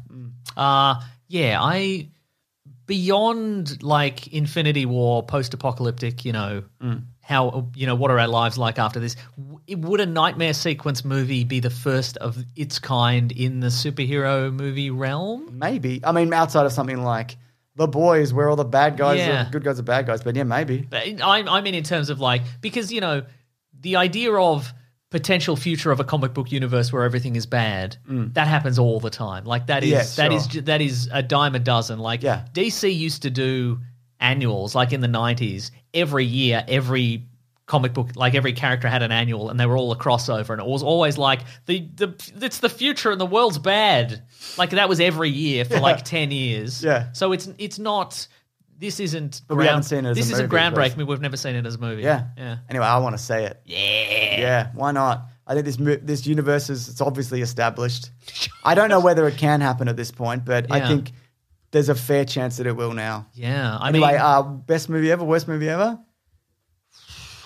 Speaker 5: Uh yeah, I beyond like Infinity War, post-apocalyptic, you know, how you know what are our lives like after this? W- Would a nightmare sequence movie be the first of its kind in the superhero movie realm?
Speaker 1: Maybe. I mean, outside of something like The Boys, where all the bad guys
Speaker 5: Yeah.
Speaker 1: are good guys are bad guys, but yeah, maybe.
Speaker 5: But in- I, I mean, in terms of like, because, you know, the idea of potential future of a comic book universe where everything is bad, that happens all the time. Like that is,
Speaker 1: Mm. Yeah,
Speaker 5: that is,
Speaker 1: sure.
Speaker 5: ju- that is a dime a dozen. Like
Speaker 1: Yeah.
Speaker 5: DC used to do annuals like in the nineties, every year, every comic book, like every character had an annual and they were all a crossover. And it was always like the, the, it's the future and the world's bad. Like that was every year for like 10 years.
Speaker 1: Yeah.
Speaker 5: So it's, it's not, this isn't
Speaker 1: But we haven't seen it as
Speaker 5: this
Speaker 1: a movie,
Speaker 5: isn't
Speaker 1: of course.
Speaker 5: groundbreaking. We've never seen it as a movie.
Speaker 1: Yeah.
Speaker 5: yeah.
Speaker 1: Anyway, I want to say it. Yeah. Yeah. Why not? I think this mo- this universe is it's obviously established. I don't know whether it can happen at this point, but I
Speaker 5: Yeah.
Speaker 1: think there's a fair chance that it will now.
Speaker 5: Yeah. I
Speaker 1: Anyway,
Speaker 5: mean,
Speaker 1: uh, best movie ever, worst movie ever,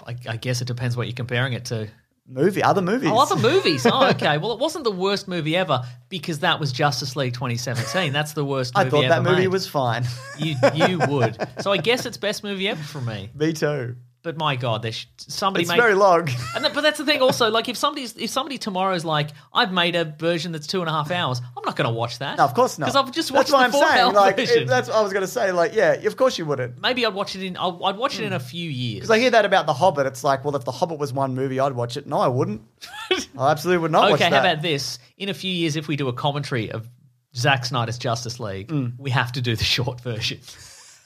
Speaker 5: I, I guess it depends what you're comparing it to.
Speaker 1: movie, other movies.
Speaker 5: Oh, other movies. Oh, okay. Well, it wasn't the worst movie ever because that was Justice League 2017. That's the worst
Speaker 1: I
Speaker 5: movie
Speaker 1: thought that
Speaker 5: ever
Speaker 1: movie
Speaker 5: made.
Speaker 1: was fine.
Speaker 5: You, you would. So I guess it's best movie ever for me.
Speaker 1: Me too.
Speaker 5: But my God, there's somebody
Speaker 1: It's
Speaker 5: made
Speaker 1: very long.
Speaker 5: And that, but that's the thing, also. Like, if somebody's if somebody tomorrow's like, I've made a version that's two and a half hours, I'm not going to watch that.
Speaker 1: No, of course not.
Speaker 5: Because I've just
Speaker 1: That's
Speaker 5: watched
Speaker 1: what
Speaker 5: the
Speaker 1: I'm
Speaker 5: four
Speaker 1: saying.
Speaker 5: hour
Speaker 1: Like, it-
Speaker 5: version.
Speaker 1: that's what I was going to say. Like, yeah, of course you wouldn't.
Speaker 5: Maybe I'd watch it in. I'll, I'd watch it in a few years.
Speaker 1: Because Hmm. I hear that about The Hobbit. It's like, well, if The Hobbit was one movie, I'd watch it. No, I wouldn't. I absolutely would not watch
Speaker 5: okay,
Speaker 1: that.
Speaker 5: how about this? In a few years, if we do a commentary of Zack Snyder's Justice League,
Speaker 1: Hmm.
Speaker 5: we have to do the short version.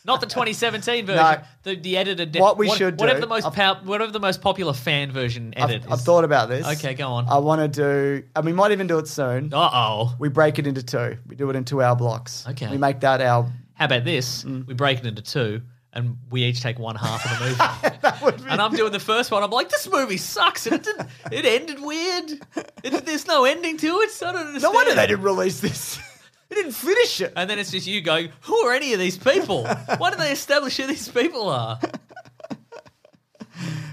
Speaker 5: Not the 2017 version,
Speaker 1: No.
Speaker 5: the, the edited.
Speaker 1: What we should do-
Speaker 5: whatever the most
Speaker 1: I've-
Speaker 5: pow- whatever the most popular fan version edit.
Speaker 1: I've, I've thought about this.
Speaker 5: Okay, go on.
Speaker 1: I want to do, and we might even do it soon.
Speaker 5: Uh oh.
Speaker 1: We break it into two. We do it in two-hour blocks.
Speaker 5: Okay.
Speaker 1: We make that our.
Speaker 5: How about this?
Speaker 1: Hmm.
Speaker 5: We break it into two, and we each take one half of the movie. And I'm doing the first one. I'm like, this movie sucks, and it didn't, it ended weird. It, there's no ending to it. So I don't
Speaker 1: No
Speaker 5: understand.
Speaker 1: wonder they didn't release this. they didn't finish it.
Speaker 5: And then it's just you going, who are any of these people? Why do they establish who these people are?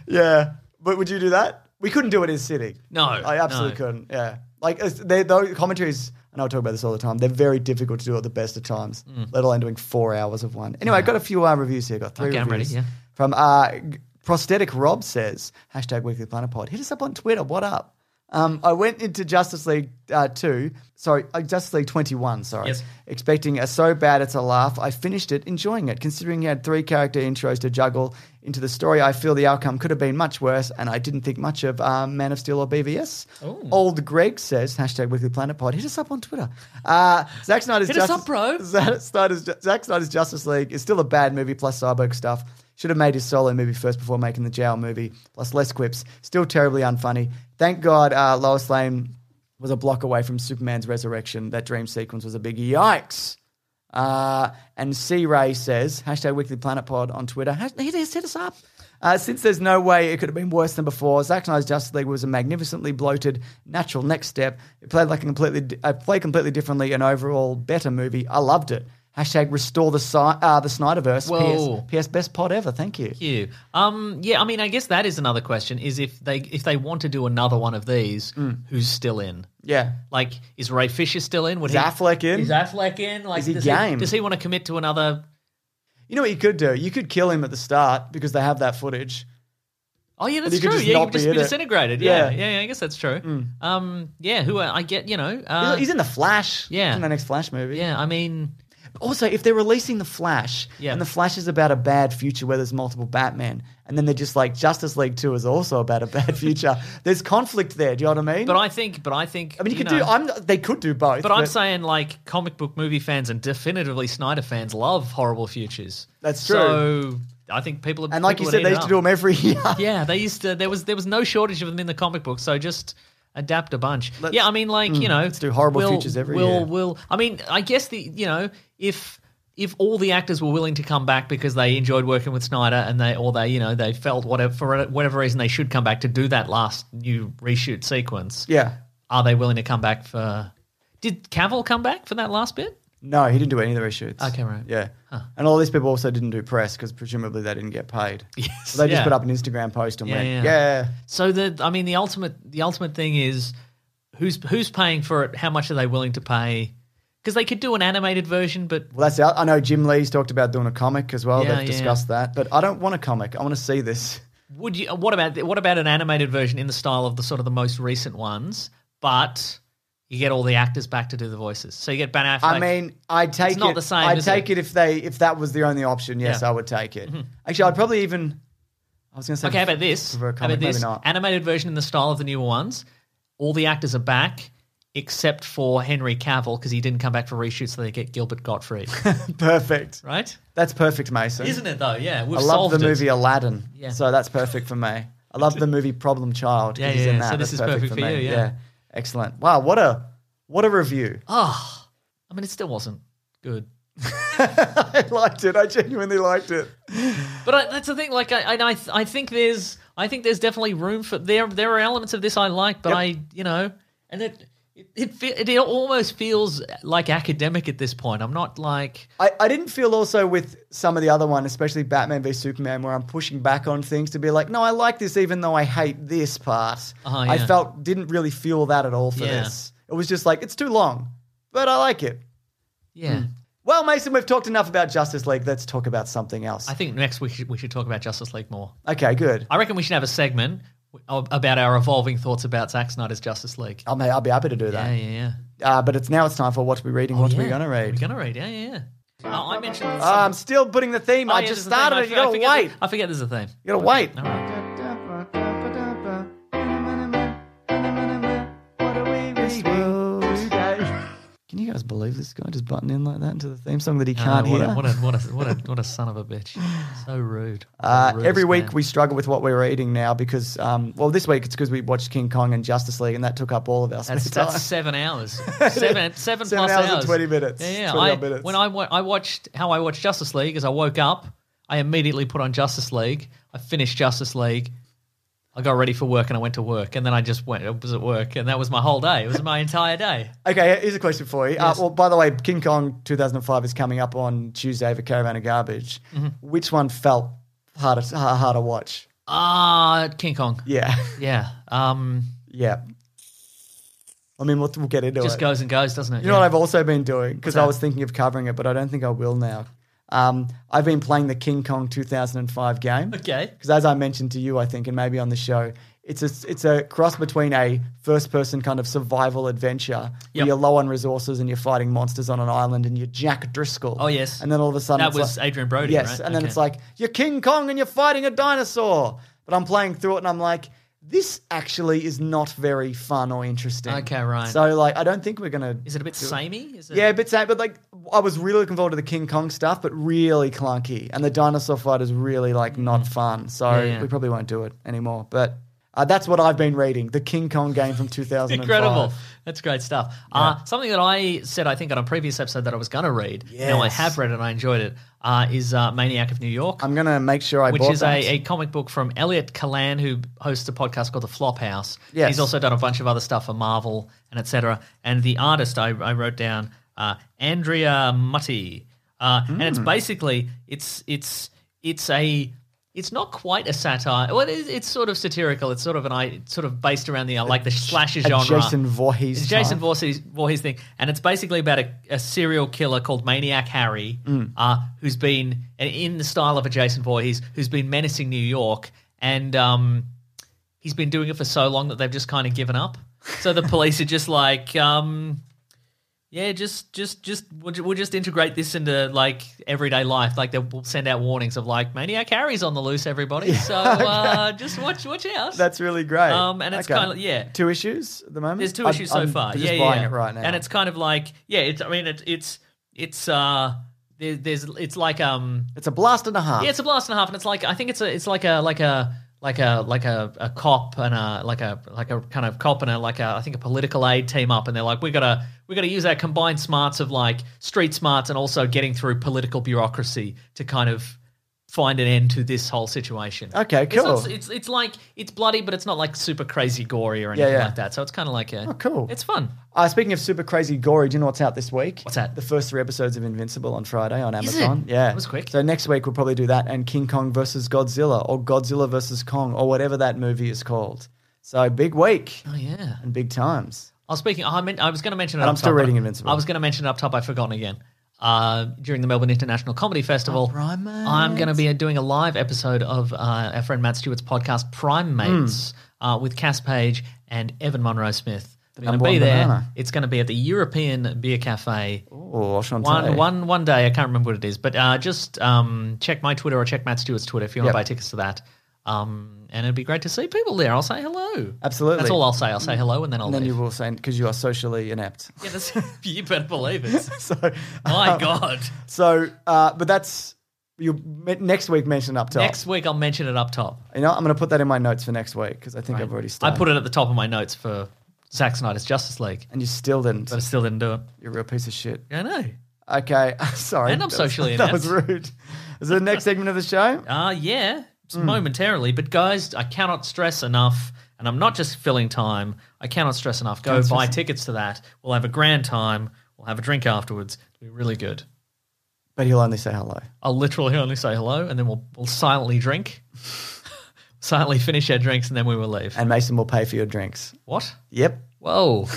Speaker 1: Yeah, but would you do that? We couldn't do it in city.
Speaker 5: No,
Speaker 1: I absolutely
Speaker 5: no.
Speaker 1: couldn't. Yeah, like it's- they, those commentaries. And I talk about this all the time. They're very difficult to do at the best of times,
Speaker 5: Mm.
Speaker 1: let alone doing four hours of one. Anyway, I've got a few uh, reviews here. Got three
Speaker 5: Okay, I'm ready,
Speaker 1: reviews.
Speaker 5: yeah.
Speaker 1: From uh, G- prosthetic Rob says hashtag Weekly Planet Pod. Hit us up on Twitter. What up? Um, I went into Justice League uh, two. Sorry, uh, Justice League twenty one. Sorry,
Speaker 5: Yes.
Speaker 1: expecting a so bad it's a laugh. I finished it, enjoying it. Considering it had three character intros to juggle into the story, I feel the outcome could have been much worse, and I didn't think much of um, Man of Steel or BVS. Old Greg says, hashtag Weekly Planet Pod, hit us up on Twitter. Uh, Zack Snyder's
Speaker 5: Hit us
Speaker 1: Justice-
Speaker 5: up, bro.
Speaker 1: Zack Snyder's, Zack Snyder's Justice League is still a bad movie, plus cyborg stuff. Should have made his solo movie first before making the jail movie, plus less quips. Still terribly unfunny. Thank God uh, Lois Lane was a block away from Superman's resurrection. That dream sequence was a big yikes. Uh, and C Ray says, hashtag Weekly Planet Pod on Twitter. Hash- Hit us, hit us up. Uh, since there's no way it could have been worse than before, Zack Snyder's Justice League was a magnificently bloated, natural next step. It played like a completely, di- uh, played completely differently, and overall better movie. I loved it. Hashtag restore the, si- uh, the Snyderverse.
Speaker 5: Whoa.
Speaker 1: PS, PS best pod ever. Thank you.
Speaker 5: you. Um, yeah, I mean, I guess that is another question: is if they if they want to do another one of these, who's still in?
Speaker 1: Yeah.
Speaker 5: Like, is Ray Fisher still in? Would
Speaker 1: Is Affleck in?
Speaker 5: Is Affleck in? Like,
Speaker 1: Is he
Speaker 5: does
Speaker 1: game?
Speaker 5: does he want to commit to another?
Speaker 1: You know what you could do? You could kill him at the start because they have that footage.
Speaker 5: Oh yeah, that's
Speaker 1: he could
Speaker 5: true.
Speaker 1: just
Speaker 5: yeah,
Speaker 1: not
Speaker 5: you just
Speaker 1: be
Speaker 5: be
Speaker 1: in it.
Speaker 5: disintegrated. Yeah.
Speaker 1: Yeah. Mm.
Speaker 5: yeah, yeah. I guess that's true. Um, yeah. Who I get, you know. Uh,
Speaker 1: He's- he's in the Flash.
Speaker 5: yeah.
Speaker 1: He's in the next Flash movie.
Speaker 5: yeah, I mean,
Speaker 1: Also, if they're releasing the Flash,
Speaker 5: Yeah.
Speaker 1: and the Flash is about a bad future where there's multiple Batman, and then they're just like Justice League Two is also about a bad future. there's conflict there. Do you know what I mean?
Speaker 5: but I think, but I think.
Speaker 1: I mean, you, could
Speaker 5: know,
Speaker 1: do. I'm. They could do both.
Speaker 5: But I'm saying, like, comic book movie fans and definitively Snyder fans love horrible futures.
Speaker 1: That's
Speaker 5: So I think people
Speaker 1: and like you
Speaker 5: people
Speaker 1: said,
Speaker 5: would eat
Speaker 1: they
Speaker 5: it
Speaker 1: used to
Speaker 5: up.
Speaker 1: do them every year.
Speaker 5: Yeah, they used to. There was there was no shortage of them in the comic book, so just adapt a bunch.
Speaker 1: Let's-
Speaker 5: yeah, I mean, like you know, let's
Speaker 1: do horrible futures every
Speaker 5: will,
Speaker 1: year.
Speaker 5: Will I mean, I guess the you know if if all the actors were willing to come back because they enjoyed working with Snyder and they or they you know they felt whatever for whatever reason they should come back to do that last new reshoot sequence.
Speaker 1: Yeah.
Speaker 5: Are they willing to come back for? Did Cavill come back for that last bit?
Speaker 1: No, he didn't do any of the reshoots.
Speaker 5: Okay, right.
Speaker 1: Yeah. And all these people also didn't do press because presumably they didn't get paid.
Speaker 5: Yes,
Speaker 1: So they just
Speaker 5: yeah.
Speaker 1: put up an Instagram post and
Speaker 5: Yeah,
Speaker 1: went, yeah.
Speaker 5: yeah. So the I mean the ultimate the ultimate thing is who's who's paying for it? How much are they willing to pay? Because they could do an animated version, but
Speaker 1: Well, that's out. I know Jim Lee's talked about doing a comic as well.
Speaker 5: Yeah,
Speaker 1: They've
Speaker 5: yeah.
Speaker 1: discussed that. But I don't want a comic. I want to see this.
Speaker 5: would you? What about what about an animated version in the style of the sort of the most recent ones? But you get all the actors back to do the voices, so you get Ben Affleck.
Speaker 1: I mean, I take
Speaker 5: not
Speaker 1: it.
Speaker 5: the same,
Speaker 1: I
Speaker 5: is
Speaker 1: take it?
Speaker 5: it?
Speaker 1: if they if that was the only option. Yes,
Speaker 5: Yeah.
Speaker 1: I
Speaker 5: Mm-hmm.
Speaker 1: would take it. Actually, I'd probably even. I was going to say.
Speaker 5: okay, how about this?
Speaker 1: prefer a
Speaker 5: How
Speaker 1: comic,
Speaker 5: about this
Speaker 1: Maybe not.
Speaker 5: animated version in the style of the newer ones? All the actors are back. Except for Henry Cavill, because he didn't come back for reshoots, so they get Gilbert Gottfried,
Speaker 1: perfect.
Speaker 5: right?
Speaker 1: That's perfect, Mason.
Speaker 5: Isn't it though? Yeah, we've
Speaker 1: I love
Speaker 5: solved
Speaker 1: the
Speaker 5: it.
Speaker 1: movie Aladdin.
Speaker 5: Yeah.
Speaker 1: So that's perfect for me. I love the movie Problem Child. 'cause
Speaker 5: Yeah,
Speaker 1: he's
Speaker 5: yeah,
Speaker 1: in
Speaker 5: yeah.
Speaker 1: that.
Speaker 5: So this
Speaker 1: That's
Speaker 5: is perfect for
Speaker 1: me.
Speaker 5: you, yeah.
Speaker 1: Excellent. Wow, what a what a review.
Speaker 5: Oh, I mean, it still wasn't good.
Speaker 1: I liked it. I genuinely liked it.
Speaker 5: But I, that's the thing. Like, I, I, I, I think there's, I think there's definitely room for there. There are elements of this I like, but I, you know, and it, it, it, fe- it almost feels like academic at this point. I'm not like,
Speaker 1: I, I didn't feel also with some of the other one, especially Batman v Superman, where I'm pushing back on things to be like, no, I like this even though I hate this part.
Speaker 5: Uh-huh,
Speaker 1: I
Speaker 5: yeah.
Speaker 1: felt didn't really feel that at all for
Speaker 5: Yeah.
Speaker 1: this. It was just like it's too long, but I like it.
Speaker 5: yeah.
Speaker 1: Hmm. Well, Mason, we've talked enough about Justice League. Let's talk about something else.
Speaker 5: I think next we should, we should talk about Justice League more.
Speaker 1: okay, good.
Speaker 5: I reckon we should have a segment of- about our evolving thoughts about Zack Snyder's Justice League.
Speaker 1: I'll, I'll be happy to do that.
Speaker 5: Yeah, yeah, yeah. Oh,
Speaker 1: Uh, but it's now it's time for what to be reading, what
Speaker 5: Yeah.
Speaker 1: we're gonna
Speaker 5: We're
Speaker 1: read.
Speaker 5: gonna read. Yeah, yeah, yeah. Oh, I mentioned.
Speaker 1: Uh, I'm still putting the theme.
Speaker 5: Oh,
Speaker 1: I
Speaker 5: yeah,
Speaker 1: just
Speaker 5: there's a theme.
Speaker 1: started
Speaker 5: I
Speaker 1: it. You
Speaker 5: f- I
Speaker 1: gotta
Speaker 5: forget-
Speaker 1: wait.
Speaker 5: I forget there's a theme.
Speaker 1: You gotta wait.
Speaker 5: All right.
Speaker 1: Can you guys believe this guy just butting in like that into the theme song that he
Speaker 5: No,
Speaker 1: can't
Speaker 5: Uh, what
Speaker 1: hear?
Speaker 5: A, what a what a what a what a son of a bitch! So rude.
Speaker 1: Uh,
Speaker 5: The rudest
Speaker 1: every week
Speaker 5: man.
Speaker 1: we struggle with what we're reading now because, um, well, this week it's because we watched King Kong and Justice League, and that took up all of our spare
Speaker 5: that's,
Speaker 1: time.
Speaker 5: that's seven hours, seven seven,
Speaker 1: Seven
Speaker 5: plus
Speaker 1: hours and 20 minutes.
Speaker 5: Yeah, yeah.
Speaker 1: 20
Speaker 5: I,
Speaker 1: odd minutes.
Speaker 5: When I wa- I watched how I watched Justice League is I woke up, I immediately put on Justice League, I finished Justice League, I got ready for work and I went to work and then I just went I was at work and that was my whole day. It was my entire day.
Speaker 1: Okay, here's a question for you.
Speaker 5: Yes.
Speaker 1: Uh, well, by the way, King Kong 2005 is coming up on Tuesday for Caravan of Garbage.
Speaker 5: Mm-hmm.
Speaker 1: Which one felt harder, ha- harder watch?
Speaker 5: Ah, King Kong.
Speaker 1: Yeah,
Speaker 5: Yeah. Um,
Speaker 1: yeah. I mean, we'll, we'll get into
Speaker 5: just
Speaker 1: it.
Speaker 5: goes and goes, doesn't it?
Speaker 1: You know
Speaker 5: Yeah.
Speaker 1: what I've also been doing because I
Speaker 5: that?
Speaker 1: was thinking of covering it, but I don't think I will now. Um, I've been playing the King Kong 2005 game.
Speaker 5: Okay.
Speaker 1: Because as I mentioned to you, I think, and maybe on the show, it's a it's a cross between a first person kind of survival adventure where
Speaker 5: Yep.
Speaker 1: you're low on resources and you're fighting monsters on an island and you're Jack Driscoll.
Speaker 5: Oh, yes.
Speaker 1: and then all of a sudden
Speaker 5: That
Speaker 1: it's
Speaker 5: was
Speaker 1: like-
Speaker 5: Adrian Brody,
Speaker 1: Yes,
Speaker 5: right?
Speaker 1: and then
Speaker 5: Okay.
Speaker 1: it's like you're King Kong and you're fighting a dinosaur. But I'm playing through it and I'm like. This actually is not very fun or interesting.
Speaker 5: Okay, right.
Speaker 1: So, like, I don't think we're gonna.
Speaker 5: Is it a bit samey? Is it
Speaker 1: Yeah, a bit sad, but like I was really looking forward to the King Kong stuff, but really clunky, and the dinosaur fight is really like not fun. So
Speaker 5: Mm. yeah.
Speaker 1: we probably won't do it anymore. But uh, that's what I've been reading: the King Kong game from 2005.
Speaker 5: Incredible. That's great stuff. Uh, something that I said, I think, on a previous episode that I was going to read, now I
Speaker 1: Yes.
Speaker 5: have read it and I enjoyed it, uh, is uh, Maniac of New York,
Speaker 1: I'm gonna make sure I
Speaker 5: which
Speaker 1: bought
Speaker 5: is
Speaker 1: that.
Speaker 5: a, a comic book from Elliot Kalan, who hosts a podcast called The Flop House.
Speaker 1: Yes.
Speaker 5: He's also done a bunch of other stuff for Marvel and etc. And the artist I, I wrote down, uh, Andrea Mutti. uh, and
Speaker 1: Hmm.
Speaker 5: it's basically it's it's it's a it's not quite a satire. Well, it is, it's sort of satirical. It's sort of an I it's sort of based around the uh, like the slasher
Speaker 1: a
Speaker 5: genre.
Speaker 1: Jason Voorhees
Speaker 5: It's
Speaker 1: type.
Speaker 5: Jason Voorhees, Voorhees thing, and it's basically about a, a serial killer called Maniac Harry, uh, who's been and in the style of a Jason Voorhees, who's been menacing New York, and um, he's been doing it for so long that they've just kind of given up. So the police are just like, um, yeah, just just just we'll, ju- we'll just integrate this into like everyday life. Like they'll send out warnings of like Maniac Harry's on the loose, everybody. So uh, just watch watch out.
Speaker 1: That's really great.
Speaker 5: Um, and it's kinda- yeah.
Speaker 1: Two issues at the moment.
Speaker 5: There's 2
Speaker 1: I'm-
Speaker 5: issues so
Speaker 1: I'm
Speaker 5: far.
Speaker 1: Just
Speaker 5: yeah,
Speaker 1: buying
Speaker 5: yeah.
Speaker 1: it right now.
Speaker 5: And it's kind of like, yeah, it's. I mean, it's it's it's uh, there, there's it's like um,
Speaker 1: it's a blast and a half.
Speaker 5: yeah, it's a blast and a half, and it's like I think it's a it's like a like a like a like a, a cop and a like a like a kind of cop and a like a I think a political aid team up, and they're like we gotta we gotta use our combined smarts of like street smarts and also getting through political bureaucracy to kind of find an end to this whole situation.
Speaker 1: Okay,
Speaker 5: It's not-
Speaker 1: cool.
Speaker 5: It's it's, like it's bloody, but it's not like super crazy gory or anything
Speaker 1: yeah.
Speaker 5: like that. So it's kind of like a
Speaker 1: Oh, cool.
Speaker 5: It's fun.
Speaker 1: Uh, speaking of super crazy gory, do you know what's out this week?
Speaker 5: What's that?
Speaker 1: The first three episodes of Invincible on Friday on
Speaker 5: Is
Speaker 1: Amazon.
Speaker 5: it?
Speaker 1: Yeah,
Speaker 5: That was quick.
Speaker 1: So next week we'll probably do that and King Kong versus Godzilla or Godzilla versus Kong or whatever that movie is called. So big week
Speaker 5: Oh yeah.
Speaker 1: and big times.
Speaker 5: I was speaking. I meant I was going to mention it.
Speaker 1: And
Speaker 5: up
Speaker 1: I'm still
Speaker 5: top, but
Speaker 1: reading Invincible.
Speaker 5: I was going to mention it up top. I've forgotten again. Uh, during the Melbourne International Comedy Festival,
Speaker 1: Oh,
Speaker 5: I'm going to be doing a live episode of uh, our friend Matt Stewart's podcast
Speaker 1: Hmm.
Speaker 5: Primates uh, with Cass Page and Evan Monroe Smith. We're going to
Speaker 1: number
Speaker 5: be
Speaker 1: one
Speaker 5: there.
Speaker 1: banana.
Speaker 5: It's going to be at the European Beer Cafe.
Speaker 1: Oh, Shantae.
Speaker 5: One, one, one day. I can't remember what it is, but uh, just um, check my Twitter or check Matt Stewart's Twitter if you want
Speaker 1: Yep.
Speaker 5: to buy tickets to that. Um, and it'd be great to see people there. I'll say hello.
Speaker 1: Absolutely.
Speaker 5: That's all I'll say. I'll say hello, and then I'll
Speaker 1: And then
Speaker 5: leave.
Speaker 1: you will say because you are socially inept.
Speaker 5: Yeah, that's, you better believe it.
Speaker 1: So,
Speaker 5: My
Speaker 1: um,
Speaker 5: God.
Speaker 1: So, uh, but that's you me- next week. Mention up top.
Speaker 5: Next week I'll mention it up top.
Speaker 1: You know, I'm going to put that in my notes for next week because I think I've already
Speaker 5: I
Speaker 1: started.
Speaker 5: put it at the top of my notes for Zack Snyder's Justice League,
Speaker 1: and you still didn't.
Speaker 5: but I still didn't do it.
Speaker 1: You're a real piece of shit.
Speaker 5: I know.
Speaker 1: Okay, sorry.
Speaker 5: And I'm
Speaker 1: That was-
Speaker 5: socially
Speaker 1: That was rude. Is it the next segment of the show?
Speaker 5: Uh, yeah, it's momentarily. But guys, I cannot stress enough, and I'm not just filling time. I cannot stress enough. Go buy tickets to that. We'll have a grand time. We'll have a drink afterwards. It'll be really good.
Speaker 1: But he'll only say hello.
Speaker 5: I'll literally only say hello, and then we'll, we'll silently drink, silently finish our drinks, and then we will leave.
Speaker 1: And Mason will pay for your drinks.
Speaker 5: what?
Speaker 1: Yep,
Speaker 5: Whoa.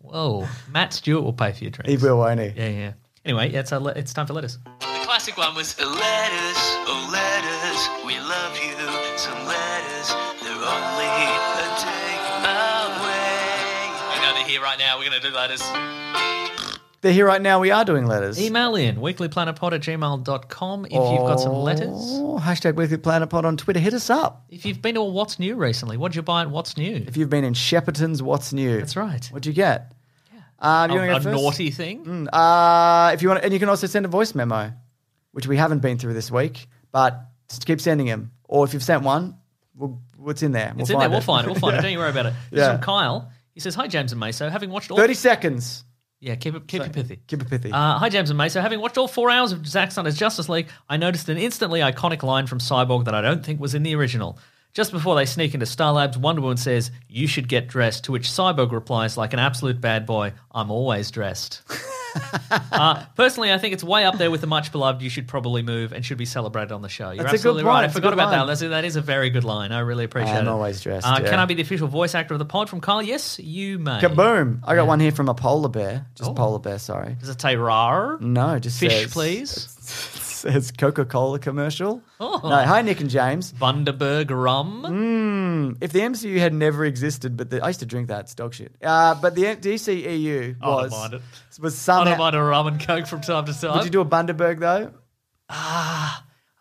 Speaker 5: Whoa. Matt Stewart will pay for your drinks.
Speaker 1: he will, won't he?
Speaker 5: Yeah, yeah. Anyway, yeah, it's, our le- it's time for letters.
Speaker 3: The classic one was the letters, oh letters, we love you. Some letters, they're only a take away.
Speaker 5: We're going to hear right now. We're going to do letters.
Speaker 1: They're here right now. We are doing letters.
Speaker 5: Email in weeklyplanetpod at gmail.com if you've got some letters.
Speaker 1: Oh, hashtag Weekly Planet Pod on Twitter. Hit us up
Speaker 5: If you've been to a What's New recently, what would you buy at What's New?
Speaker 1: if you've been in Shepperton's What's New.
Speaker 5: That's right.
Speaker 1: What'd you get? Um,
Speaker 5: A,
Speaker 1: you wanna go
Speaker 5: a
Speaker 1: first?
Speaker 5: naughty thing?
Speaker 1: Uh, if you want, and you can also send a voice memo, which we haven't been through this week, but just keep sending them. Or if you've sent one, we'll, what's in there? We'll
Speaker 5: it's in there. We'll find it. We'll find
Speaker 1: Yeah.
Speaker 5: it. Don't you worry about it. This
Speaker 1: Yeah.
Speaker 5: is from Kyle. He says, Hi, James and Meso. Having watched all.
Speaker 1: Thirty seconds.
Speaker 5: Yeah, keep it, keep it pithy.
Speaker 1: Keep it pithy.
Speaker 5: Uh, hi, James and Mesa. Having watched all four hours of Zack Snyder's Justice League, I noticed an instantly iconic line from Cyborg that I don't think was in the original. Just before they sneak into Starlab's, Wonder Woman says, You should get dressed, to which Cyborg replies, like an absolute bad boy, I'm always dressed. uh, personally, I think it's way up there with the much beloved You Should Probably Move and should be celebrated on the show. You're
Speaker 1: That's a good
Speaker 5: absolutely
Speaker 1: line.
Speaker 5: right. I
Speaker 1: It's a
Speaker 5: forgot
Speaker 1: good
Speaker 5: about that.
Speaker 1: line.
Speaker 5: That's, that is a very good line. I really appreciate
Speaker 1: I'm
Speaker 5: it.
Speaker 1: always dressed,
Speaker 5: Uh, Can
Speaker 1: yeah.
Speaker 5: I be the official voice actor of the pod from Kyle? Yes, you may.
Speaker 1: Kaboom! I got one here from a polar bear. Just
Speaker 5: Oh.
Speaker 1: polar bear. Sorry.
Speaker 5: Does it say rar?
Speaker 1: No, it just
Speaker 5: Fish,
Speaker 1: Mm, says,
Speaker 5: please.
Speaker 1: Says Coca Cola commercial.
Speaker 5: Oh.
Speaker 1: No, hi Nick and James.
Speaker 5: Bundaberg rum?
Speaker 1: If the MCU had never existed, but the, I used to drink that. It's dog shit. Uh, but the DCEU
Speaker 5: I don't
Speaker 1: was
Speaker 5: mind it.
Speaker 1: was
Speaker 5: I
Speaker 1: somehow.
Speaker 5: don't mind a rum and coke from time to time.
Speaker 1: Would you do a Bundaberg though?
Speaker 5: I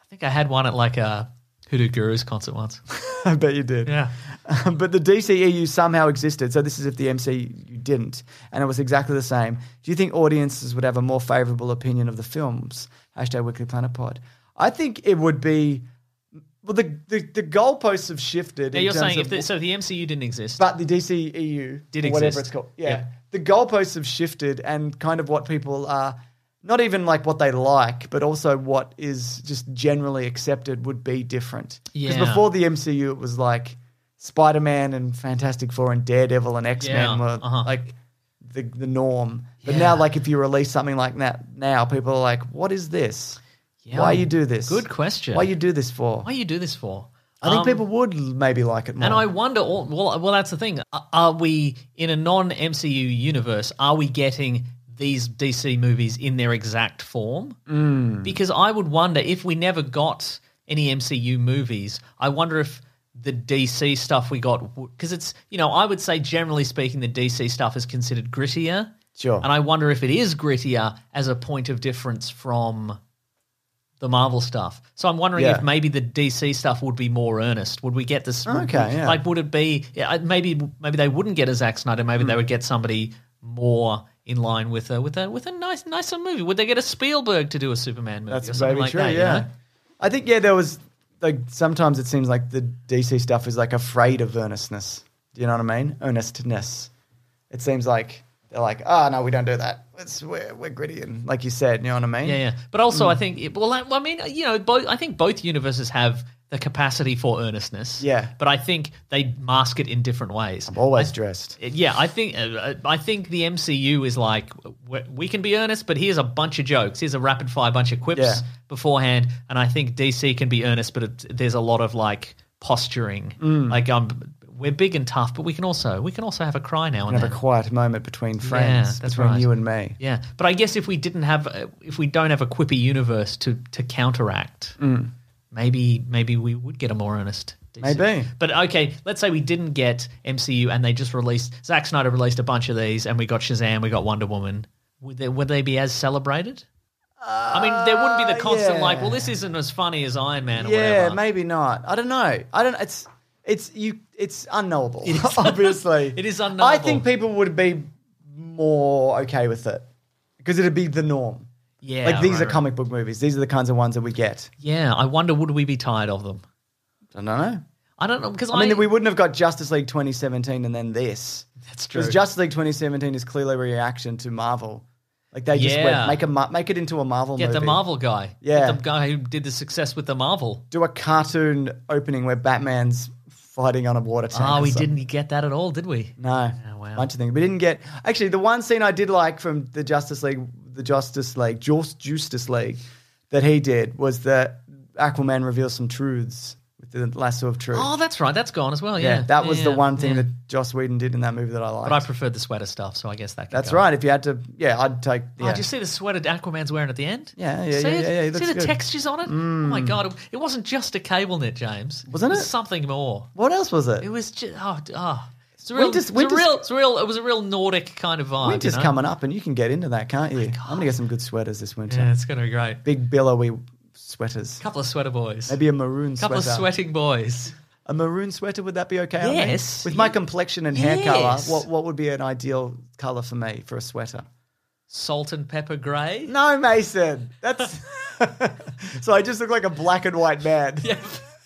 Speaker 5: think I had one at like a Hoodoo Gurus concert once.
Speaker 1: I bet you did.
Speaker 5: Yeah.
Speaker 1: but the DCEU somehow existed. So this is if the MCU didn't, and it was exactly the same. Do you think audiences would have a more favourable opinion of the films? Hashtag Weekly Planet Pod. I think it would be. Well, the the, the goalposts have shifted.
Speaker 5: Now
Speaker 1: in
Speaker 5: you're
Speaker 1: terms
Speaker 5: saying if
Speaker 1: of-
Speaker 5: the, so the MCU didn't exist.
Speaker 1: but the DCEU
Speaker 5: Did
Speaker 1: or whatever
Speaker 5: exist.
Speaker 1: it's called. Yeah,
Speaker 5: Yep.
Speaker 1: the goalposts have shifted, and kind of what people are. Not even like what they like, but also what is just generally accepted would be different. Because
Speaker 5: Yeah.
Speaker 1: before the MCU, it was like Spider Man and Fantastic Four and Daredevil and X Men
Speaker 5: Yeah,
Speaker 1: were
Speaker 5: uh-huh.
Speaker 1: like the, the norm. But now, like if you release something like that now, people are like, "What is this? Why you do this?
Speaker 5: Good question.
Speaker 1: Why you do this for?
Speaker 5: Why you do this for?
Speaker 1: I think
Speaker 5: Um,
Speaker 1: people would l- maybe like it more.
Speaker 5: And I wonder, all, well, well, that's the thing. Are- Are we in a non-MCU universe? Are we getting these DC movies in their exact form?
Speaker 1: Mm.
Speaker 5: Because I would wonder if we never got any MCU movies. I wonder if the DC stuff we got because it's you know I would say generally speaking the DC stuff is considered grittier.
Speaker 1: Sure.
Speaker 5: And I wonder if it is grittier as a point of difference from the Marvel stuff. So I'm wondering
Speaker 1: Yeah.
Speaker 5: if maybe the DC stuff would be more earnest. Would we get this?
Speaker 1: Okay, yeah.
Speaker 5: Like, would it be yeah, I- maybe maybe they wouldn't get a Zack Snyder. Maybe
Speaker 1: Hmm.
Speaker 5: they would get somebody more in line with a with a with a nice nicer movie. Would they get a Spielberg to do a Superman movie or
Speaker 1: That's
Speaker 5: something
Speaker 1: very
Speaker 5: like
Speaker 1: true.
Speaker 5: that? you
Speaker 1: yeah,
Speaker 5: know?
Speaker 1: I think yeah, there was like sometimes it seems like the DC stuff is like afraid of earnestness. Do you know what I mean? Earnestness. It seems like they're like, oh no, we don't do that. It's, we're we're gritty and like you said, you know what I mean?
Speaker 5: Yeah, yeah. But also, I think it, well, I, well, I mean, you know, both, I think both universes have the capacity for earnestness.
Speaker 1: Yeah.
Speaker 5: But I think they mask it in different ways.
Speaker 1: I'm always dressed.
Speaker 5: yeah, I think uh, I think the MCU is like we- we can be earnest, but here's a bunch of jokes, here's a rapid fire bunch of quips
Speaker 1: Yeah.
Speaker 5: beforehand, and I think DC can be earnest, but it, there's a lot of like posturing,
Speaker 1: Mm.
Speaker 5: like um, we're big and tough, but we can also we can also have a cry now and
Speaker 1: Have
Speaker 5: then.
Speaker 1: a quiet moment between friends,
Speaker 5: that's
Speaker 1: between
Speaker 5: right.
Speaker 1: you and me.
Speaker 5: Yeah, but I guess if we didn't have, uh, if we don't have a quippy universe to to counteract,
Speaker 1: Mm.
Speaker 5: maybe maybe we would get a more earnest. DC.
Speaker 1: Maybe.
Speaker 5: but okay. Let's say we didn't get MCU, and they just released Zack Snyder released a bunch of these, and we got Shazam, we got Wonder Woman. Would they, would they be as celebrated? I mean, there wouldn't be the constant
Speaker 1: yeah.
Speaker 5: like, well, this isn't as funny as Iron Man. Or
Speaker 1: Uh, Yeah,
Speaker 5: whatever.
Speaker 1: maybe not. I don't know. I don't. It's it's you. It's unknowable. obviously,
Speaker 5: It is
Speaker 1: I
Speaker 5: unknowable.
Speaker 1: think people would be more okay with it because it'd be the norm.
Speaker 5: Yeah,
Speaker 1: like these
Speaker 5: right,
Speaker 1: are
Speaker 5: right.
Speaker 1: comic book movies. These are the kinds of ones that we get.
Speaker 5: Yeah, I wonder would we be tired of them?
Speaker 1: I don't know.
Speaker 5: I don't know because I,
Speaker 1: I mean, we wouldn't have got Justice League 2017 and then this.
Speaker 5: That's true.
Speaker 1: Because Justice League 2017 is clearly a reaction to Marvel. Like they just
Speaker 5: Yeah.
Speaker 1: went make a ma- make it into a Marvel
Speaker 5: Get
Speaker 1: movie.
Speaker 5: the Marvel guy.
Speaker 1: Yeah.
Speaker 5: Get the guy who did the success with the Marvel.
Speaker 1: Do a cartoon opening where Batman's fighting on a water tank.
Speaker 5: Ah,
Speaker 1: or
Speaker 5: we
Speaker 1: something.
Speaker 5: didn't get that at all, did we?
Speaker 1: No,
Speaker 5: Oh, wow.
Speaker 1: bunch of things. We didn't get actually the one scene I did like from the Justice League, the Justice League, Justice, Justice League, that he did was that Aquaman reveals some truths with the lasso of truth.
Speaker 5: Oh, that's right. That's gone as well. Yeah.
Speaker 1: yeah, that was the
Speaker 5: Yeah,
Speaker 1: one thing
Speaker 5: yeah.
Speaker 1: that Joss Whedon did in that movie that I liked.
Speaker 5: But I preferred the sweater stuff, so I guess that. Could
Speaker 1: That's
Speaker 5: go.
Speaker 1: right. If you had to, yeah, I'd take.
Speaker 5: Oh,
Speaker 1: Yeah.
Speaker 5: did you see the sweater Aquaman's wearing at the end?
Speaker 1: Yeah, yeah,
Speaker 5: see
Speaker 1: yeah,
Speaker 5: it?
Speaker 1: yeah, yeah, it
Speaker 5: see
Speaker 1: looks
Speaker 5: the
Speaker 1: good. Mm.
Speaker 5: textures on it? Oh my god! It, it wasn't just a cable knit, James.
Speaker 1: Wasn't
Speaker 5: it? was
Speaker 1: it?
Speaker 5: something more.
Speaker 1: what else was it?
Speaker 5: It was just oh, d- oh. It's a real,
Speaker 1: Winter's-
Speaker 5: it's a
Speaker 1: winter's-
Speaker 5: real, it's a real. It was a real Nordic kind of vibe.
Speaker 1: Winter's
Speaker 5: you know?
Speaker 1: coming up, and you can get into that, can't
Speaker 5: Oh
Speaker 1: you? I'm gonna get some good sweaters this winter.
Speaker 5: Yeah, it's gonna be great.
Speaker 1: Big billowy sweaters.
Speaker 5: Couple of sweater boys.
Speaker 1: Maybe a maroon
Speaker 5: couple
Speaker 1: sweater.
Speaker 5: of sweating boys.
Speaker 1: A maroon sweater would that be okay? on me?
Speaker 5: Yes.
Speaker 1: With my
Speaker 5: Yeah.
Speaker 1: complexion and hair
Speaker 5: Yes.
Speaker 1: color, what what would be an ideal color for me for a sweater?
Speaker 5: Salt and pepper grey.
Speaker 1: No, Mason. That's so. I just look like a black and white man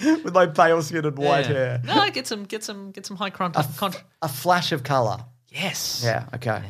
Speaker 1: with my pale skin and white
Speaker 5: Yeah.
Speaker 1: hair.
Speaker 5: No, get some, get some, get some high crime. con-
Speaker 1: A flash of color.
Speaker 5: yes.
Speaker 1: Yeah. Okay.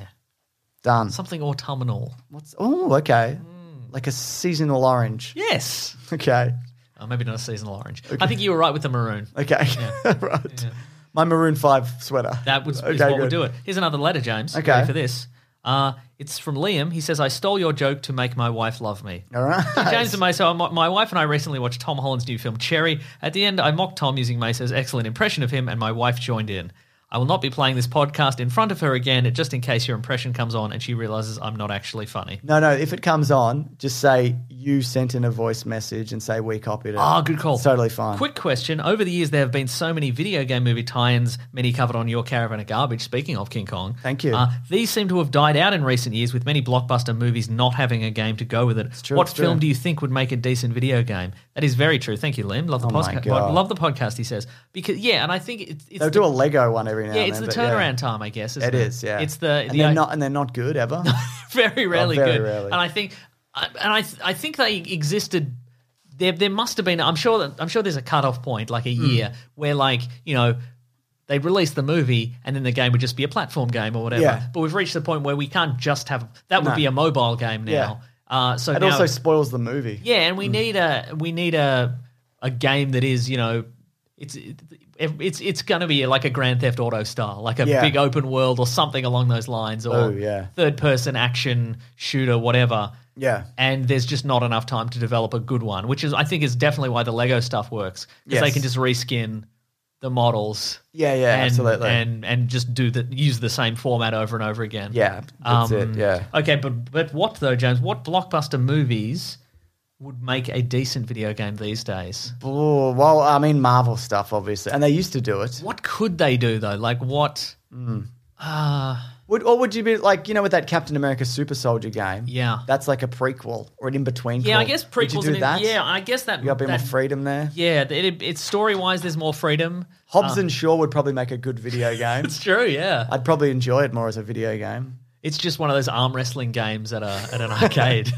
Speaker 1: Done.
Speaker 5: Something autumnal.
Speaker 1: What's oh okay?
Speaker 5: Mm.
Speaker 1: Like a seasonal orange.
Speaker 5: Yes.
Speaker 1: Okay.
Speaker 5: Oh, maybe not a seasonal orange. I think you were right with the maroon.
Speaker 1: Okay. right. My maroon five sweater.
Speaker 5: That was
Speaker 1: Okay,
Speaker 5: is what
Speaker 1: good.
Speaker 5: would do it. Here's another letter, James.
Speaker 1: Okay.
Speaker 5: Ready for this. Uh, it's from Liam. He says, "I stole your joke to make my wife love me."
Speaker 1: All right.
Speaker 5: James and Maso, my, my wife and I recently watched Tom Holland's new film Cherry. At the end, I mocked Tom using Maso's excellent impression of him, and my wife joined in. I will not be playing this podcast in front of her again, just in case your impression comes on and she realizes I'm not actually funny.
Speaker 1: No, no. If it comes on, just say you sent in a voice message and say we copied it.
Speaker 5: Ah, good call.
Speaker 1: It's totally fine.
Speaker 5: Quick question. Over the years, there have been so many video game movie tie ins, many covered on Your Caravan of Garbage, speaking of King Kong.
Speaker 1: Thank you.
Speaker 5: Uh, these seem to have died out in recent years, with many blockbuster movies not having a game to go with it.
Speaker 1: true,
Speaker 5: what
Speaker 1: it's true.
Speaker 5: film do you think would make a decent video game? That is very true. Thank you, Liam. Love the,
Speaker 1: Oh my
Speaker 5: posca-
Speaker 1: God.
Speaker 5: love the podcast, he says. Because Yeah, and I think it's, it's,
Speaker 1: They'll
Speaker 5: the,
Speaker 1: do a Lego one every now
Speaker 5: yeah,
Speaker 1: and
Speaker 5: it's
Speaker 1: then.
Speaker 5: the
Speaker 1: but yeah.
Speaker 5: turnaround time, I guess. Isn't
Speaker 1: It is. Yeah.
Speaker 5: It's the.
Speaker 1: and
Speaker 5: the
Speaker 1: they're not and they're not good ever.
Speaker 5: very rarely
Speaker 1: very
Speaker 5: good.
Speaker 1: rarely.
Speaker 5: And I think, I- and I, th- I think they existed. There, there must have been. I'm sure that I'm sure there's a cutoff point, like a
Speaker 1: Hmm.
Speaker 5: year, where like you know, they release the movie and then the game would just be a platform game or whatever.
Speaker 1: Yeah.
Speaker 5: But we've reached the point where we can't just have that. Would
Speaker 1: No.
Speaker 5: be a mobile game
Speaker 1: Yeah.
Speaker 5: now. Uh, so
Speaker 1: it
Speaker 5: now,
Speaker 1: also spoils the movie.
Speaker 5: yeah, and we need a we need a a game that is you know It's it's it's going to be like a Grand Theft Auto style, like a
Speaker 1: Yeah.
Speaker 5: big open world or something along those lines, or
Speaker 1: Oh, yeah.
Speaker 5: third person action shooter, whatever.
Speaker 1: Yeah.
Speaker 5: And there's just not enough time to develop a good one, which is I think is definitely why the Lego stuff works because they
Speaker 1: Yes.
Speaker 5: can just reskin the models.
Speaker 1: Yeah, yeah,
Speaker 5: and,
Speaker 1: absolutely.
Speaker 5: And and just do the use the same format over and over again.
Speaker 1: Yeah, that's it, yeah.
Speaker 5: Um, Okay, but but what though, James? What blockbuster movies would make a decent video game these days?
Speaker 1: Ooh, Oh, well, I mean, Marvel stuff, obviously. And they used to do it.
Speaker 5: What could they do though? Like what? Ah,
Speaker 1: Would, or would you be like, you know, with that Captain America Super Soldier game?
Speaker 5: Yeah.
Speaker 1: That's like a prequel or an in between.
Speaker 5: yeah, I guess
Speaker 1: Would
Speaker 5: prequels.
Speaker 1: you do
Speaker 5: and-
Speaker 1: that?
Speaker 5: Yeah, I guess that.
Speaker 1: You got a bit
Speaker 5: that-
Speaker 1: more freedom there.
Speaker 5: Yeah, it, it, it's story wise. There's more freedom.
Speaker 1: Hobbs
Speaker 5: Uh.
Speaker 1: and Shaw would probably make a good video game.
Speaker 5: It's true. Yeah,
Speaker 1: I'd probably enjoy it more as a video game.
Speaker 5: it's just one of those arm wrestling games at a at an arcade.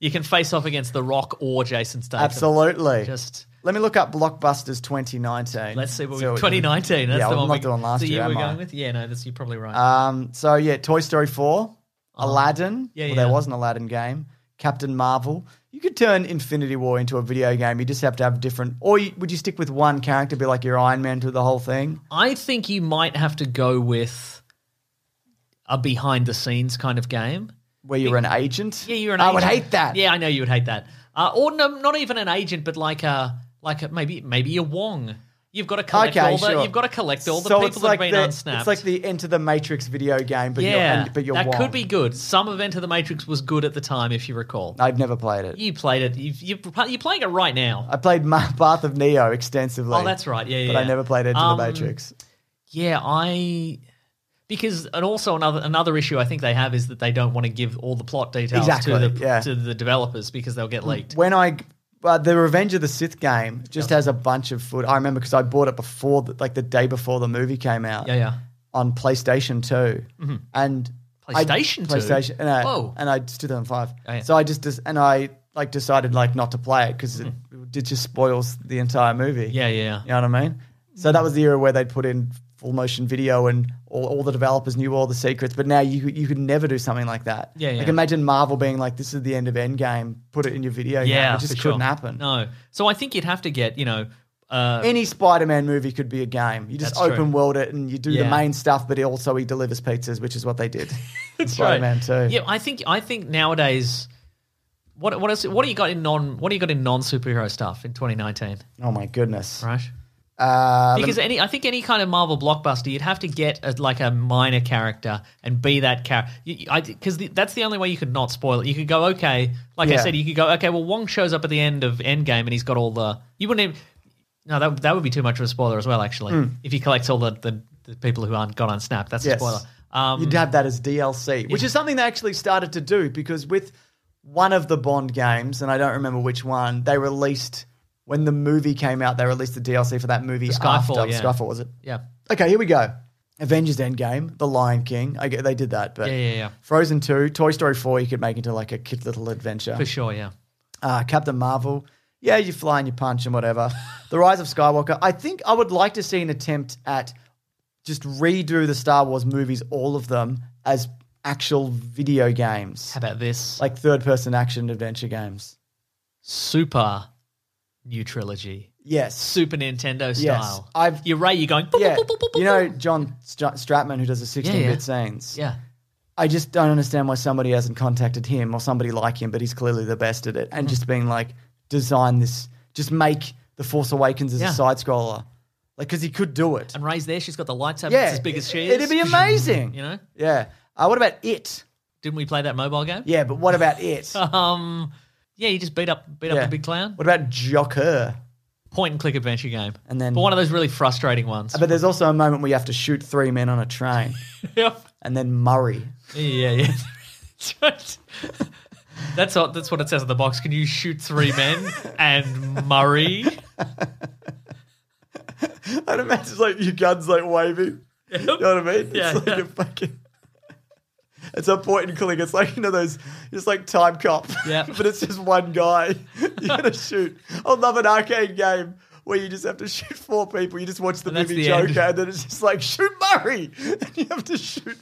Speaker 5: you can face off against The Rock or Jason Statham.
Speaker 1: Absolutely.
Speaker 5: Just
Speaker 1: Let me look up Blockbusters 2019.
Speaker 5: let's see what we
Speaker 1: So-
Speaker 5: 2019. That's
Speaker 1: yeah,
Speaker 5: the
Speaker 1: I'm
Speaker 5: one
Speaker 1: not
Speaker 5: we,
Speaker 1: doing last
Speaker 5: the
Speaker 1: year,
Speaker 5: year.
Speaker 1: am
Speaker 5: we're
Speaker 1: I?
Speaker 5: going with. Yeah, no, that's you're probably right.
Speaker 1: Um, so yeah, Toy Story 4, Aladdin.
Speaker 5: Oh. Yeah,
Speaker 1: well,
Speaker 5: yeah.
Speaker 1: there was an Aladdin game. Captain Marvel. You could turn Infinity War into a video game. You just have to have different. Or you, would you stick with one character, be like your Iron Man through the whole thing?
Speaker 5: I think you might have to go with a behind the scenes kind of game.
Speaker 1: Where you're an agent?
Speaker 5: Yeah, you're an.
Speaker 1: I
Speaker 5: agent.
Speaker 1: would hate that.
Speaker 5: Yeah, I know you would hate that. Uh, or no, not even an agent, but like a like a, maybe maybe a Wong. You've got to collect
Speaker 1: Okay,
Speaker 5: all the.
Speaker 1: sure.
Speaker 5: You've got to collect all the
Speaker 1: So
Speaker 5: people
Speaker 1: it's
Speaker 5: that
Speaker 1: like
Speaker 5: have been
Speaker 1: the,
Speaker 5: unsnapped.
Speaker 1: It's like the Enter the Matrix video game, but
Speaker 5: yeah,
Speaker 1: you're, and, but you're
Speaker 5: that
Speaker 1: Wong.
Speaker 5: could be good. Some event of the Matrix was good at the time, if you recall.
Speaker 1: I've never played it.
Speaker 5: You played it. You've, you're, you're playing it right now.
Speaker 1: I played Ma- Bath of Neo extensively.
Speaker 5: Oh, that's right. Yeah, yeah.
Speaker 1: But I
Speaker 5: yeah.
Speaker 1: never played Enter
Speaker 5: Um,
Speaker 1: the Matrix.
Speaker 5: Yeah, I because and also another another issue I think they have is that they don't want to give all the plot details to
Speaker 1: Exactly,
Speaker 5: the
Speaker 1: yeah. Mm.
Speaker 5: to the developers because they'll get leaked.
Speaker 1: When I uh, the Revenge of the Sith game just has a bunch of food. I remember because I bought it before, the, like the day before the movie came out.
Speaker 5: Yeah, yeah.
Speaker 1: On PlayStation 2 and I-
Speaker 5: PlayStation 2?
Speaker 1: PlayStation, and I,
Speaker 5: Whoa.
Speaker 1: and I it's 2005.
Speaker 5: Oh, yeah.
Speaker 1: So I just, just and I like decided like not to play it because it, it just spoils the entire movie.
Speaker 5: Mm-hmm. Yeah, yeah.
Speaker 1: You know what I mean? So that was the era where they'd put in full motion video and all, all the developers knew all the secrets, but now you you could never do something like that.
Speaker 5: Yeah, yeah.
Speaker 1: Like imagine Marvel being like, this is the end of Endgame, put it in your video.
Speaker 5: Yeah,
Speaker 1: Game. It just
Speaker 5: for
Speaker 1: couldn't
Speaker 5: sure.
Speaker 1: happen.
Speaker 5: No, so I think you'd have to get you know. Uh,
Speaker 1: Any Spider Man movie could be a game. You just
Speaker 5: That's true.
Speaker 1: open world it and you do
Speaker 5: Yeah.
Speaker 1: the main stuff, but he also he delivers pizzas, which is what they did.
Speaker 5: That's
Speaker 1: Spider Man
Speaker 5: right.
Speaker 1: 2.
Speaker 5: Yeah, I think I think nowadays, what what else? What do you got in non? What do you got in non superhero stuff in 2019?
Speaker 1: Oh my goodness.
Speaker 5: Right.
Speaker 1: Uh,
Speaker 5: Because any, I think any kind of Marvel blockbuster, you'd have to get a, like a minor character and be that character. Because the, that's the only way you could not spoil it. You could go, okay, like I
Speaker 1: Yeah.
Speaker 5: said, you could go, okay, well, Wong shows up at the end of Endgame and he's got all the. You wouldn't. Even, no, that that would be too much of a spoiler as well. Actually, if he collects all the, the, the people who aren't gone on Snap, that's a
Speaker 1: Hmm. Yes.
Speaker 5: spoiler. Um,
Speaker 1: You'd have that as DLC, which is something they actually started to do because with one of the Bond games, and I don't remember which one, they released when the movie came out. They released the DLC for that movie.
Speaker 5: Skyfall,
Speaker 1: after.
Speaker 5: yeah.
Speaker 1: Skyfall was it?
Speaker 5: yeah,
Speaker 1: Okay, here we go. Avengers Endgame, The Lion King. I get, they did that, but
Speaker 5: Yeah, yeah, yeah.
Speaker 1: Frozen Two, Toy Story Four, you could make into like a kid little adventure.
Speaker 5: for sure, yeah.
Speaker 1: Uh, Captain Marvel. Yeah, you fly and you punch and whatever. the Rise of Skywalker. I think I would like to see an attempt at just redo the Star Wars movies, all of them, as actual video games,
Speaker 5: How about this
Speaker 1: like third person action adventure games.
Speaker 5: super new trilogy,
Speaker 1: Yes.
Speaker 5: Super Nintendo
Speaker 1: Yes.
Speaker 5: style?
Speaker 1: I've-
Speaker 5: you're right. You're going. boop,
Speaker 1: Yeah.
Speaker 5: boop, boop, boop, boop,
Speaker 1: You know,
Speaker 5: boop.
Speaker 1: John Stra- Stratman, who does the 16 bit
Speaker 5: Yeah, yeah.
Speaker 1: scenes.
Speaker 5: yeah.
Speaker 1: I just don't understand why somebody hasn't contacted him or somebody like him, but he's clearly the best at it.
Speaker 5: Mm.
Speaker 1: And just being like, design this, just make The Force Awakens as
Speaker 5: Yeah.
Speaker 1: a side scroller. Like, because he could do it.
Speaker 5: And Ray's there. She's got the lightsaber
Speaker 1: yeah,
Speaker 5: that's as big as she
Speaker 1: it-
Speaker 5: is.
Speaker 1: It'd be amazing.
Speaker 5: you know,
Speaker 1: Yeah. Uh, what about it?
Speaker 5: didn't we play that mobile game?
Speaker 1: Yeah, but what about it?
Speaker 5: Um, yeah, you just beat up beat
Speaker 1: Yeah.
Speaker 5: up the big clown.
Speaker 1: What about Joker?
Speaker 5: Point and click adventure game.
Speaker 1: And then-
Speaker 5: but one of those really frustrating ones.
Speaker 1: But there's also a moment where you have to shoot three men on a train,
Speaker 5: Yep.
Speaker 1: and then Murray.
Speaker 5: yeah, yeah. That's right. That's what that's what it says on the box. Can you shoot three men and Murray?
Speaker 1: I'd imagine it's like your gun's like waving. You know what I mean? It's
Speaker 5: Yeah,
Speaker 1: like
Speaker 5: yeah.
Speaker 1: a fucking. It's a point and click. It's like you know those. It's like Time Cop.
Speaker 5: Yeah.
Speaker 1: but it's just one guy. You gotta shoot. I love an arcade game where you just have to shoot four people. You just watch the
Speaker 5: And that's
Speaker 1: movie
Speaker 5: the
Speaker 1: Joker,
Speaker 5: end.
Speaker 1: and then it's just like shoot Murray, and you have to shoot.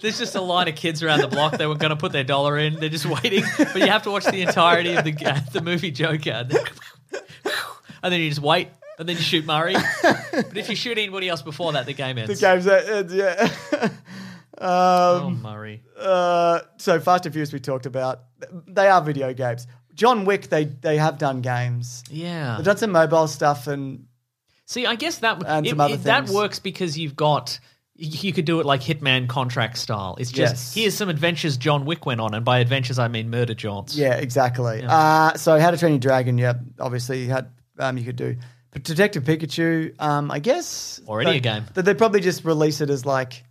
Speaker 5: There's just a line of kids around the block. They were going to put their dollar in. uh, They're just waiting, but you have to watch the entirety of the the movie Joker. and then you just wait, and then you shoot Murray. but if you shoot anybody else before that, the game ends.
Speaker 1: The game's uh, yeah.
Speaker 5: oh, Murray.
Speaker 1: Uh, so Fast and Furious we talked about. They are video games. John Wick, they they have done games.
Speaker 5: Yeah.
Speaker 1: They've done some mobile stuff and
Speaker 5: See, I guess that
Speaker 1: And
Speaker 5: it-
Speaker 1: some other
Speaker 5: it- that
Speaker 1: things.
Speaker 5: works because you've got you you could do it like Hitman contract style. It's just
Speaker 1: Yes.
Speaker 5: here's some adventures John Wick went on, and by adventures I mean murder jaunts.
Speaker 1: yeah, exactly. Uh, so How to Train Your Dragon, yeah, obviously you had um, you could do. But Detective Pikachu, um, I guess
Speaker 5: Already a
Speaker 1: they-
Speaker 5: game.
Speaker 1: That they probably just release it as like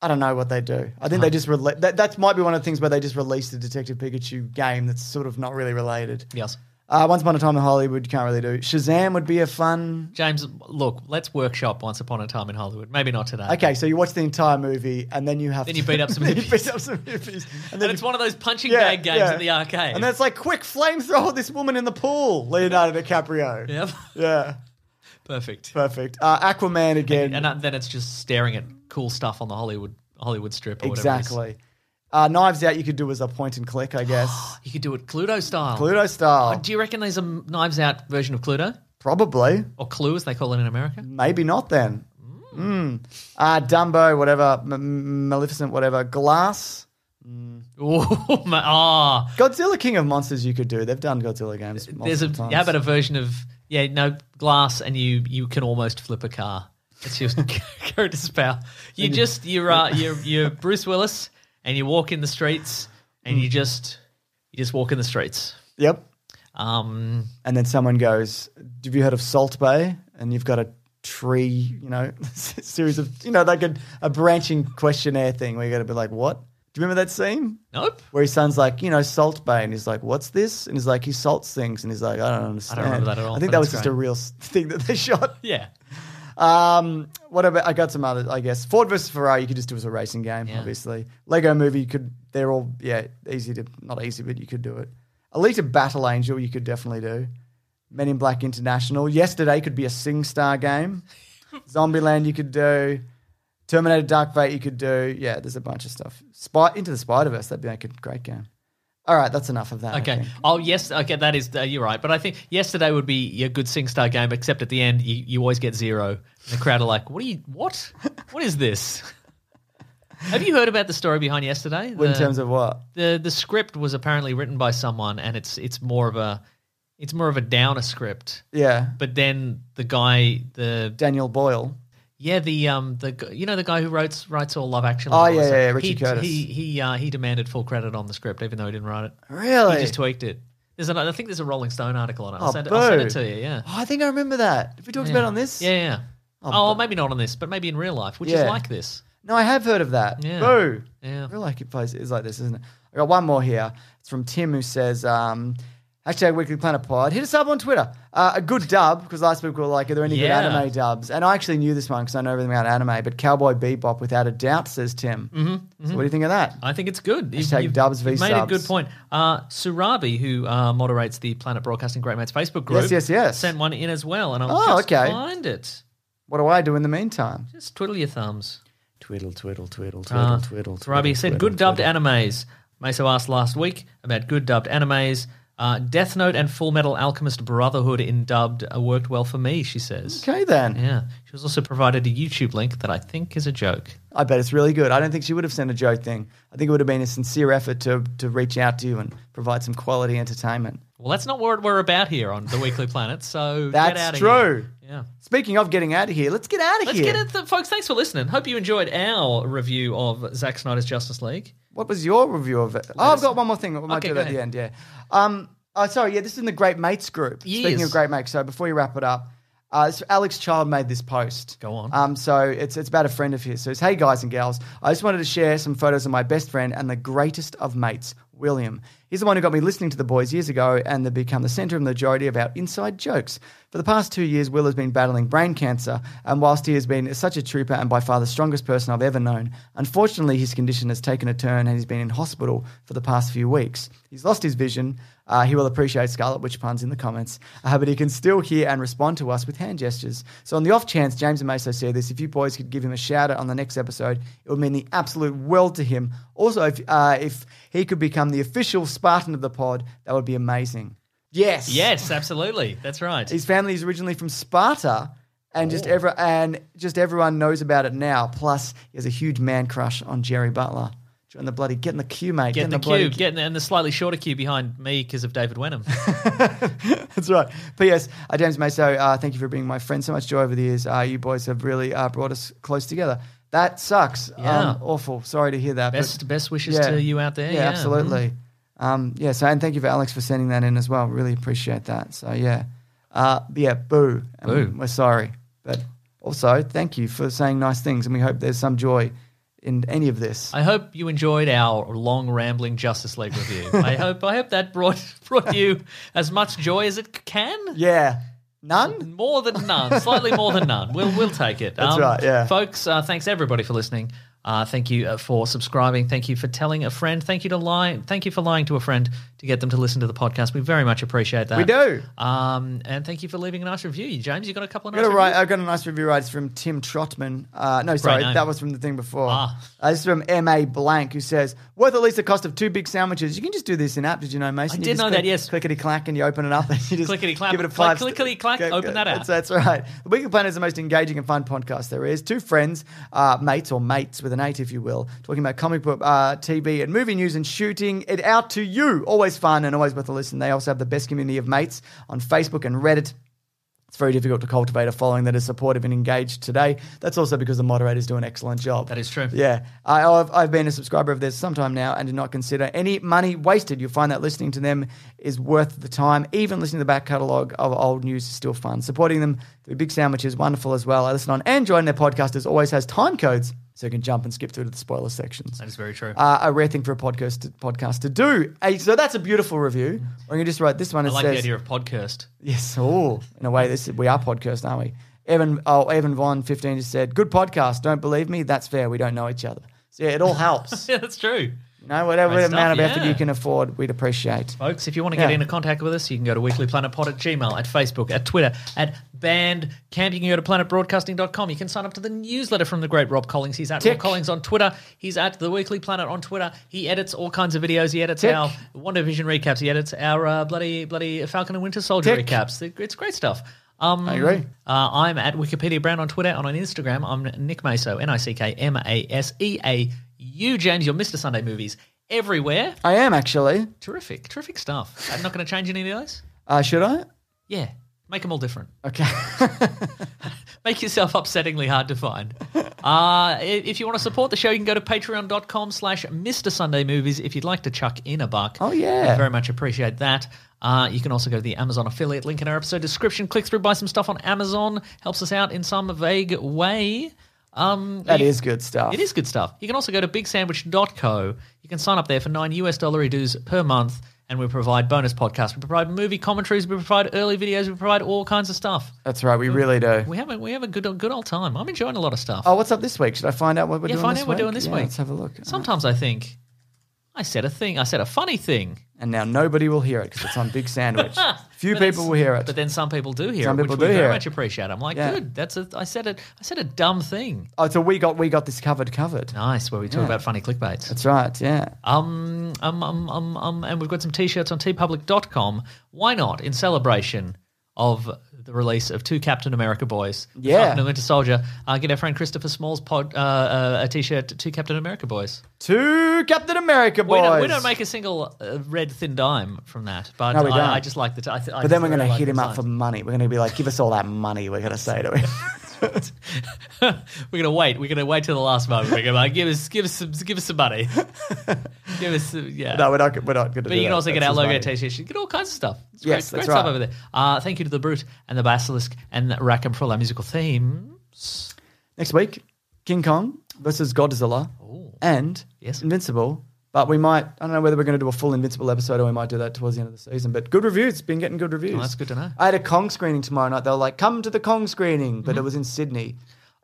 Speaker 1: I don't know what they do. I
Speaker 5: Uh-huh.
Speaker 1: think they just release that. That might be one of the things where they just released the Detective Pikachu game that's sort of not really related.
Speaker 5: Yes.
Speaker 1: Uh, Once Upon a Time in Hollywood, you can't really do. Shazam would be a fun.
Speaker 5: James, look, let's workshop Once Upon a Time in Hollywood. Maybe not today.
Speaker 1: Okay, so you watch the entire movie and then you have
Speaker 5: Then
Speaker 1: to-
Speaker 5: you beat up some
Speaker 1: then you
Speaker 5: hippies.
Speaker 1: beat up some hippies.
Speaker 5: And it's one of those punching
Speaker 1: Yeah,
Speaker 5: bag games
Speaker 1: yeah.
Speaker 5: at the arcade.
Speaker 1: And that's like quick flamethrower this woman in the pool, Leonardo DiCaprio.
Speaker 5: Yep.
Speaker 1: Yeah,
Speaker 5: Perfect.
Speaker 1: perfect. Uh, Aquaman again.
Speaker 5: And uh, then it's just staring at cool stuff on the Hollywood Hollywood strip or whatever. it is.
Speaker 1: exactly. Uh, Knives Out you could do as a point and click, I guess.
Speaker 5: You could do it Cluedo style.
Speaker 1: Cluedo style.
Speaker 5: Do you reckon there's a Knives Out version of Cluedo?
Speaker 1: Probably.
Speaker 5: Or Clue, as they call it in America?
Speaker 1: Maybe not then. Mm. Uh, Dumbo, whatever. M- M- Maleficent, whatever. Glass.
Speaker 5: Oh, my, ah.
Speaker 1: Godzilla King of Monsters you could do. They've done Godzilla games.
Speaker 5: There's a
Speaker 1: multiple times.
Speaker 5: how about a version of yeah no glass and you you can almost flip a car. It's just go to spout. You just you're uh, you're you're Bruce Willis and you walk in the streets and
Speaker 1: Mm.
Speaker 5: you just you just walk in the streets.
Speaker 1: Yep.
Speaker 5: Um,
Speaker 1: and then someone goes, "Have you heard of Salt Bay?" And you've got a tree, you know, series of, you know, like a, a branching questionnaire thing where you got to be like, "What?" Do you remember that scene
Speaker 5: nope.
Speaker 1: where his son's like, you know, Salt Bay, and he's like, "What's this?" And he's like, "He salts things," and he's like, "I don't understand."
Speaker 5: remember that at all,
Speaker 1: I think
Speaker 5: but
Speaker 1: that was
Speaker 5: it's
Speaker 1: just
Speaker 5: great.
Speaker 1: a real s- thing that they shot.
Speaker 5: Yeah.
Speaker 1: Um, what about I got some others, I guess. Ford versus Ferrari, you could just do as a racing game,
Speaker 5: Yeah.
Speaker 1: obviously. Lego Movie, you could. They're all yeah, easy to not easy, but you could do it. Elite Battle Angel, you could definitely do. Men in Black International. Yesterday could be a Sing Star game. Zombieland, you could do. Terminator Dark Fate, you could do. Yeah, there's a bunch of stuff. Spy, Into the Spider Verse, that'd be like a great game. All right, that's enough of that. I
Speaker 5: Okay.
Speaker 1: think.
Speaker 5: Oh yes. Okay. That is. Uh, you're right. But I think yesterday would be a good SingStar game, except at the end you, you always get zero. And the crowd are like, "What are you? What? What is this?" Have you heard about the story behind yesterday?
Speaker 1: In
Speaker 5: The-
Speaker 1: terms of what?
Speaker 5: the the script was apparently written by someone and it's it's more of a it's more of a downer script
Speaker 1: Yeah.
Speaker 5: but then the guy the
Speaker 1: Daniel Boyle.
Speaker 5: yeah the um the gu- you know the guy who writes writes all love actually
Speaker 1: Oh,
Speaker 5: and all
Speaker 1: yeah,
Speaker 5: that
Speaker 1: yeah, yeah,
Speaker 5: stuff?
Speaker 1: Richard
Speaker 5: he,
Speaker 1: Curtis.
Speaker 5: he he uh, he demanded full credit on the script even though he didn't write it
Speaker 1: Really?
Speaker 5: he just tweaked it there's another, I think there's a Rolling Stone article on it I'll,
Speaker 1: Oh,
Speaker 5: send it, I'll send it
Speaker 1: boo.
Speaker 5: to you yeah
Speaker 1: Oh, I think I remember that. Have we talked about it on this?
Speaker 5: yeah yeah oh, maybe not on this but maybe in real life which
Speaker 1: Yeah.
Speaker 5: is like this
Speaker 1: No, I have heard of that.
Speaker 5: Yeah.
Speaker 1: Boo.
Speaker 5: Yeah.
Speaker 1: I feel like it plays is like this, isn't it? I got one more here. It's from Tim who says, um, hashtag Weekly Planet Pod. Hit us up on Twitter. Uh, a good dub, because last week we were like, are there any
Speaker 5: Yeah.
Speaker 1: good anime dubs? And I actually knew this one because I know everything about anime, but Cowboy Bebop without a doubt, says Tim. Mm-hmm, So what do you think of that?
Speaker 5: I think it's good. You've,
Speaker 1: Hashtag
Speaker 5: you've-
Speaker 1: dubs v
Speaker 5: you've made a
Speaker 1: subs.
Speaker 5: good point. Uh, Surabi, who uh, moderates the Planet Broadcasting Great Mates Facebook group,
Speaker 1: Yes, yes, yes.
Speaker 5: sent one in as well, and I'll
Speaker 1: Oh,
Speaker 5: just
Speaker 1: okay.
Speaker 5: find it.
Speaker 1: What do I do in the meantime?
Speaker 5: Just twiddle your thumbs.
Speaker 1: Twiddle, twiddle, twiddle, twiddle,
Speaker 5: Uh,
Speaker 1: twiddle,
Speaker 5: Surabi said,
Speaker 1: twiddle,
Speaker 5: "Good dubbed
Speaker 1: twiddle."
Speaker 5: animes." Meso asked last week about good dubbed animes. Uh, Death Note and Full Metal Alchemist Brotherhood in dubbed uh, worked well for me. She says.
Speaker 1: Okay, then.
Speaker 5: Yeah, she was also provided a YouTube link that I think is a joke.
Speaker 1: I bet it's really good. I don't think she would have sent a joke thing. I think it would have been a sincere effort to, to reach out to you and provide some quality entertainment.
Speaker 5: Well, that's not what we're about here on the Weekly Planet. So
Speaker 1: That's
Speaker 5: get out of
Speaker 1: true.
Speaker 5: Here. Yeah.
Speaker 1: Speaking of getting out of here, let's get out of
Speaker 5: Let's
Speaker 1: here.
Speaker 5: get it, th- folks. Thanks for listening. Hope you enjoyed our review of Zack Snyder's Justice League.
Speaker 1: What was your review of it? oh, I've got one more thing. that We might
Speaker 5: Okay,
Speaker 1: do
Speaker 5: go
Speaker 1: that at the
Speaker 5: ahead.
Speaker 1: end. Yeah. Um. Oh, sorry. Yeah, this is in the Great Mates group. Speaking
Speaker 5: Yes.
Speaker 1: of Great Mates, so before you wrap it up, uh, so Alex Child made this post.
Speaker 5: Go on.
Speaker 1: Um. So it's it's about a friend of his. So it's hey guys and gals, I just wanted to share some photos of my best friend and the greatest of mates, William. He's the one who got me listening to the boys years ago, and they've become the centre of the majority of our inside jokes. For the past two years, Will has been battling brain cancer, and whilst he has been such a trooper and by far the strongest person I've ever known, unfortunately his condition has taken a turn and he's been in hospital for the past few weeks. He's lost his vision. Uh, he will appreciate Scarlet Witch puns in the comments, uh, but he can still hear and respond to us with hand gestures. So, on the off chance James and Meso see this, if you boys could give him a shout out on the next episode, it would mean the absolute world to him. Also, if, uh, if he could become the official Spartan of the pod, that would be amazing. Yes.
Speaker 5: Yes, absolutely. That's right.
Speaker 1: His family is originally from Sparta, and just ever and just everyone knows about it now. Plus, he has a huge man crush on Jerry Butler. Join the bloody get in the queue, mate.
Speaker 5: Getting the,
Speaker 1: bloody
Speaker 5: cube, getting and the slightly shorter queue behind me because of David Wenham.
Speaker 1: That's right. P.S. Uh, James Maso, uh, thank you for bringing my friend so much joy over the years. Uh, you boys have really uh, brought us close together. That sucks.
Speaker 5: Yeah.
Speaker 1: Um, awful. Sorry to hear that. but-
Speaker 5: best best wishes to you out there. mm-hmm.
Speaker 1: Yeah, absolutely. Um, yeah, so and thank you for Alex for sending that in as well. Really appreciate that. So yeah, uh, yeah, boo, And
Speaker 5: Boo.
Speaker 1: We're sorry, but also thank you for saying nice things, and we hope there's some joy in any of this.
Speaker 5: I hope you enjoyed our long rambling Justice League review. I hope I hope that brought brought you as much joy as it can.
Speaker 1: yeah, none.
Speaker 5: More than none, slightly more than none. We'll we'll take it. Um,
Speaker 1: That's right, yeah.
Speaker 5: folks. Uh, thanks everybody for listening. Uh, thank you uh, for subscribing. Thank you for telling a friend. Thank you to lie. Thank you for lying to a friend to get them to listen to the podcast. We very much appreciate that.
Speaker 1: We do.
Speaker 5: Um, and thank you for leaving a nice review, James. You got a couple of
Speaker 1: I
Speaker 5: nice
Speaker 1: got, a right,
Speaker 5: reviews.
Speaker 1: I got a nice review right. It's from Tim Trotman. Uh, no, sorry,
Speaker 5: name.
Speaker 1: that was from the thing before.
Speaker 5: Ah.
Speaker 1: Uh, this is from M.A. Blank, who says, worth at least the cost of two big sandwiches. You can just do this in app. Did you know, Mason?
Speaker 5: I
Speaker 1: You
Speaker 5: did
Speaker 1: just
Speaker 5: know that,
Speaker 1: click,
Speaker 5: yes.
Speaker 1: Clickety-clack, and you open it up. And you just
Speaker 5: Clickety-clap,
Speaker 1: Give it a
Speaker 5: click,
Speaker 1: five.
Speaker 5: clickety-clack,
Speaker 1: Go-
Speaker 5: open that app.
Speaker 1: That's, that's right. The Weekly Planet is the most engaging and fun podcast there is. Two friends, uh, mates or mates with an eight, if you will, talking about comic book, uh, TV, and movie news and shooting it out to you. Always fun and always worth a listen. They also have the best community of mates on Facebook and Reddit. It's very difficult to cultivate a following that is supportive and engaged today. That's also because the moderators do an excellent job.
Speaker 5: That is true.
Speaker 1: Yeah. I, I've, I've been a subscriber of theirs sometime now and do not consider any money wasted. You'll find that listening to them is worth the time. Even listening to the back catalogue of old news is still fun. Supporting them through Big Sandwich is wonderful as well. I listen on Android and their podcast as always has time codes so you can jump and skip through to the spoiler sections.
Speaker 5: That is very true.
Speaker 1: Uh, a rare thing for a podcast to, podcast to do. Hey, so that's a beautiful review. I'm going to just write this one.
Speaker 5: I
Speaker 1: It
Speaker 5: like
Speaker 1: says,
Speaker 5: the idea of podcast.
Speaker 1: Yes. Oh, in a way, this we are podcast, aren't we? Evan, oh, Evan Vaughn, fifteen, just said, "Good podcast." Don't believe me? That's fair. We don't know each other, so yeah, it all helps.
Speaker 5: Yeah, that's true.
Speaker 1: you know, whatever
Speaker 5: Great
Speaker 1: amount
Speaker 5: stuff,
Speaker 1: of effort
Speaker 5: yeah.
Speaker 1: you can afford, we'd appreciate.
Speaker 5: Folks, if you want to get
Speaker 1: Yeah.
Speaker 5: into contact with us, you can go to weeklyplanetpod at gmail, at Facebook, at Twitter, at Bandcamp. You can go to planetbroadcasting.com. You can sign up to the newsletter from the great Rob Collins. He's at
Speaker 1: Tick.
Speaker 5: Rob Collins on Twitter. He's at The Weekly Planet on Twitter. He edits all kinds of videos. He edits
Speaker 1: Tick.
Speaker 5: our Wonder Vision recaps. He edits our uh, bloody bloody Falcon and Winter Soldier
Speaker 1: Tick.
Speaker 5: recaps. It's great stuff. Um,
Speaker 1: I agree.
Speaker 5: Uh, I'm at Wikipedia Brown on Twitter and on Instagram. I'm Nick Maso, N I C K M A S E A U. James, your Mr. Sunday Movies everywhere.
Speaker 1: I am actually.
Speaker 5: Terrific, terrific stuff. I'm not going to change any of those.
Speaker 1: Uh, should I?
Speaker 5: Yeah, make them all different.
Speaker 1: Okay.
Speaker 5: Make yourself upsettingly hard to find. Uh, i- if you want to support the show, you can go to patreon.com slash Mr. Sunday Movies if you'd like to chuck in a buck.
Speaker 1: Oh, yeah.
Speaker 5: We'd very much appreciate that. Uh, you can also go to the Amazon affiliate link in our episode description. Click through, buy some stuff on Amazon. Helps us out in some vague way. Um,
Speaker 1: that
Speaker 5: you-
Speaker 1: is good stuff.
Speaker 5: It is good stuff. You can also go to bigsandwich.co. You can sign up there for nine US dollar dues per month, and we provide bonus podcasts. We provide movie commentaries. We provide early videos. We provide all kinds of stuff.
Speaker 1: That's right. We really do.
Speaker 5: We have a, we have a good good old time. I'm enjoying a lot of stuff.
Speaker 1: Oh, what's up this week? Should I find out what we're
Speaker 5: yeah,
Speaker 1: doing?
Speaker 5: find
Speaker 1: this
Speaker 5: out what
Speaker 1: week?
Speaker 5: we're doing this
Speaker 1: Yeah,
Speaker 5: week.
Speaker 1: Let's have a look.
Speaker 5: Sometimes I think I said a thing. I said a funny thing.
Speaker 1: and now nobody will hear it because it's on Big Sandwich. Few
Speaker 5: But then
Speaker 1: people
Speaker 5: s-
Speaker 1: will hear it.
Speaker 5: But then some people do hear
Speaker 1: Some
Speaker 5: it,
Speaker 1: people
Speaker 5: which
Speaker 1: do
Speaker 5: we very
Speaker 1: hear it.
Speaker 5: much appreciate. I'm like,
Speaker 1: Yeah.
Speaker 5: good. That's a I said it. I said a dumb thing.
Speaker 1: oh, so we got we got this covered covered.
Speaker 5: Nice, where we talk about funny clickbaits.
Speaker 1: That's right. Yeah.
Speaker 5: Um, um, um, um, um, and we've got some t-shirts on tpublic.com. Why not in celebration of the release of two Captain America boys, the
Speaker 1: Yeah.
Speaker 5: Falcon and Winter Soldier? Uh, get our friend Christopher Small's pod uh, uh, a t-shirt, two Captain America boys.
Speaker 1: Two Captain America
Speaker 5: We
Speaker 1: boys.
Speaker 5: don't, we don't make a single uh, red thin dime from that, but
Speaker 1: No, we don't.
Speaker 5: I, I just like the. T- I th- I
Speaker 1: But
Speaker 5: just
Speaker 1: then we're going
Speaker 5: really
Speaker 1: to
Speaker 5: like
Speaker 1: hit
Speaker 5: the
Speaker 1: him up for
Speaker 5: designs.
Speaker 1: money. We're going to be like, give us all that money. We're going to say to him.
Speaker 5: we're gonna wait. We're gonna wait till the last moment. We're gonna like, give us, give us some, give us some money. give us, some, yeah.
Speaker 1: no, we're not. We're not going to.
Speaker 5: But you can also get our logo t-shirts. You get all kinds of stuff. It's
Speaker 1: Yes,
Speaker 5: great,
Speaker 1: that's
Speaker 5: great stuff
Speaker 1: right.
Speaker 5: over there. Uh, thank you to the Brute and the Basilisk and Rackham for all our musical theme.
Speaker 1: Next week, King Kong versus Godzilla, and
Speaker 5: Yes.
Speaker 1: Invincible. But we might. I don't know whether we're going to do a full Invincible episode or we might do that towards the end of the season. But good reviews. Been getting good reviews.
Speaker 5: Well, Oh, that's good to know.
Speaker 1: I had a Kong screening tomorrow night. They were like, come to the Kong screening,
Speaker 5: Mm-hmm.
Speaker 1: but it was in Sydney.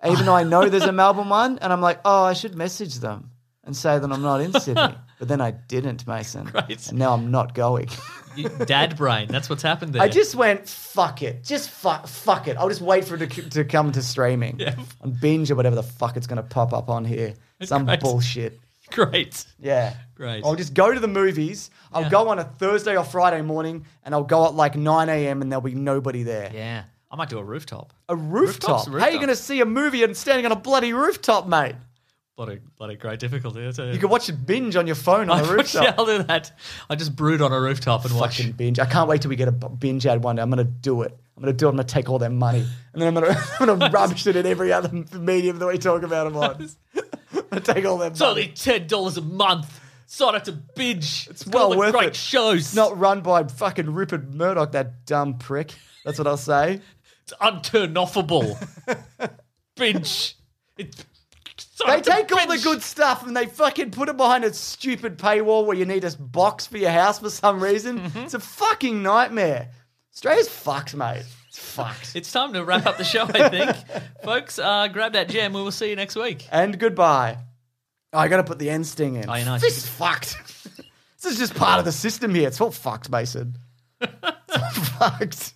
Speaker 1: Even though I know there's a Melbourne one, and I'm like, oh, I should message them and say that I'm not in Sydney. But then I didn't, Mason.
Speaker 5: Great.
Speaker 1: And now I'm not going.
Speaker 5: You- Dad brain. That's what's happened there.
Speaker 1: I just went, fuck it. Just fuck, fuck it. I'll just wait for it to, c- to come to streaming on binge or whatever the fuck it's going to pop up on here. Some
Speaker 5: Christ.
Speaker 1: bullshit.
Speaker 5: Great.
Speaker 1: Yeah.
Speaker 5: Great.
Speaker 1: I'll just go to the movies. I'll go on a Thursday or Friday morning and I'll go at like 9 a.m. and there'll be nobody there.
Speaker 5: Yeah. I might do a rooftop.
Speaker 1: A rooftop?
Speaker 5: Rooftops,
Speaker 1: How are you
Speaker 5: rooftop.
Speaker 1: going to see a movie and standing on a bloody rooftop, mate?
Speaker 5: Bloody, bloody great difficulty. I tell
Speaker 1: You can watch it binge on your phone on
Speaker 5: I
Speaker 1: a
Speaker 5: watch- yeah,
Speaker 1: rooftop.
Speaker 5: I'll do that. I just brood on a rooftop and watch.
Speaker 1: Fucking binge. I can't wait till we get a b- binge ad one day. I'm going to do it. I'm going to do it. I'm going to take all their money. And then I'm going to I'm gonna rubbish it in every other medium that we talk about them on. I'm going to take all their
Speaker 5: It's
Speaker 1: money.
Speaker 5: only ten dollars a month. So I have to binge. It's
Speaker 1: well worth
Speaker 5: great
Speaker 1: it.
Speaker 5: shows.
Speaker 1: It's not run by fucking Rupert Murdoch, that dumb prick. That's what I'll say.
Speaker 5: It's unturnoffable. binge. It, so I
Speaker 1: They
Speaker 5: have to
Speaker 1: take all the
Speaker 5: binge.
Speaker 1: good stuff and they fucking put it behind a stupid paywall where you need a box for your house for some reason. It's a fucking nightmare. Australia's fucked, mate. It's fucked.
Speaker 5: It's time to wrap up the show, I think, folks. Uh, grab that jam. We will see you next week.
Speaker 1: and goodbye. Oh, I gotta put the end sting in.
Speaker 5: Oh, you know,
Speaker 1: this is fucked. this is just part of the system here. It's all fucked, Mason. It's all fucked.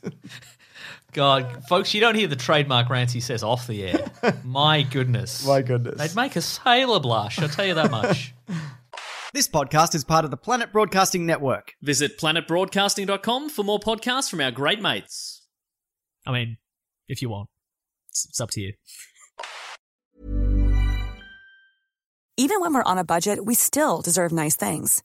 Speaker 5: God, folks, you don't hear the trademark rants he says off the air. My goodness.
Speaker 1: My goodness.
Speaker 5: They'd make a sailor blush. I'll tell you that much.
Speaker 4: This podcast is part of the Planet Broadcasting Network.
Speaker 2: Visit planetbroadcasting.com for more podcasts from our great mates. I mean, if you want, it's, it's up to you.
Speaker 7: Even when we're on a budget, we still deserve nice things.